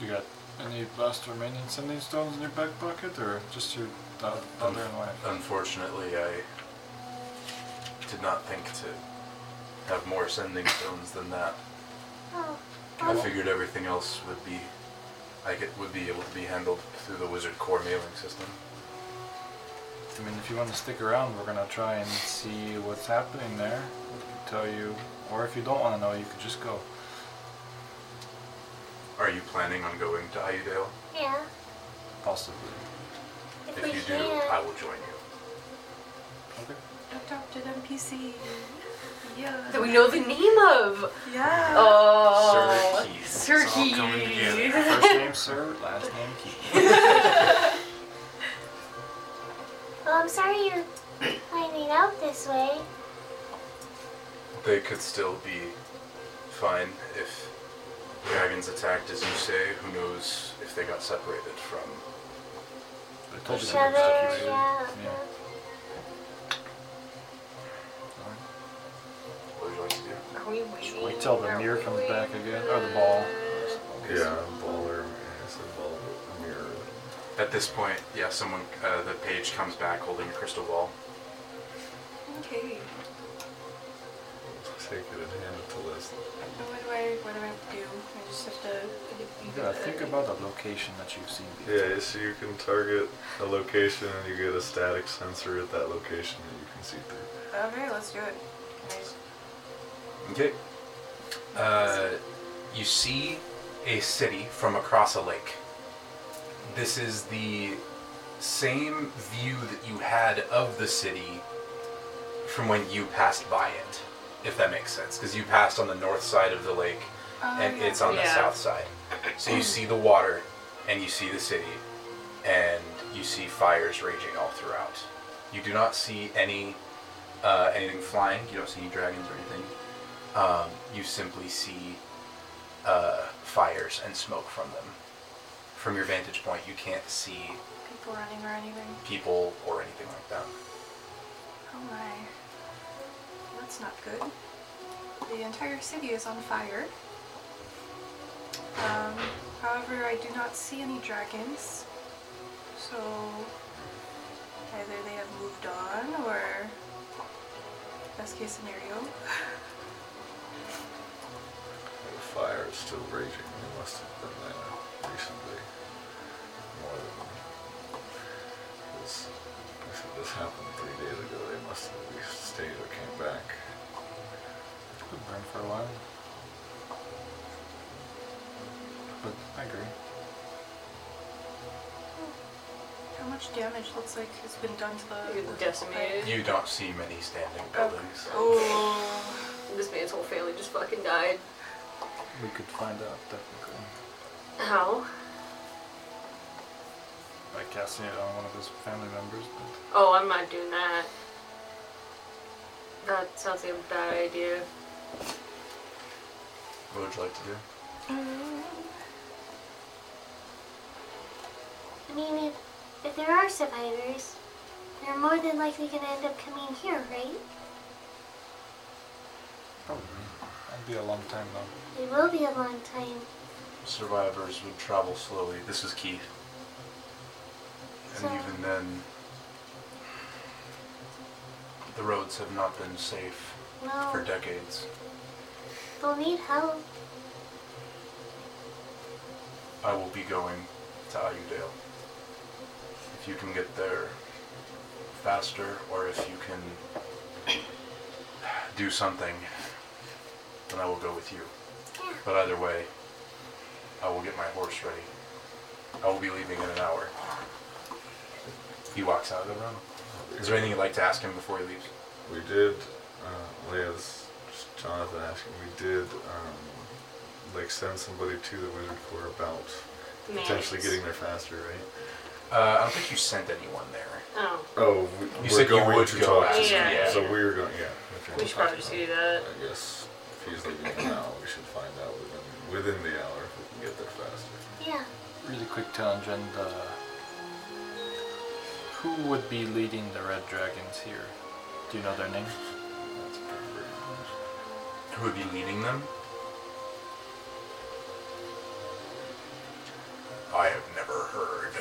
You got any last remaining sending stones in your back pocket, or just your da- daughter and wife?
Unfortunately, I did not think to have more sending stones than that.
Oh.
I figured everything else would be, I get, would be able to be handled through the wizard core mailing system.
I mean, if you want to stick around, we're gonna try and see what's happening there. We could tell you, or if you don't want to know, you could just go.
Are you planning on going to Iudale?
Yeah.
possibly.
If, we
If you do,
can,
I will join you.
Adopted NPC. Yeah.
That we know the name of.
Yeah.
Oh. Sir
Sir Keith.
It's all coming together.
Keith.
First name Sir, last name Keith.
well, Oh, I'm sorry you're finding out this way.
They could still be fine if dragons attacked, as you say. Who knows if they got separated from.
Each other, yeah. uh-huh.
Yeah.
What would you like to do?
Are we waiting?
Wait till the
Are
mirror
we
comes
waiting?
back again, or the ball.
Yeah, baller. It's a ball mirror.
At this point, yeah, someone, uh, the page comes back holding a crystal ball.
Okay.
Take it and hand it to Leslie.
Now What do I what do I do? I just have to
You gotta think about a location that you've seen before.
Yeah, so you can target a location and you get a static sensor at that location that you can see through.
Okay, let's do it. Can I just-
Okay. Uh, you see a city from across a lake. This is the same view that you had of the city from when you passed by it, if that makes sense. Because you passed on the north side of the lake,
Oh,
and
yeah.
it's on the
Yeah.
south side. So you see the water, and you see the city, and you see fires raging all throughout. You do not see any uh, anything flying. You don't see any dragons or anything. Um, you simply see uh, fires and smoke from them. From your vantage point, you can't see
people running or anything.
people or anything like that.
Oh my. That's not good. The entire city is on fire. Um, however, I do not see any dragons. So either they have moved on or best case scenario.
The fire is still raging. It must have been there recently. More than this. I said this happened three days ago. They must have at least stayed or came back.
Could burn for a while. But I agree.
How much damage looks like has been done to
You're
the
decimated.
You don't see many standing buildings.
Oh
This man's whole family just fucking died.
We could find out technically
How?
by casting it on one of his family members, but
Oh, I'm not doing that. That sounds like a bad idea.
What would you like to do?
I mean, if, if there are survivors, they're more than likely gonna end up coming here, right?
probably. That'd be a long time though.
It will be a long time.
Survivors would travel slowly. This is Keith. And
So-
even then, the roads have not been safe for
No,
decades.
they'll need help.
I will be going to Ayudale. If you can get there faster, or if you can do something, then I will go with you. But either way, I will get my horse ready. I will be leaving in an hour. He walks out of the room. Is there anything you'd like to ask him before he leaves?
We did, uh, Leah's Jonathan asking, we did, um, like send somebody to the wizard corps about potentially
Mans.
getting there faster, right?
Uh, I don't think you sent anyone there.
Oh,
Oh, we,
You
we're
said you
going
would
to
go
talk
back.
to
Yeah,
someone, so
yeah.
we were going, yeah. okay.
we should probably just do that.
I guess if he's leaving now, we should find out within, within the hour if we can get there faster.
Yeah.
Really quick tangent. Uh, who would be leading the red dragons here? Do you know their name?
That's pretty great.
Who would be leading them? I have never heard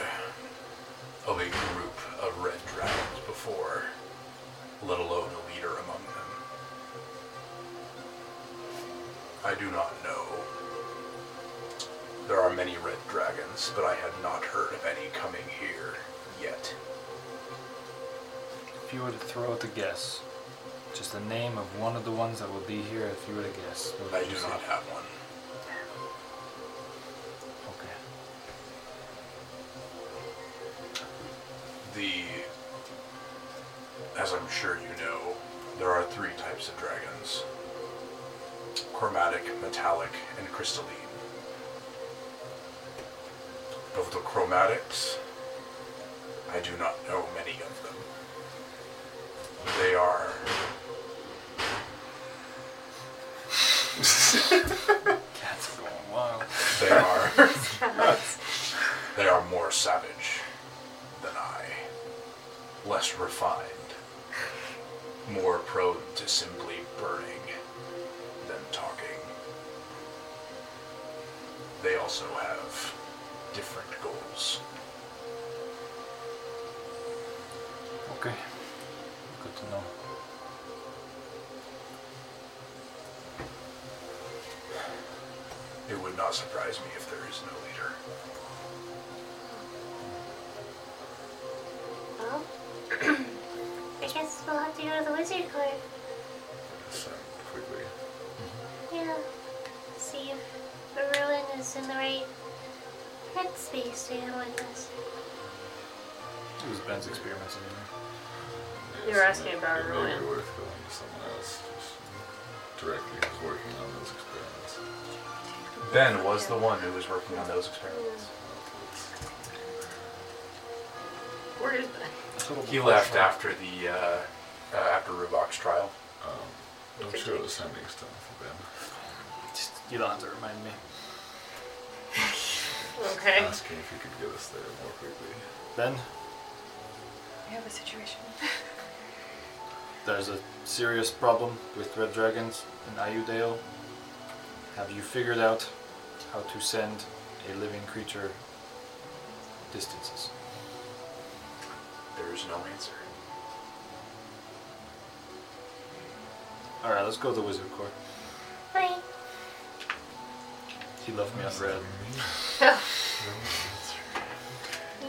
of a group of red dragons before, let alone a leader among them. I do not know. There are many red dragons, but I have not heard of any coming here yet.
If you were to throw out a guess, just the name of one of the ones that will be here, if you were to guess. what would
I
you
do
say?
not have one.
Okay.
the as I'm sure you know, there are three types of dragons. Chromatic, metallic, and crystalline. Of the chromatics, I do not know many of them. They are
Cats are going wild.
they are they are more savage than I, less refined, more prone to simply burning than talking. They also have different goals.
Okay. Good to know.
It would not surprise me if there is no leader.
Well, I guess we'll have to go to the wizard court.
So uh, quickly.
Yeah. See if the ruin is in the right headspace to handle this.
It was Ben's experiments anyway.
You were asking about
it may
ruin.
be worth going to someone else just directly who's working on those experiments.
Ben was the one who was working on those experiments.
Where is Ben?
He left after the uh, uh, after Rubok's trial.
Um, I'm sure it was sending stuff for them.
Just, you don't have to remind me.
Okay.
Asking if you could get us there more quickly.
Ben,
We have a situation.
there's a serious problem with red dragons in Ayudale. Have you figured out how to send a living creature distances?
There is no answer.
Alright, let's go to the wizard court.
Fine.
He left me on red.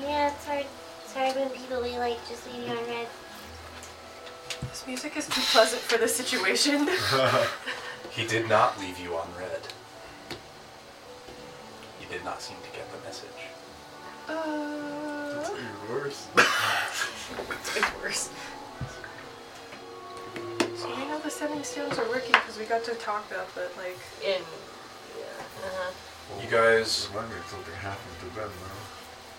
Yeah, it's hard. It's hard when people we like just leave you on red.
This music is too pleasant for this situation.
He did not leave you on red. You did not seem to get the message.
Uh,
Even worse.
it's worse.
So we know the sending stones are working because we got to talk about that, like,
In. Yeah. Uh-huh.
You guys,
Remind me of something happened to Ben now.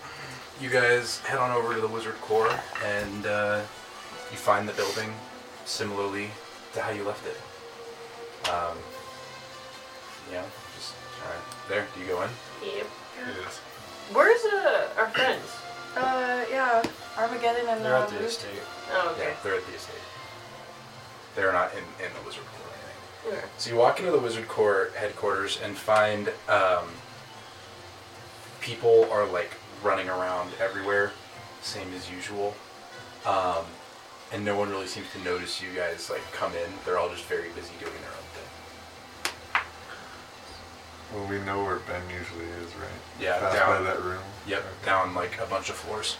you guys head on over to the Wizard Core, and uh, you find the building similarly to how you left it. Um, yeah, just all right. There, do you go in?
Yep.
Yes.
Where's uh, our friends?
uh, yeah, Armageddon and
They're
uh,
at the
Ruth.
estate.
Oh, okay.
Yeah, they're at the estate. They're not in, in the Wizard Core or anything.
Okay.
So you walk into the Wizard Corps headquarters and find um, people are like running around everywhere, same as usual. Um, and no one really seems to notice you guys like come in. They're all just very busy doing their own thing.
Well, we know where Ben usually is, right?
Yeah,
Pass
down-
by that room.
Yep,
Okay.
down like a bunch of floors.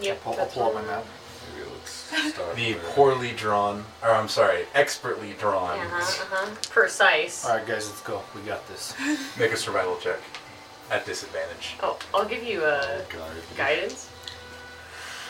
Yep.
Pull, I'll
that's
pull out my
fine.
map.
Maybe let's start.
The
there.
poorly drawn, or I'm sorry, expertly drawn.
Uh-huh, uh-huh. Precise.
Alright, guys, let's go. We got this.
Make a survival check at disadvantage.
Oh, I'll give you uh,
Guide.
guidance.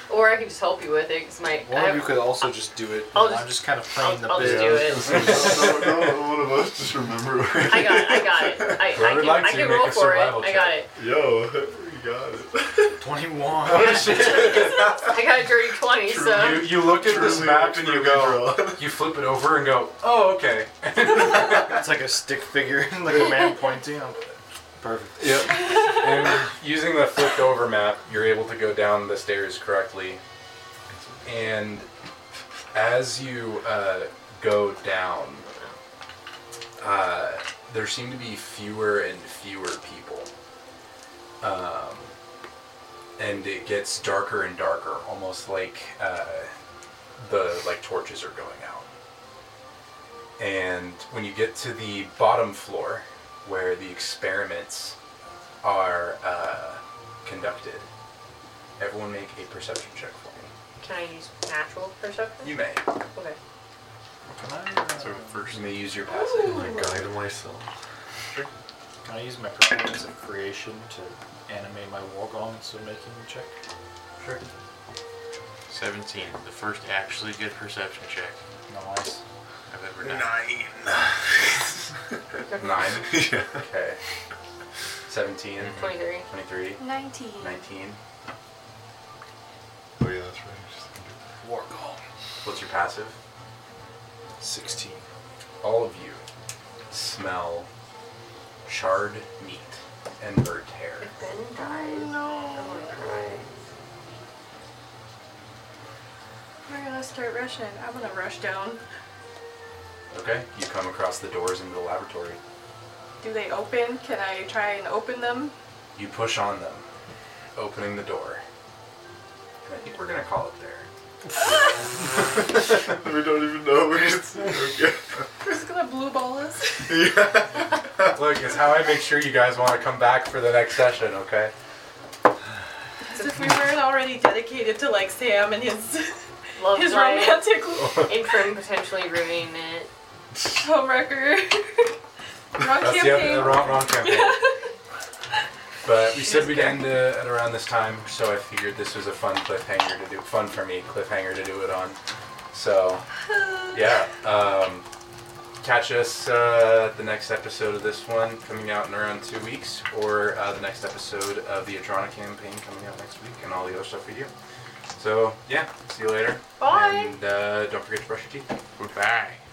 Or I can just help you with it, because my... I
One of you
have-
could also just do it.
I'll
I'm
just-
just kind of
I'll,
praying the
I'll
bit.
just do it.
no, no, no, one of us just remember where.
I got it, I got it. I, I
Whoever
can,
likes
I
you,
can
make
roll
a
for it.
survival
I got
check.
it.
Yo, we got it.
21.
I got a dirty 20,
You,
so...
you look at this
Truly,
map and you
truly
go,
drawn.
you flip it over and go, oh, okay.
it's like a stick figure, like a man pointing. I'm- Perfect.
Yep. and using the flipped over map, you're able to go down the stairs correctly. And as you uh, go down, uh, there seem to be fewer and fewer people. Um, and it gets darker and darker, almost like uh, the like torches are going out. And when you get to the bottom floor, where the experiments are uh, conducted, everyone make a perception check for me.
Can I use natural perception?
You may.
Okay.
Can I, uh,
So first, you may use your passive.
Guide myself.
can I use my performance of creation to animate my Wargong into a making check?
Sure.
17. The first actually good perception check
Nice.
I've ever done.
Nine.
Nine.
yeah.
Okay. 17,
Twenty-three.
23,
19.
19.
Oh yeah, that's right.
What's your passive?
16.
All of you smell charred meat and burnt hair.
If Ben dies, I'm gonna cry.
We're gonna start rushing. I'm gonna rush down.
Okay, you come across the doors into the laboratory.
Do they open? Can I try and open them?
You push on them, opening the door. And I think we're gonna call it there.
we don't even know. We just okay.
We're just gonna blue ball us.
Look, it's how I make sure you guys want to come back for the next session, okay?
As if we weren't already dedicated to like Sam and his
Oh,
Love
his
life.
romantic
Infirm potentially ruining it.
homewrecker. Wrong
That's the, other, the
campaign.
wrong, wrong campaign. but we said we'd end uh, at around this time, so I figured this was a fun cliffhanger to do. Fun for me, cliffhanger to do it on. So, yeah. Um, catch us uh, at the next episode of this one coming out in around two weeks, or uh, the next episode of the Adrona campaign coming out next week, and all the other stuff we do. So, yeah, see you later.
Bye.
And uh, don't forget to brush your teeth.
Goodbye.